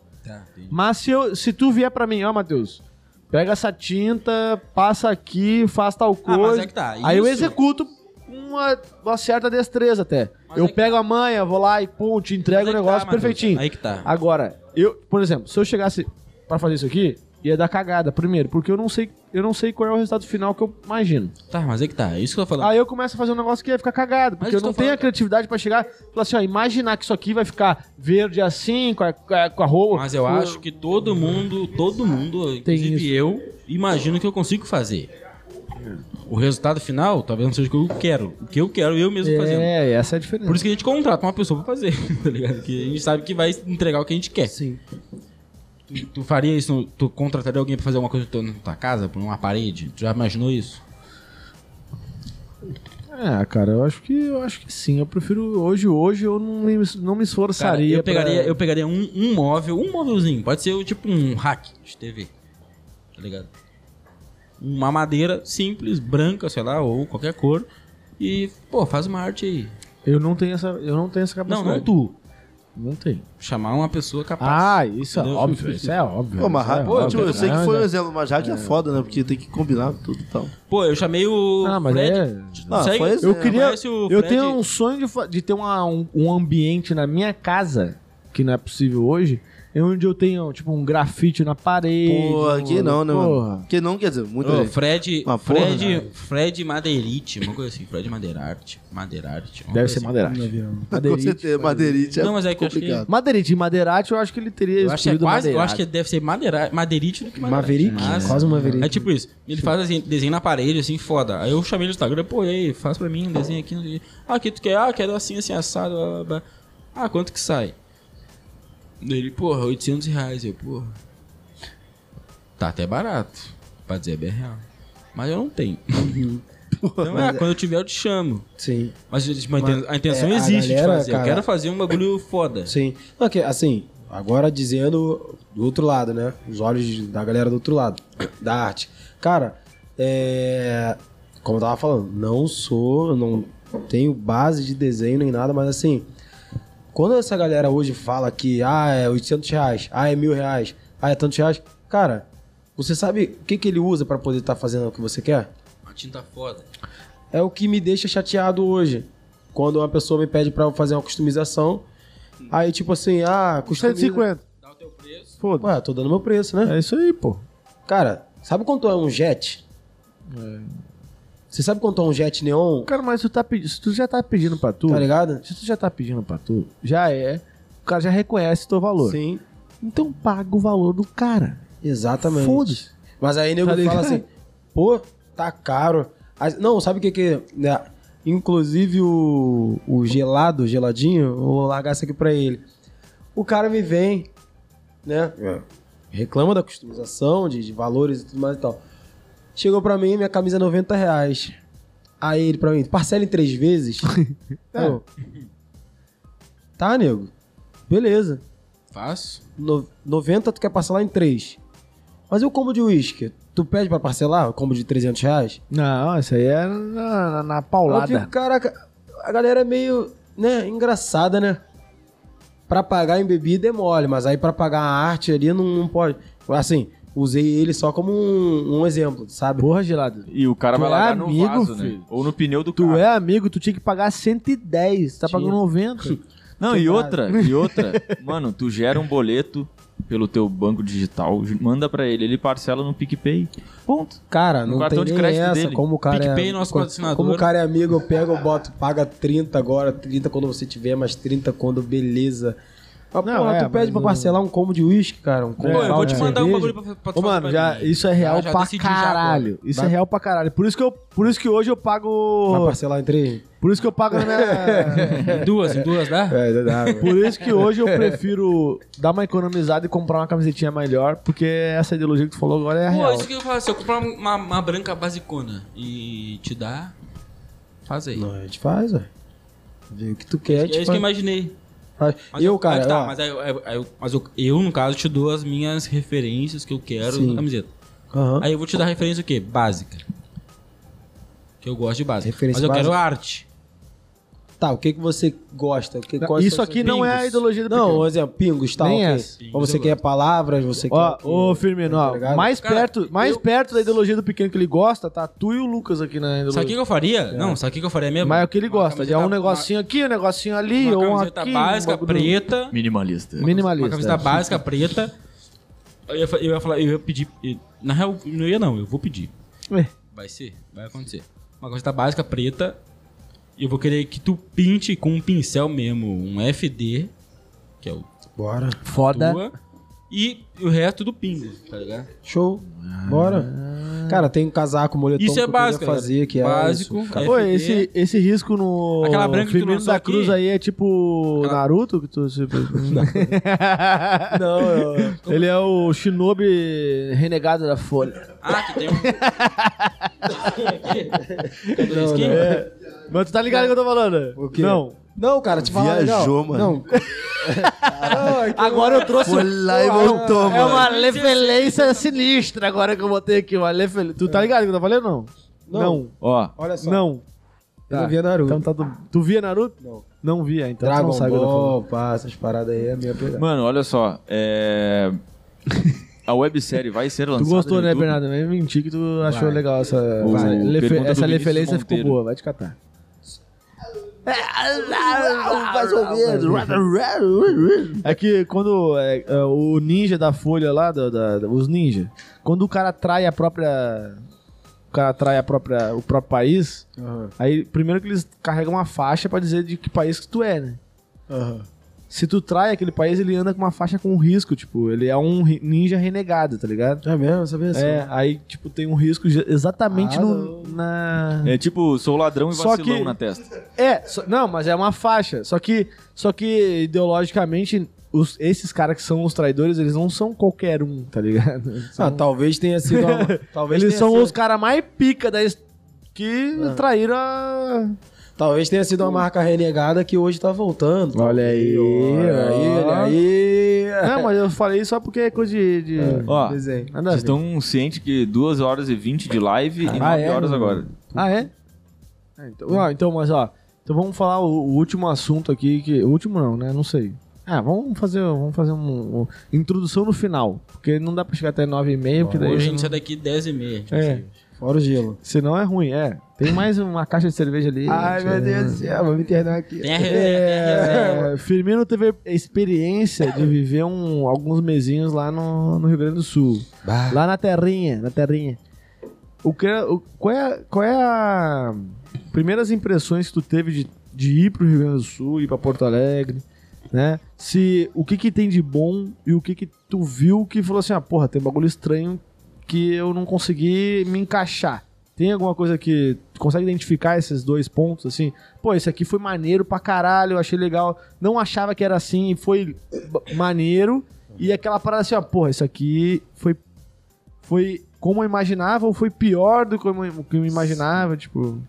A: Mas se, eu, se tu vier pra mim, ó, Matheus, pega essa tinta, passa aqui, faz tal
B: Ah,
A: coisa.
B: mas é que tá.
A: Aí eu
B: isso-
A: executo com uma, uma certa destreza até.
B: Mas
A: eu
B: é que-
A: pego a manha, vou lá e pum, te
B: mas
A: entrego
B: é
A: o
B: que
A: negócio
B: tá, Matheus,
A: perfeitinho.
B: Aí que tá.
A: Agora, eu, por exemplo, se eu chegasse pra fazer isso aqui, ia dar cagada primeiro, porque eu não sei, eu não sei qual é o resultado final que eu imagino.
B: Tá, mas é que tá. É isso que eu tô falando.
A: Aí eu começo a fazer um negócio que ia ficar cagado,
B: Mas
A: porque eu
B: eu tô
A: não tenho a
B: falando-
A: criatividade pra chegar e falar assim, ó, imaginar que isso aqui vai ficar verde assim, com a, com a- com a roupa.
B: Mas eu
A: com-
B: acho que todo mundo, todo mundo, inclusive
A: isso.
B: eu, imagino que eu consigo fazer. O resultado final talvez não seja o que eu quero. O que eu quero eu mesmo fazendo.
A: É, essa é a diferença.
B: Por isso que a gente contrata uma pessoa pra fazer, tá ligado? Que a gente sabe que vai entregar o que a gente quer.
A: Sim.
B: Tu, tu faria isso, no- tu contrataria alguém pra fazer alguma coisa na tua casa, por uma parede? Tu já imaginou isso?
A: É, cara, eu acho que eu acho que sim. Eu prefiro hoje, hoje eu não me, não me
B: Cara,
A: esforçaria.
B: eu pegaria,
A: pra-
B: eu pegaria um, um móvel, um móvelzinho, pode ser tipo um hack de TV, tá ligado? Uma madeira simples, branca, sei lá, ou qualquer cor, e, pô, faz uma arte aí.
A: eu não tenho essa, eu não tenho essa
B: Não,
A: capacidade.
B: não tu,
A: Não tenho.
B: chamar uma pessoa capaz.
A: Ah, isso é
B: Entendeu?
A: óbvio, isso é óbvio.
E: Pô, mas
A: isso é
E: hack- pô,
A: óbvio.
E: tipo, eu sei que
A: Não,
E: foi um
A: não.
E: exemplo, mas hack é foda, né? Porque tem que combinar tudo e tal.
B: Pô, eu chamei o
A: Ah, mas
B: Fred.
A: é-
E: Ah,
B: Segue-
E: foi exemplo.
A: Eu queria.
B: Conhece o
A: Eu
B: Fred?
A: tenho um sonho de, fa- de ter uma- um, um ambiente na minha casa, que não é possível hoje, é onde eu tenho, tipo, um grafite na parede.
E: Porra,
A: um-
E: que não, né, mano?
A: Porra.
E: Que não quer dizer, muita
B: Ô,
E: gente.
B: Fred,
E: Uma porra, né?
B: Fred, Fred Madeirite, uma coisa assim, Fred Madeirarte, Madeirarte. uma
A: Deve
B: coisa
A: ser
B: assim.
A: madeirate.
E: Com certeza, Madeirite é
B: Não, mas é que eu acho que-
E: complicado.
A: Madeirite e madeirate, eu acho que ele teria
B: Eu acho, que é
A: escolhido
B: quase, eu acho
A: madeirate.
B: que deve ser madeira, madeirite do que madeirate.
D: Maverick?
B: Mas-
D: Quase um Maverick.
B: É tipo isso. Ele faz assim, desenho na parede, assim, foda. Aí eu chamei ele no Instagram, pô, e aí, faz pra mim um desenho aqui. não sei o quê. Ah, que tu quer? Ah, quero assim, assim, assado. Blá, blá, blá. Ah, quanto que sai? Daí Ele, porra, 800 reais. Eu, porra. Tá até barato. Pra dizer bem real. Mas eu não tenho.
D: Uhum.
B: Então, é, quando eu tiver, eu te chamo.
D: Sim,
B: Mas, tipo, a inten- a intenção
D: é, a
B: existe
D: galera,
B: de fazer.
D: cara-
B: eu quero fazer um bagulho foda.
D: sim. Não, que, assim, agora dizendo do outro lado, né? Os olhos de- da galera do outro lado, da arte. Cara, é... Como eu tava falando, não sou, não tenho base de desenho nem nada, mas assim, quando essa galera hoje fala que, ah, é 800 reais, ah, é mil reais, ah, é tantos reais, cara, você sabe o que, que ele usa pra poder estar fazendo o que você quer?
B: Uma tinta foda.
D: é o que me deixa chateado hoje. Quando uma pessoa me pede pra eu fazer uma customização, aí tipo assim,
B: é
D: ah, customiza...
A: 150.
B: Dá o teu preço.
A: Foda.
D: Ué, tô dando meu preço, né?
A: É isso aí, pô.
D: Cara, sabe quanto é um jet?
A: É.
D: Você sabe quanto é um jet neon?
A: Cara, mas tu tá pedindo, se tu já tá pedindo pra tu,
D: Tá ligado?
A: se tu já tá pedindo pra tu, já é, o cara já reconhece o teu valor.
D: Sim,
A: Então paga o valor do cara.
D: exatamente.
A: Foda-se.
D: Mas aí nego
A: Tá ligado?
D: fala assim, pô, tá caro. Aí- não, sabe o que que... né? Inclusive o, o gelado, geladinho, eu vou largar isso aqui pra ele. O cara me vem, né? Reclama da customização, de, de valores e tudo mais e tal. Chegou pra mim, minha camisa é 90 reais. Aí ele pra mim, parcela em três vezes? Eu, tá, nego. Beleza.
B: Faço.
D: No- 90 tu quer parcelar em 3. Mas e o combo de uísque? Tu pede pra parcelar o combo de 300 reais?
A: Não, isso aí é na, na- na
D: Eu
A: paulada.
D: fico, caraca, a galera é meio, né, engraçada, né? Pra pagar em bebida é mole, mas aí pra pagar a arte ali não, não pode. Assim, usei ele só como um, um exemplo, sabe?
A: Porra, gelado.
C: E o cara
A: Tu
C: vai
A: é
C: largar no
A: amigo,
C: vaso, né?
A: filho.
C: Ou no pneu do
A: Tu
D: Ah.
C: carro.
A: é amigo, tu tinha que pagar 110, tá
D: Tinha.
A: pagando 90.
C: Não,
D: Tu
C: e
D: é
C: outra, e outra. Mano, tu gera um boleto pelo teu banco digital, ju- manda pra ele, ele parcela no PicPay. Ponto.
D: Cara,
C: No
D: não
C: cartão
D: tem
C: de
D: nem
C: crédito
D: essa.
C: dele.
D: Como o cara
B: PicPay,
D: é,
B: nosso
D: co-
B: patrocinador.
D: Como o cara é amigo, eu pego, eu boto, paga 30 agora, 30 quando você tiver, mais 30 quando beleza. Mas,
A: Não,
D: porra,
A: é,
D: tu pede
A: mas É,
D: pra parcelar um combo de uísque, cara. Um combo
B: Pô, eu vou te
D: de
B: mandar um
D: cerveja.
B: bagulho pra, pra,
A: Ô,
B: pra
A: mano, já, isso é real
B: Já- já
A: pra
B: decidi já
A: caralho.
B: agora.
A: isso
D: Vai-
A: é real pra caralho. Por isso que, eu, por isso que hoje eu
D: Vai
A: pago.
D: parcelar em três?
A: Por isso que eu pago na minha.
B: Em duas, em duas, né? dá?
D: É, dá- dá.
A: Por isso que hoje eu prefiro dar uma economizada e comprar uma camisetinha melhor, porque essa ideologia que tu falou agora é a
B: Pô,
A: real.
B: isso que eu falo, se eu comprar uma, uma branca basicona e te dar, faz aí.
D: Não, a gente faz, ué. Vê o que tu quer, a
B: é
D: gente
B: isso que eu
D: faz.
B: imaginei.
D: faz.
B: Mas
D: eu,
B: aí
D: cara,
B: que tá,
D: ó,
B: mas, aí eu- aí eu- aí eu- mas eu, eu, no caso, te dou as minhas referências que eu quero
D: Sim.
B: na camiseta.
D: aham.
B: Aí eu vou te dar referência o quê? Básica. Que eu gosto de básica.
D: Referência
B: mas eu quero
D: básica.
B: arte.
D: Tá, o que, que você gosta? O que, quais
A: Isso
D: são os
A: aqui
D: seus-
A: não é a
D: Pingos.
A: ideologia do
D: Não,
A: pequeno.
D: por exemplo, pingos, tal.
A: Nem
D: ok.
A: essa.
D: Ou
B: é
D: você quer palavras, você
A: Ó,
D: quer.
A: ô Firmino, ó,
D: ligado?
A: mais,
B: Cara,
A: perto, mais
B: eu-
A: perto da ideologia do pequeno que ele gosta, tá tu e o Lucas aqui na ideologia.
B: Sabe o que que eu faria? Não, sabe o que que eu faria mesmo?
A: É. Mas é o que ele
B: Uma
A: gosta, é
B: camiseta-
A: um negocinho aqui, um negocinho ali,
B: uma,
A: ou um
B: uma camiseta
A: aqui. um
B: básica,
A: bagulho-
B: preta.
C: Minimalista.
A: Minimalista.
B: Uma camiseta
A: é.
B: básica, preta. Eu ia, fa- eu ia falar, eu ia pedir. eu- na real, eu não ia não, eu vou pedir.
A: Ué.
B: Vai ser, vai acontecer. Uma camiseta básica, preta. E eu vou querer que tu pinte com um pincel mesmo, um FD, que é o
D: Bora.
A: Foda.
B: tua, e o resto do pingo, tá ligado?
D: Show.
A: Ah.
D: Bora. Cara, tem um casaco, moletom
B: Isso é
D: que eu queria
B: básico, galera.
D: fazer, que é
B: Básico,
D: isso, cara.
B: é-
A: Pô,
B: FD.
A: Tá. esse, esse risco no
B: Aquela branca que tu
A: Firmino
B: lançou
A: da Cruz
B: aqui?
A: aí é tipo
B: Aquela-
A: Naruto? Que tu...
D: Não, eu-
A: Ele é o shinobi renegado da Folha.
B: Ah, que tem um. Cadê o
D: Não,
B: skin?
D: não. é.
A: Mas tu tá ligado que eu tô falando?
D: O quê?
A: Não.
D: Não, cara, te falar.
E: Viajou,
D: não,
E: mano.
D: Não. Não, é que-
A: Agora eu trouxe...
E: Foi lá e voltou,
A: É
E: mano.
A: uma lefelência sinistra agora que eu botei aqui. Uma lefele... Tu tá ligado que eu tô falando? Não. Não.
D: Não.
C: Ó,
D: Olha só.
A: Não.
D: Eu
A: Tá.
D: não via Naruto.
A: Então tá do... Tu via Naruto?
D: Não.
A: Não via, então tu não
D: Dragon
A: sabe o que eu tô falando.
D: Ball, pá, essas paradas aí é a minha pegada.
C: mano, olha só. É... A websérie vai ser lançada.
A: Tu gostou,
C: no
A: né,
C: YouTube.
A: Bernardo? Nem menti que tu achou legal essa...
C: O-
A: essa lefe-
C: pergunta do
A: Essa
C: Vinícius
A: lefelência ficou
C: Monteiro.
A: boa, vai te catar.
E: Mais ou menos.
A: É que quando é, é, o ninja da folha lá, da, da- da- os ninja, quando o cara trai a própria. O cara trai a própria, o próprio país,
D: Aham.
A: aí primeiro que eles carregam uma faixa pra dizer de que país que tu é, né?
D: Aham.
A: Se tu trai aquele país, ele anda com uma faixa com um risco, tipo, ele é um ri- ninja renegado, tá ligado?
D: É mesmo, sabia assim?
A: É, aí, tipo, tem um risco ge- exatamente
D: Ah,
A: no. Na...
C: É tipo, sou ladrão e
A: Só
C: vacilão
A: que-
C: na testa.
A: É, só- não, mas é uma faixa. Só que, só que ideologicamente, os- esses caras que são os traidores, eles não são qualquer um, tá ligado? São-
D: Ah, talvez tenha sido uma... talvez
A: eles
D: tenha
A: são
D: sido- Ah.
A: os caras mais pica da his- que traíram a.
D: Talvez tenha sido uma marca renegada que hoje tá voltando.
A: Olha aí,
D: Olha aí, olha aí.
A: Não, mas eu falei só porque é coisa de. de-
D: Ah.
C: Ó,
D: Desenho.
A: nada a
C: vocês
A: ver.
C: estão cientes que 2 horas e 20 de live e 9
A: é,
C: horas
A: mano?
C: agora.
A: Ah, é? Ah, então, ah, então, mas ó. Então vamos falar o, o último assunto aqui, que. O último não, né? Não sei. Ah, vamos fazer, vamos fazer um, um- introdução no final. Porque não dá pra chegar até 9h30, porque daí.
B: Hoje a
A: não-
B: gente sai daqui 10 e meia.
A: É.
D: Fora o gelo.
A: Senão é ruim, é. Tem mais uma caixa de cerveja ali. né?
D: Ai, meu Deus do céu, vou me internar aqui.
B: Tem a resenha, tem a resenha. né?
A: É, Firmino teve a experiência de viver um- alguns mesinhos lá no, no Rio Grande do Sul.
D: Bah.
A: Lá na terrinha, na terrinha. O que, o- qual, é, qual é a... Primeiras impressões que tu teve de, de ir pro Rio Grande do Sul, ir pra Porto Alegre, né? Se, o que que tem de bom e o que que tu viu que falou assim, ah, porra, tem um bagulho estranho que eu não consegui me encaixar. Tem alguma coisa que tu consegue identificar esses dois pontos, assim? Pô, esse aqui foi maneiro pra caralho, eu achei legal. Não achava que era assim, foi b- maneiro. E aquela parada assim, ó, porra, isso aqui foi, foi como eu imaginava ou foi pior do que eu, im- que eu imaginava, tipo...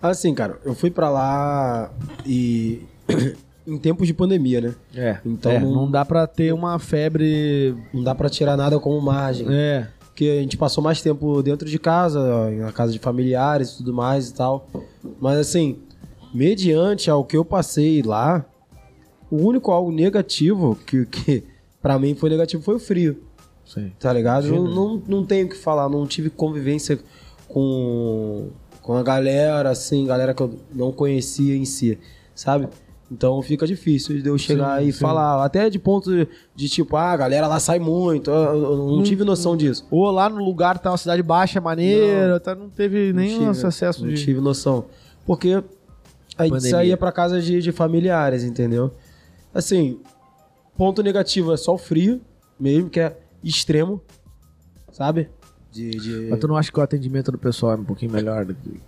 D: Assim, cara, eu fui pra lá e... em tempos de pandemia, né?
A: É,
D: Então
A: não...
D: não-
A: dá pra ter uma febre...
D: Não dá pra tirar nada como margem.
A: É,
D: Porque a gente passou mais tempo dentro de casa, na casa de familiares e tudo mais e tal. Mas assim, mediante ao que eu passei lá, o único algo negativo que, que para mim foi negativo foi o frio,
A: sei.
D: tá ligado? Eu não, não tenho o que falar, não tive convivência com, com a galera, assim, galera que eu não conhecia em si, sabe? Então fica difícil de eu chegar
A: Sim,
D: e
A: sim.
D: falar, até de ponto de, de tipo, ah, a galera lá sai muito, eu, eu
A: Hum.
D: não tive noção disso.
A: Ou lá no lugar tá uma cidade baixa, maneira, tá, não teve
D: Não
A: nenhum
D: tive-
A: acesso
D: Não
A: de...
D: tive noção. Porque a gente
A: Pandemia.
D: saía pra casa de, de familiares, entendeu? Assim, ponto negativo é só o frio, mesmo, que é extremo, sabe? De, de-
A: Mas tu não acha que o atendimento do pessoal é um pouquinho melhor do que.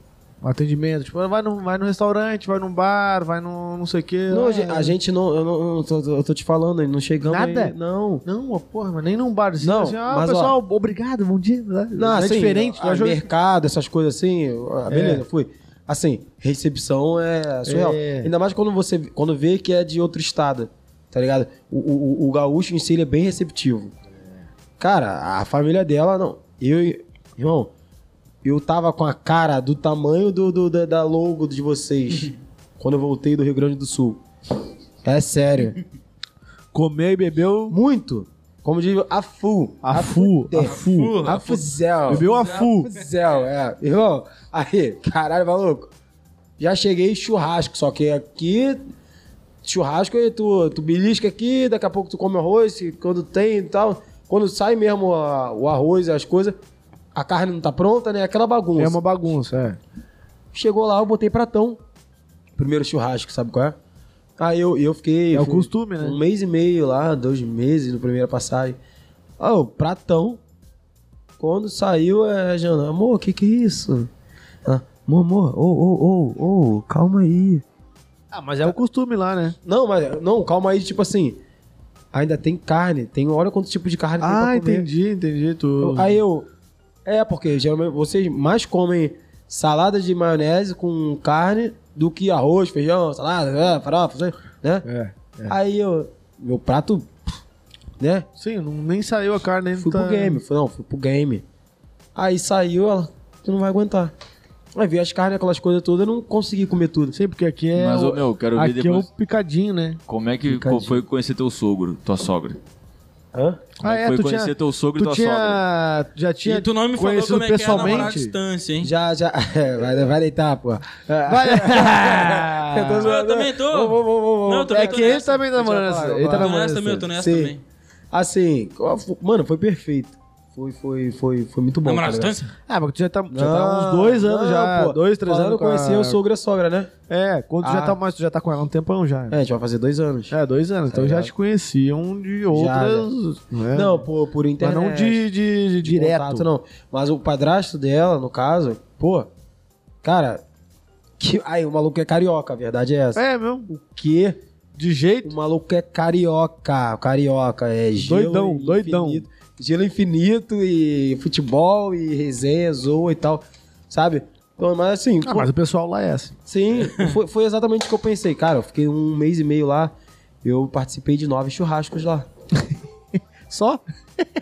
A: O atendimento, tipo, vai no, vai no restaurante, vai num bar, vai no não sei o quê.
D: Não,
A: Ah,
D: a gente não. Eu, não, eu tô, eu tô te falando, não chegamos.
A: Nada?
D: aí, não.
A: Não, ó, porra, mas nem num bar. Assim,
D: Não,
A: assim, ah,
D: mas,
A: pessoal, obrigado, bom dia. né?
D: Não,
A: é
D: assim,
A: diferente. É. tu
D: a,
A: achou-
D: mercado, essas coisas assim. ah, Beleza, fui. Assim, recepção é surreal.
A: É.
D: Ainda mais quando você quando vê que é de outro estado, tá ligado? O, o, o- o gaúcho em si ele é bem receptivo. Cara, a família dela, não. Eu, e- irmão, eu tava com a cara do tamanho do, do- da, da logo de vocês. quando eu voltei do Rio Grande do Sul. É sério.
A: Comeu e bebeu.
D: Muito. Como diz a Fu. É.
A: A fu, a fu.
D: A Fuzel.
A: Bebeu a fu.
D: Fuzel, é. Irmão, aí, caralho, maluco. Já cheguei churrasco, só que aqui. Churrasco, aí tu, tu belisca aqui, daqui a pouco tu come arroz, e quando tem e tal. Quando sai mesmo a- o arroz e as coisas, a carne não tá pronta, né? Aquela bagunça.
A: É uma bagunça, é.
D: Chegou lá, eu botei pratão. Primeiro churrasco, sabe qual é? Aí eu, eu fiquei.
A: É o
D: fui
A: costume, né?
D: Um mês e meio lá, dois meses no primeira passagem. Ah, o pratão. Quando saiu, é, Jana, amor, o que que é isso? Ela, Amor, amor, ô, ô, ô, ô, calma aí.
A: Ah, mas é o costume lá, né?
D: Não, mas, não, calma aí, tipo assim. Ainda tem carne, tem, olha quantos tipos tipo de carne
A: Ah,
D: tem pra comer.
A: entendi, entendi. Tu...
D: Eu- Aí eu. É, porque geralmente vocês mais comem salada de maionese com carne do que arroz, feijão, salada, né, farofa, sei- né?
A: É,
D: Aí eu. Meu prato. pff, Né?
A: Sim, não, nem saiu a carne ainda.
D: Fui
A: tá-
D: pro game. Fui, não, fui pro game. Aí saiu, ela. Tu não vai aguentar. Aí vi as carnes, aquelas coisas todas, eu não consegui comer tudo.
A: Sim, porque aqui é.
C: Mas,
A: o...
C: ô, meu, quero ver
A: aqui
C: depois.
A: é o picadinho, né?
C: Como é que co- foi conhecer teu sogro, tua sogra?
D: Hã?
C: Como é que foi conhecer teu
A: Ah,
C: sogro e
A: tu
C: tua
A: tinha,
C: sogra?
A: Já tinha
B: e tu não me falou
A: conhecido
B: como é que é namorar à
A: pessoalmente?
B: distância, hein?
D: Já, já. é, vai, vai deitar, pô.
A: Vai-
B: Eu também tô.
D: Vou, vou, vou, vou,
B: Não, eu também
A: é
B: tô
A: que ele
B: nessa.
A: também tá namorando essa. Ele tá
B: Eu tô
A: namorando
B: nessa
A: essa.
B: também, eu tô nessa
D: Sim.
B: é também.
D: Assim, qual fo- mano, foi perfeito. Foi, foi, foi, foi muito bom.
B: Namorar à
D: tá ligado? Ah,
B: distância?
A: Ah, mas tu já tá, já tá uns dois anos
D: não,
A: já.
D: pô.
A: Dois, três
D: Falando
A: anos. com a-
D: conhecer o sogro e a sogra, né?
A: É, quando tu já
D: Ah.
A: tá mais, tu já tá com ela há um tempão já.
D: É, a gente vai fazer dois anos.
A: É, dois anos. Então já
D: ligado?
A: te conheciam de outras. né?
D: Não, por, por
A: mas
D: internet.
A: não de, de, de direto.
D: contato, não. Mas o padrasto dela, no caso, pô, cara, que, aí o maluco é carioca, a verdade é essa.
A: É mesmo.
D: O quê?
A: De jeito.
D: O maluco é carioca, carioca, é gelo
A: Doidão,
D: infinito,
A: doidão.
D: Gelo infinito e futebol e resenha, zoa e tal, sabe? Então, mas assim,
A: Ah,
D: pô,
A: mas o pessoal lá é assim.
D: Sim, foi, foi exatamente o que eu pensei. Cara, eu fiquei um mês e meio lá, eu participei de nove churrascos lá.
A: Só?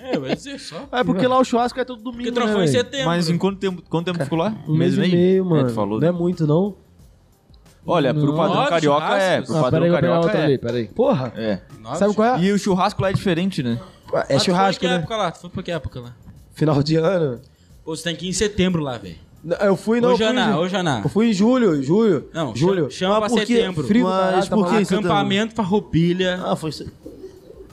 B: É, eu ia dizer só.
A: É porque lá o churrasco é todo domingo.
B: Porque
A: né,
B: troféu em
A: velho?
B: setembro.
D: é
C: Mas em quanto tempo, quanto tempo ficou lá?
D: Um mês, e meio, mano.
C: É, tu falou.
A: Né?
D: Não é muito, não.
C: Olha, pro padrão
B: Nove
C: carioca é.
B: churrascos?
C: Pro
A: Ah, peraí, eu vou
C: padrão
A: pegar
C: carioca
A: outra
C: é.
A: ali, peraí.
D: Porra,
C: É.
B: Nove
D: sabe qual é?
C: E o churrasco lá é diferente, né?
D: É
B: Mas Ah, tu
D: churrasco,
B: foi pra que
D: né?
B: época lá? Tu foi pra que época lá?
D: Final de ano.
B: Pô, você tem que ir em setembro lá, velho. é
D: Não, Eu fui, não.
B: Ô,
D: eu fui em
B: Janá,
D: ju-
B: ô, Janá.
D: Eu fui em julho, julho.
B: Não,
D: julho.
B: cha- chama pra
E: por quê?
B: setembro.
D: Frio,
E: Mas
D: caralho, tá
E: por que
D: maluco.
E: isso?
B: Acampamento Farroupilha.
E: Ah, foi isso. aí.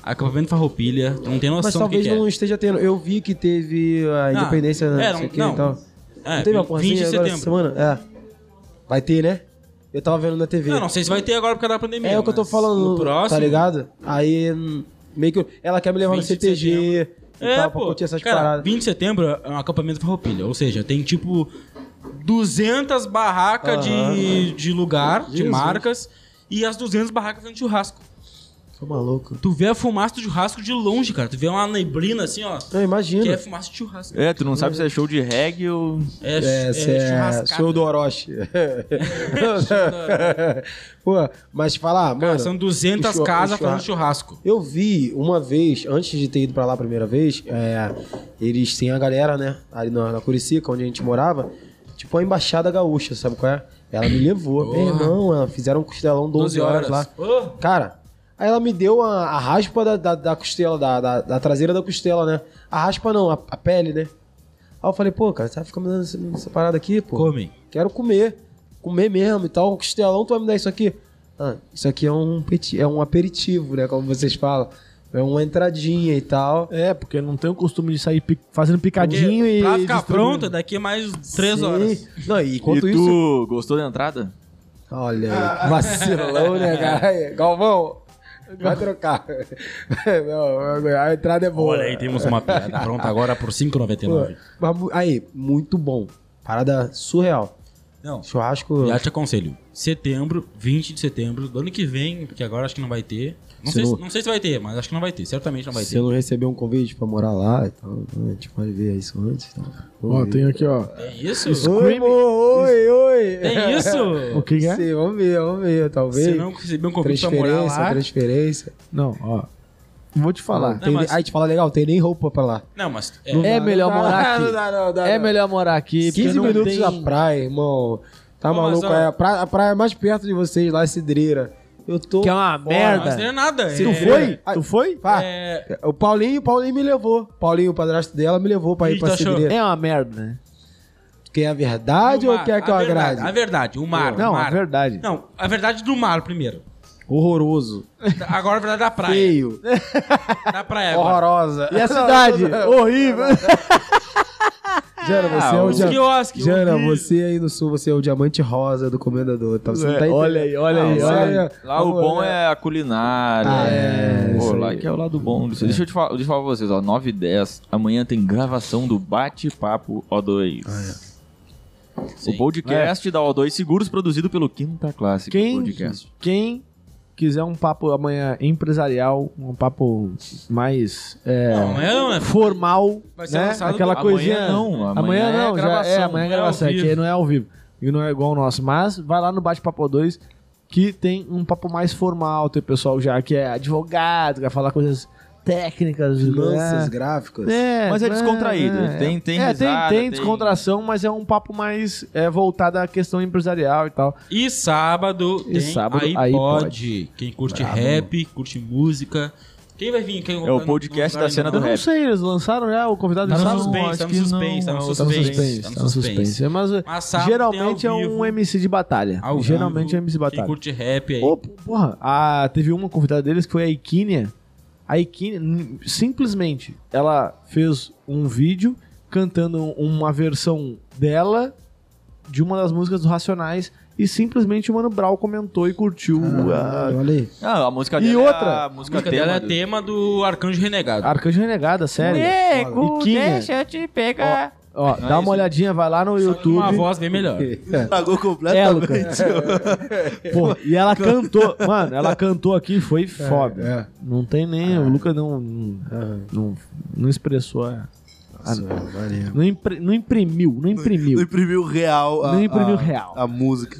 B: Acampamento Farroupilha. Tu não tem noção
D: Mas
B: do que
D: talvez
B: que
D: não
B: é.
D: esteja tendo. Eu vi que teve a
B: Não,
D: independência, né,
B: é,
D: não,
B: não-
D: sei o que
B: não.
D: e tal.
B: É,
D: não teve uma porra
B: 20
D: assim
B: de
D: agora essa
B: setembro.
D: semana? É. Vai ter, né? Eu tava vendo na TV.
B: Não, não sei se vai ter agora por causa da pandemia.
D: É o que eu tô
B: mas
D: falando,
B: No próximo.
D: tá ligado? Aí, hum, meio que eu- ela quer me levar no
B: 20 de
D: CTG e
B: É,
D: tal, pra
B: pô.
D: curtir essas
B: cara,
D: paradas.
B: 20 de setembro é um acampamento Farroupilha. Ou seja, tem tipo 200 barracas de, de lugar, de marcas. E as 200 barracas fazendo churrasco.
D: Tô maluco.
B: Tu vê a fumaça do churrasco de longe, cara. Tu vê uma neblina assim, ó.
D: Eu imagino.
B: Que é fumaça de churrasco.
C: É, tu não sabe se é show de reggae ou.
B: É,
D: É, cê é,
B: churrascada.
D: show do Orochi. Pô, mas falar,
B: Cara,
D: mano,
B: são 200
D: o churra-
B: casas
D: o churra-
B: fazendo churrasco.
D: eu vi uma vez, antes de ter ido pra lá a primeira vez, é, eles têm a galera, né, ali na, na Curicica, onde a gente morava, tipo a Embaixada Gaúcha, sabe qual é? Ela me levou, meu
B: Porra.
D: irmão, ela- fizeram um costelão 12 horas lá.
B: Pô,
D: Cara, aí ela me deu a, a raspa da, da, da costela, da, da, da traseira da costela, né? A raspa não, a, a pele, né? Aí eu falei, pô, cara, você vai ficar me dando essa, essa parada aqui, pô?
B: Come.
D: Quero comer. Comer mesmo e tal. Costelão, tu vai me dar isso aqui? Ah, isso aqui é um, peti- é um aperitivo, né? Como vocês falam. É uma entradinha e tal.
A: É, porque não tem o costume de sair pic- fazendo
B: Porque
A: picadinho e.
B: pra ficar
A: distribuindo.
B: pronta, daqui a mais 3
D: Sim.
B: horas.
D: Não, e enquanto
C: e tu
D: isso...
C: gostou da entrada?
D: Olha aí, vacilão, né, cara? Galvão, vai trocar. Não, a entrada é boa.
B: Olha aí, temos uma piada pronta agora por
D: Pô,
B: 5,99.
D: mas mu- Aí, muito bom. Parada surreal.
B: Não,
D: Churrasco.
B: já te aconselho. Setembro, 20 de setembro do ano que vem, porque agora acho que não vai ter. Não,
D: Se
B: sei, se-
D: não-
B: não sei se vai ter, mas acho que não vai ter. Certamente não vai
D: Se
B: ter.
D: eu não receber um convite pra morar lá, então, a gente pode ver isso antes. Então.
A: Ó, tem aqui, ó.
B: Tem É isso?
D: Oi, amor, oi, oi.
B: Tem isso?
A: O que, que é?
D: Sim, vamos ver, vamos ver. Talvez.
B: Se não receber um convite pra morar
D: transferência,
B: lá.
D: transferência.
A: Não, ó. Vou te falar.
D: Tem
B: mas-
D: nem- Aí te fala legal, tem nem roupa pra lá.
B: Não, mas. é,
A: É melhor
D: Não dá,
A: morar aqui.
D: Não dá, não dá,
A: É
D: não.
A: melhor morar aqui. porque
D: 15
A: não
D: minutos
A: tem-
D: da praia, irmão. Tá
B: Ô,
D: maluco?
B: mas, ó.
D: é a, pra- a praia mais perto de vocês lá é Cidreira. Eu tô.
A: Que é uma
D: fora.
A: merda.
B: Mas não é nada.
A: Tu
B: é-
A: foi?
D: Ai.
A: Tu foi?
D: Pá,
B: É,
D: Ah, O Paulinho, o Paulinho me levou. Paulinho, o padrasto dela, me levou pra
B: Ih,
D: ir pra
B: tá achando-
D: Cidreira.
A: É uma merda, né?
D: Quer a verdade
B: o
D: ou
B: mar,
D: quer que eu
B: a verdade,
D: agrade?
B: A verdade, o mar.
A: Não,
B: o
A: é
B: mar.
A: verdade.
B: Não, a verdade do mar primeiro.
D: Horroroso.
B: Agora a verdade da praia.
D: Feio.
B: Da praia agora.
D: Horrorosa.
A: E a cidade? Horrível.
D: Jana, você é o
B: Os
D: dia...
B: quiosques.
D: Jana,
B: horrível.
D: você aí no sul, você é o diamante rosa do comendador. Tá? Você não tá entendendo.
A: É, olha aí, olha aí,
D: Não,
A: olha aí.
D: sério.
C: Lá o
A: né?
C: bom é a culinária.
D: Ah, é,
C: Pô,
D: isso
C: lá
D: aí.
C: que é o lado bom disso. Deixa eu te falar, deixa eu falar pra vocês, ó. 9 e 10, amanhã tem gravação do Bate-Papo O2.
A: Ah, é.
C: O podcast da O2 Seguros, produzido pelo Quinta Classe.
A: Quem,
C: Podcast.
A: quem quiser um papo amanhã empresarial, um papo mais é,
B: Não, é, não, é-
A: formal,
B: Vai ser
A: né?
B: lançado
A: Aquela
C: amanhã
A: coisinha.
C: não, amanhã
A: amanhã
C: é
A: não, já
C: gravação,
A: é, amanhã é
B: não é ao
A: gravação, é que
B: vivo.
A: não é ao vivo. E não é igual o nosso, mas vai lá no Bate Papo 2 que tem um papo mais formal, tem pessoal já que é advogado, que vai falar coisas técnicas,
D: Finanças,
A: né?
D: gráficas.
A: É,
C: Mas é
A: né,
C: descontraído,
A: né,
C: tem- tem
A: é,
C: risada,
A: tem,
C: tem-
A: descontração, mas é um papo mais é, voltado à questão empresarial e tal.
B: E sábado
A: E
B: tem
A: sábado,
B: aí,
A: aí
B: pode.
A: pode.
B: Quem curte rap, curte música. Quem vai vir? Quem
C: É o podcast da cena
A: Eu
C: do
A: não
C: rap.
A: sei, eles lançaram já o convidado
B: Tá
A: de
B: no
A: sábado?
B: suspense,
C: acho
B: tá no
C: que não.
B: suspense, tá no
C: Tá
A: Tá
C: no
A: no
B: suspense.
A: suspense, tá no suspense. Mas,
B: Mas sábado tem
A: geralmente é
B: ao
A: um
B: vivo,
A: MC de batalha.
B: ao vivo,
A: geralmente é MC de
B: Quem
A: batalha.
B: curte rap aí.
A: Ô, porra, a- teve uma convidada deles que foi a Ikínia. A Ikínia, n- simplesmente, ela fez um vídeo cantando uma versão dela de uma das músicas do Racionais e simplesmente o Mano Brau comentou e curtiu
D: Caralho, olha aí.
C: Ah, a música
A: E
C: dela
A: outra?
C: É a
B: a
C: música,
B: música
C: tema
B: dela é
C: do-
B: tema do Arcanjo Renegado.
A: a Arcanjo Renegada, sério.
D: Nego,
A: Iquinha, deixa eu te pegar. Ó, dá uma olhadinha, vai lá no YouTube.
B: Uma voz bem melhor.
E: Pagou
A: É,
E: completamente.
A: Lucas. Pô, e ela cantou, mano, ela cantou aqui, foi foda.
D: é.
A: Não tem nem, o Lucas não não, não, não expressou, a- Ah,
D: Valeu.
A: não, impre- não imprimiu, não
E: Não
A: imprimiu.
E: imprimiu Ah, real a,
A: Não imprimiu
E: a-
A: real.
E: a música.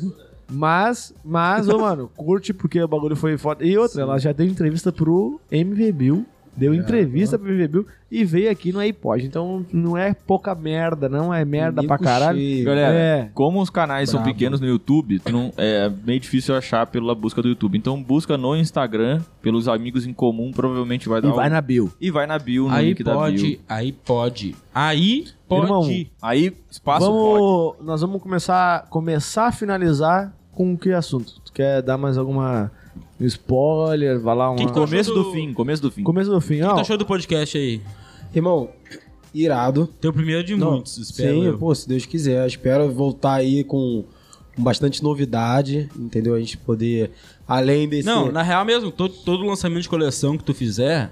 A: Mas, mas, ô mano, curte porque o bagulho foi foda. E outra, ela já deu entrevista pro MV Bill, deu entrevista pro MV Bill e veio aqui no iPod. Então não é pouca merda, não é merda pra
D: Mico
A: caralho.
D: cheio.
C: Galera,
A: É.
C: como os canais são
D: Brabo.
C: pequenos no YouTube, tu não- é meio difícil achar pela busca do YouTube. Então busca no Instagram, pelos amigos em comum, provavelmente vai dar
A: E vai
C: um-
A: na Bill.
C: E vai na bio, no
B: Aí
C: link da bio.
B: pode, aí pode, aí pode.
A: Irmão,
C: Aí, espaço pode.
A: vamos, nós vamos começar, começar a finalizar com que assunto? Tu quer dar mais alguma um spoiler, vai lá um
B: Que que tu achou?
C: Começo do...
B: do
C: fim, começo do fim.
A: começo do fim,
B: tá O que
A: ó.
B: tu achou do podcast aí?
D: Irmão, irado.
B: Teu primeiro de
D: Não,
B: muitos, espero.
D: Sim,
B: eu.
D: pô, se Deus quiser. Eu Espero voltar aí com com bastante novidade, entendeu? A gente poder, além desse...
B: Não, na real mesmo, todo, todo lançamento de coleção que tu fizer,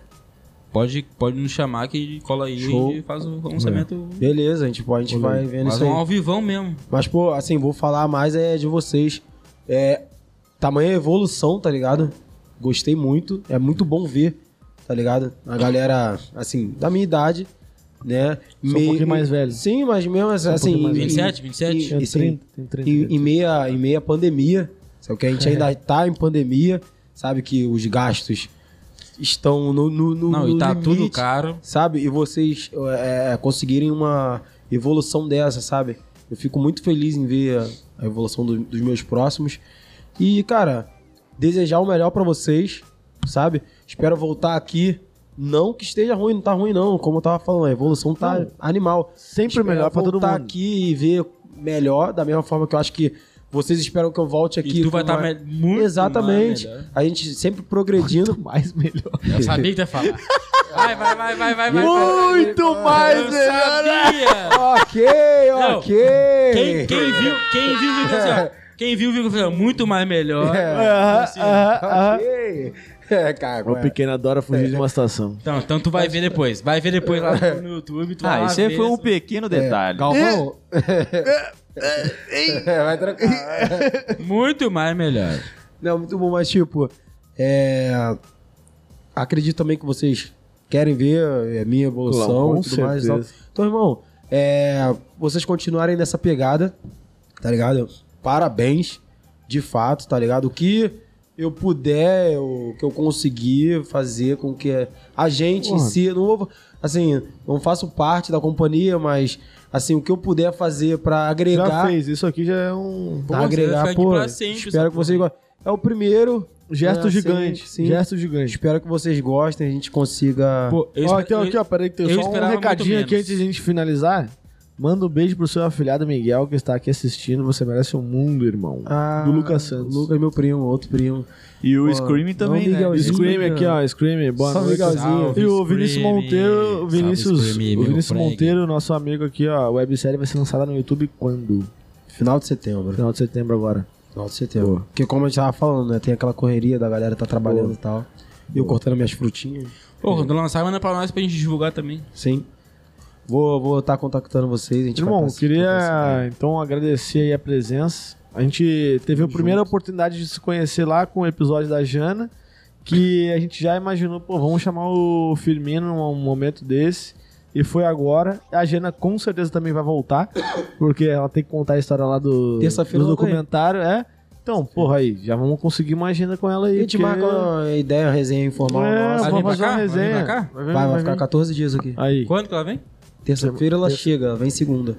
B: pode, pode nos chamar que cola aí
D: Show.
B: e faz o lançamento.
D: Beleza, a gente, pô, a gente vai Tá vendo
B: Faz
D: isso aí.
B: um ao vivão mesmo.
D: Mas, pô, assim, vou falar mais é de vocês. É, tamanha evolução, tá ligado? Gostei muito. É muito bom ver, tá ligado? A galera, assim, da minha idade, né?
A: um pouquinho mais velho. um
D: Sim, mas mesmo assim...
A: pouquinho mais
D: em-
A: velho.
B: 27, 27.
A: Tem
D: E- sim.
A: 30, tem 30.
D: em, em meia, em meia pandemia, sabe? Que a
A: É.
D: gente ainda tá em pandemia, sabe? Que os gastos estão no, no, no-
B: Não,
D: no
B: e tá
D: limite,
B: tudo caro.
D: Sabe? E vocês é, é, conseguirem uma evolução dessa, sabe? Eu fico muito feliz em ver a, a evolução do- dos meus próximos. E, cara, desejar o melhor pra vocês, sabe? Espero voltar aqui. Não que esteja ruim, não tá ruim não, como eu tava falando, a evolução tá
A: Não.
D: animal
A: Sempre melhor pra todo mundo.
D: voltar aqui e ver melhor, da mesma forma que eu acho que vocês esperam que eu volte aqui.
B: E tu vai
D: com
B: estar
D: uma-
B: muito
D: Exatamente.
B: mais melhor.
D: A gente sempre progredindo.
A: Mais melhor.
B: Eu sabia que tu ia falar. Vai, vai, vai, vai, vai, vai.
A: Muito
B: Eu
A: mais melhor.
B: sabia!
D: ok,
B: Não.
D: ok.
B: Quem, quem viu, quem viu, viu que assim, ó, Quem viu, viu que assim, ó, muito mais melhor.
A: Aham, aham, aham.
D: Ok. É, cara,
A: O
D: é.
A: pequeno adora fugir de uma situação.
B: Então, então tu vai ver depois. Vai ver depois lá no YouTube. Tu vai
C: Ah,
B: lá
C: esse aí
B: ver
C: foi um
B: essa-
A: É,
C: pequeno detalhe.
D: Galvão. É, vai trocar.
B: Muito mais melhor.
D: Não, muito bom, mas tipo, é... acredito também que vocês querem ver a minha evolução
A: Claro, com
D: e tudo mais. e tal.
A: certeza.
D: Então, irmão, é... vocês continuarem nessa pegada, tá ligado? Parabéns, de fato, tá ligado? O que eu puder, o que eu conseguir fazer com que a gente em
A: Porra.
D: si, não vou,
F: assim, não faço parte da companhia, mas assim, o que eu puder fazer pra
A: Já
F: agregar,
A: fez, isso aqui já é um
F: pra
B: Pô, você vai ficar
F: agregar,
B: aqui
F: pô,
B: pra sempre, essa
F: espero que vocês gostem. É o primeiro,
A: gesto
F: É, sim,
A: gigante.
F: sim.
A: Gesto gigante.
F: espero que vocês gostem, a gente consiga...
B: Pô, eu
A: Ó,
B: espe-
A: então,
B: eu-
A: aqui, ó, peraí, que tem
B: eu
A: só um
B: esperava muito
A: recadinho aqui
B: menos.
A: antes de a gente finalizar. Manda um beijo pro seu afilhado Miguel, que está aqui assistindo. Você merece o mundo, irmão.
F: Ah,
A: do Lucas Santos.
F: Lucas, meu primo, outro primo.
C: E o
F: Pô,
C: Screaming também,
F: não,
C: né?
F: Miguelzinho.
A: Scream
F: Miguel.
A: aqui, ó. Scream, boa
F: Salve,
A: noite.
F: Miguelzinho.
A: E o Vinícius
B: Scream.
A: Monteiro, o
B: Salve,
A: Vinícius,
B: Scream,
A: o
B: meu
A: Vinícius
B: preg.
A: Monteiro, nosso amigo aqui, ó. A websérie vai ser lançada no YouTube quando?
F: Final de setembro.
A: Final de setembro agora.
F: Final de setembro. Porque como a gente tava falando, né? Tem aquela correria da galera tá trabalhando e tal. E eu cortando minhas frutinhas.
B: Pô, quando lançar, manda é pra nós pra gente divulgar também.
F: Sim. Vou vou tá contactando vocês. A gente vai tá
A: Irmão,
F: pra-
A: queria então agradecer aí a presença. A gente teve a primeira oportunidade de se conhecer lá com o episódio da Jana, que a gente já imaginou, pô, vamos chamar o Firmino num momento desse. E foi agora. A Jana com certeza também vai voltar, porque ela tem que contar a história lá do,
F: Terça-feira
A: do
F: ela tá aí.
A: documentário, é. Então, porra, aí, já vamos conseguir uma agenda com ela
F: A
A: aí.
F: gente
A: porque-
F: marca uma ideia, uma resenha informal
A: É,
F: nossa.
B: Vai vir
A: vamos fazer
B: pra cá?
A: uma
B: Vai vir pra
A: resenha.
B: cá?
A: vir,
F: Vai, vai
A: vir.
F: ficar 14 dias aqui.
A: Aí.
B: Quando que ela vem?
F: Terça-feira ela chega, vem segunda.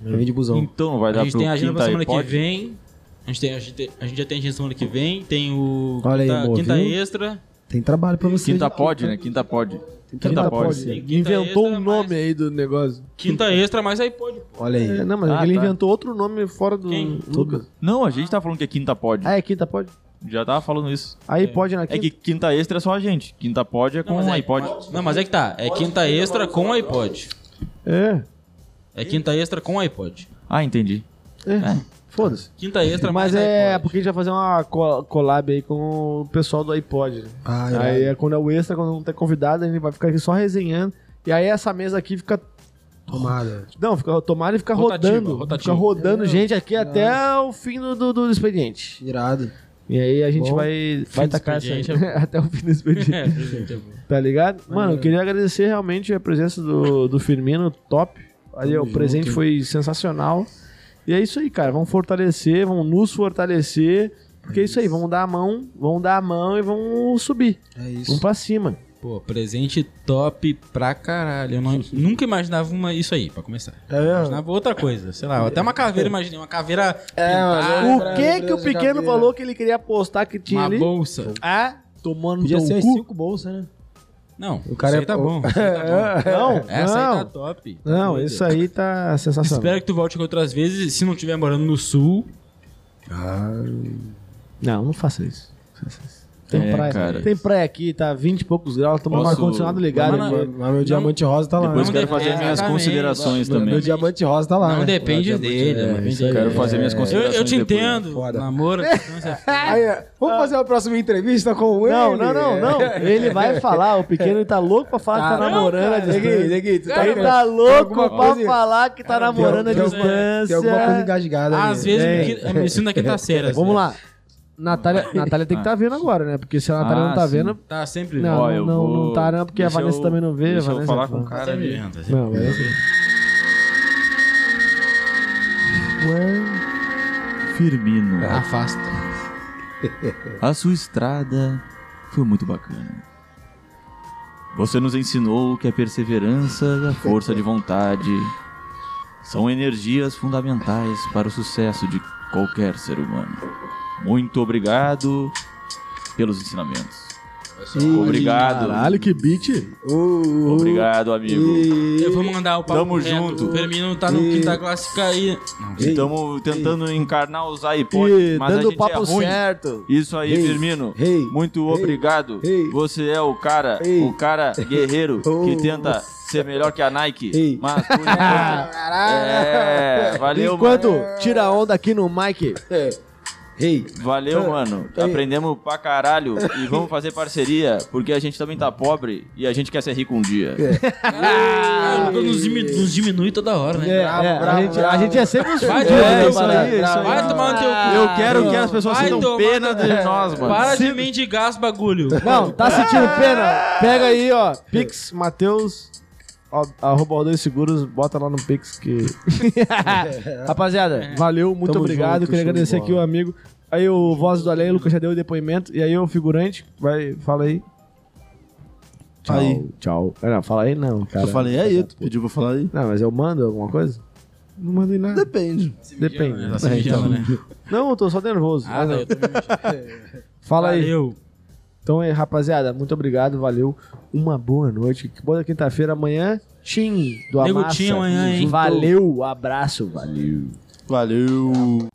F: Vem de busão.
C: Então não vai dar
B: a gente
C: pro
B: tem a agenda pra semana
C: quinta aí,
B: que
C: pode?
B: vem. A gente, tem, a, gente tem- a gente já tem agenda semana que vem. Tem o
F: Olha aí,
B: quinta,
F: amor,
B: quinta
F: viu?
B: extra.
F: Tem trabalho pra vocês.
C: Quinta pode, né? Quinta pode. Quinta,
A: Quinta
C: pode.
A: pode.
B: Quinta
A: Inventou
B: extra,
A: um nome
B: mas-
A: aí do negócio.
B: Quinta extra, mas aí pode. pô.
F: Olha aí.
A: É, não, mas
C: Ah,
A: ele
C: tá.
A: inventou outro nome fora do
B: Quem?
A: Lucas.
C: Não, a gente tá falando que é quinta pode.
A: Ah, é quinta, pode?
C: Já tava falando isso.
A: Aí pode na
C: É
A: quinta.
C: que quinta extra é só a gente. Quinta pode é com
B: mas
C: o
B: é-
C: iPod.
B: Não, mas é que tá. É quinta extra com iPod.
A: É,
B: É quinta extra com iPod.
C: Ah, entendi.
A: é. Foda-se.
B: Quinta extra
A: Mas
B: mais
A: é
B: iPod.
A: porque a gente vai fazer uma co- collab aí com o pessoal do iPod. né?
F: Ah,
A: aí é quando é o extra, quando não tem convidado, a gente vai ficar aqui só resenhando. E aí essa mesa aqui fica.
F: Tomada.
A: Não, fica tomada e fica
B: Rotativa,
A: rodando.
B: rotativa.
A: Fica rodando gente aqui até o fim do, do, do expediente.
F: Irado.
A: E aí a gente
F: Bom,
A: vai, vai
B: do
A: tacar essa
B: expediente
A: até o fim do expediente.
B: É, gente, é bom.
A: Tá ligado? Mano, eu queria agradecer realmente a presença do, do Firmino, top. Aí, ó, o presente foi sensacional. E é isso aí, cara. Vamos fortalecer, vamos nos fortalecer. Porque é isso aí, vamos dar a mão, vamos dar a mão e vamos subir.
F: É isso.
A: Vamos pra cima.
B: Pô, presente top pra caralho. Eu não- nunca imaginava uma, isso aí, pra começar.
F: É mesmo?
B: Imaginava outra coisa, sei lá. Até uma caveira, imaginei. Uma caveira
F: Ah, é
B: pintada,
A: É, o que que o pequeno falou que ele queria apostar que tinha
B: uma
A: ali?
B: bolsa.
A: Ah, tomando
F: Podia
A: teu
F: ser as
A: cu.
F: cinco bolsas, né?
B: Não, o
F: cara
B: cara
F: é-
B: aí tá bom. isso aí tá bom.
A: Não,
B: Essa aí tá
A: não.
B: top. tá
A: Não,
B: doida.
A: isso aí tá sensacional.
B: Espero que tu volte aqui outras vezes. Se não estiver morando no sul,
A: Não, não faça isso. Não faça isso. Tem,
C: É,
A: praia,
C: cara.
A: tem praia aqui, tá 20 e poucos graus, estamos no
C: Posso-
A: ar-condicionado ligado.
B: Mas
A: aqui.
B: não-
F: Mas meu diamante rosa tá lá.
C: Depois
F: né?
B: Não
C: quero
B: depende-
C: fazer minhas
B: exatamente.
C: considerações também.
F: Meu diamante rosa
D: Ah,
F: tá lá.
B: é não
D: é.
F: né? é.
B: depende dele. não depende dele.
C: Quero fazer minhas
B: é, Eu,
C: considerações
B: eu te
C: depois.
B: entendo.
F: Foda.
B: Namoro, a distância é foda.
F: Aí, vamos fazer a próxima entrevista com ele?
A: Não, não, não, não. Ele vai falar. O pequeno ele tá louco pra
F: Ah,
A: falar
D: Ah,
A: que tá namorando à
F: Degui,
A: distância.
F: Degui, tu tá
A: Ele
F: querendo-
A: tá louco
F: alguma
A: pra
F: coisa-
A: falar que tá namorando à
F: tem alguma- Tem alguma coisa
A: distância.
F: engasgada ali.
B: Às vezes
A: É.
B: me que- me ensino na quinta série. às
A: Vamos
B: vezes.
A: lá. Natália, Natália tem que estar vendo agora, né? Porque se a Natália
C: Ah,
A: não tá
C: sim.
A: vendo.
B: Tá sempre
A: Não,
C: Ó,
A: não,
C: eu
A: não,
C: vou-
A: tá, não, porque a
C: deixa
A: Vanessa
C: eu-
A: também não vê.
C: Deixa
A: a
C: eu
A: Vanessa
C: falar
A: tá
C: com o
A: falando.
C: cara ali.
B: assim.
A: Não, é assim. Vanessa. Ué.
C: Firmino,
A: Ah,
B: Afasta.
C: a sua estrada foi muito bacana. Você nos ensinou que a perseverança e a força de vontade são energias fundamentais para o sucesso de qualquer ser humano. Muito obrigado pelos ensinamentos. Obrigado.
A: Caralho, que beat.
C: Obrigado, amigo.
B: Eu vou mandar o papo
C: Tamo
B: reto.
C: junto.
B: O Firmino tá no quinta clássica aí.
C: Estamos tentando encarnar os iPods,
A: E
C: mas a
A: dando o
C: gente é
A: papo
C: ruim.
A: certo.
C: Isso aí, Firmino.
F: Ei,
C: Muito obrigado.
F: ei,
C: Você é o cara,
F: ei.
C: o cara guerreiro que
F: Oh,
C: tenta ser melhor que a Nike.
F: Ei.
C: Mas por enquanto- É, valeu,
A: Enquanto
C: mano.
A: tira a onda aqui no Mike.
F: É. Ei,
C: Valeu, mano.
F: Ah, Ei.
C: Aprendemos pra caralho e vamos fazer parceria, porque a gente também tá pobre e a gente quer ser rico um dia.
F: É.
B: Ah, nos, dimi- nos diminui toda hora, né?
A: É, a, gente, a gente é sempre os
B: Vai,
A: fudidos,
B: é,
A: né,
B: isso
A: parada?
B: aí, isso aí. Vai tomar no teu cu.
C: Eu quero que as pessoas
B: Vai
C: sintam
B: tomar
C: pena de nós, mano.
B: Para de mendigar os bagulho.
A: Não, tá sentindo pena? Pega aí, ó. Pix, Matheus, ó, arroba 2 seguros, bota lá no Pix que. Rapaziada, valeu, muito
F: Tamo
A: obrigado.
F: junto,
A: Queria
F: show de
A: agradecer
F: bola.
A: aqui o amigo. Aí o Voz do Além, o Lucas já deu o depoimento. E aí o figurante, vai, fala aí. Tchau,
E: Aí.
A: tchau. Ah, Não, fala aí não, cara.
E: eu falei, aí, tu pediu pra falar aí?
A: Não, mas eu mando alguma coisa? Não mandei nada.
E: Depende.
A: Depende.
B: Tá se
A: então.
B: mijando, né?
A: Não, eu tô só nervoso.
B: Ah, tá, eu tô me mijando.
A: Fala aí.
B: Valeu.
A: Então é, rapaziada, muito obrigado, valeu. Uma boa noite. Que boa quinta-feira amanhã. Tim do
B: Nego
A: Amassa.
B: Tim amanhã, hein?
A: Valeu, abraço, valeu.
E: Valeu.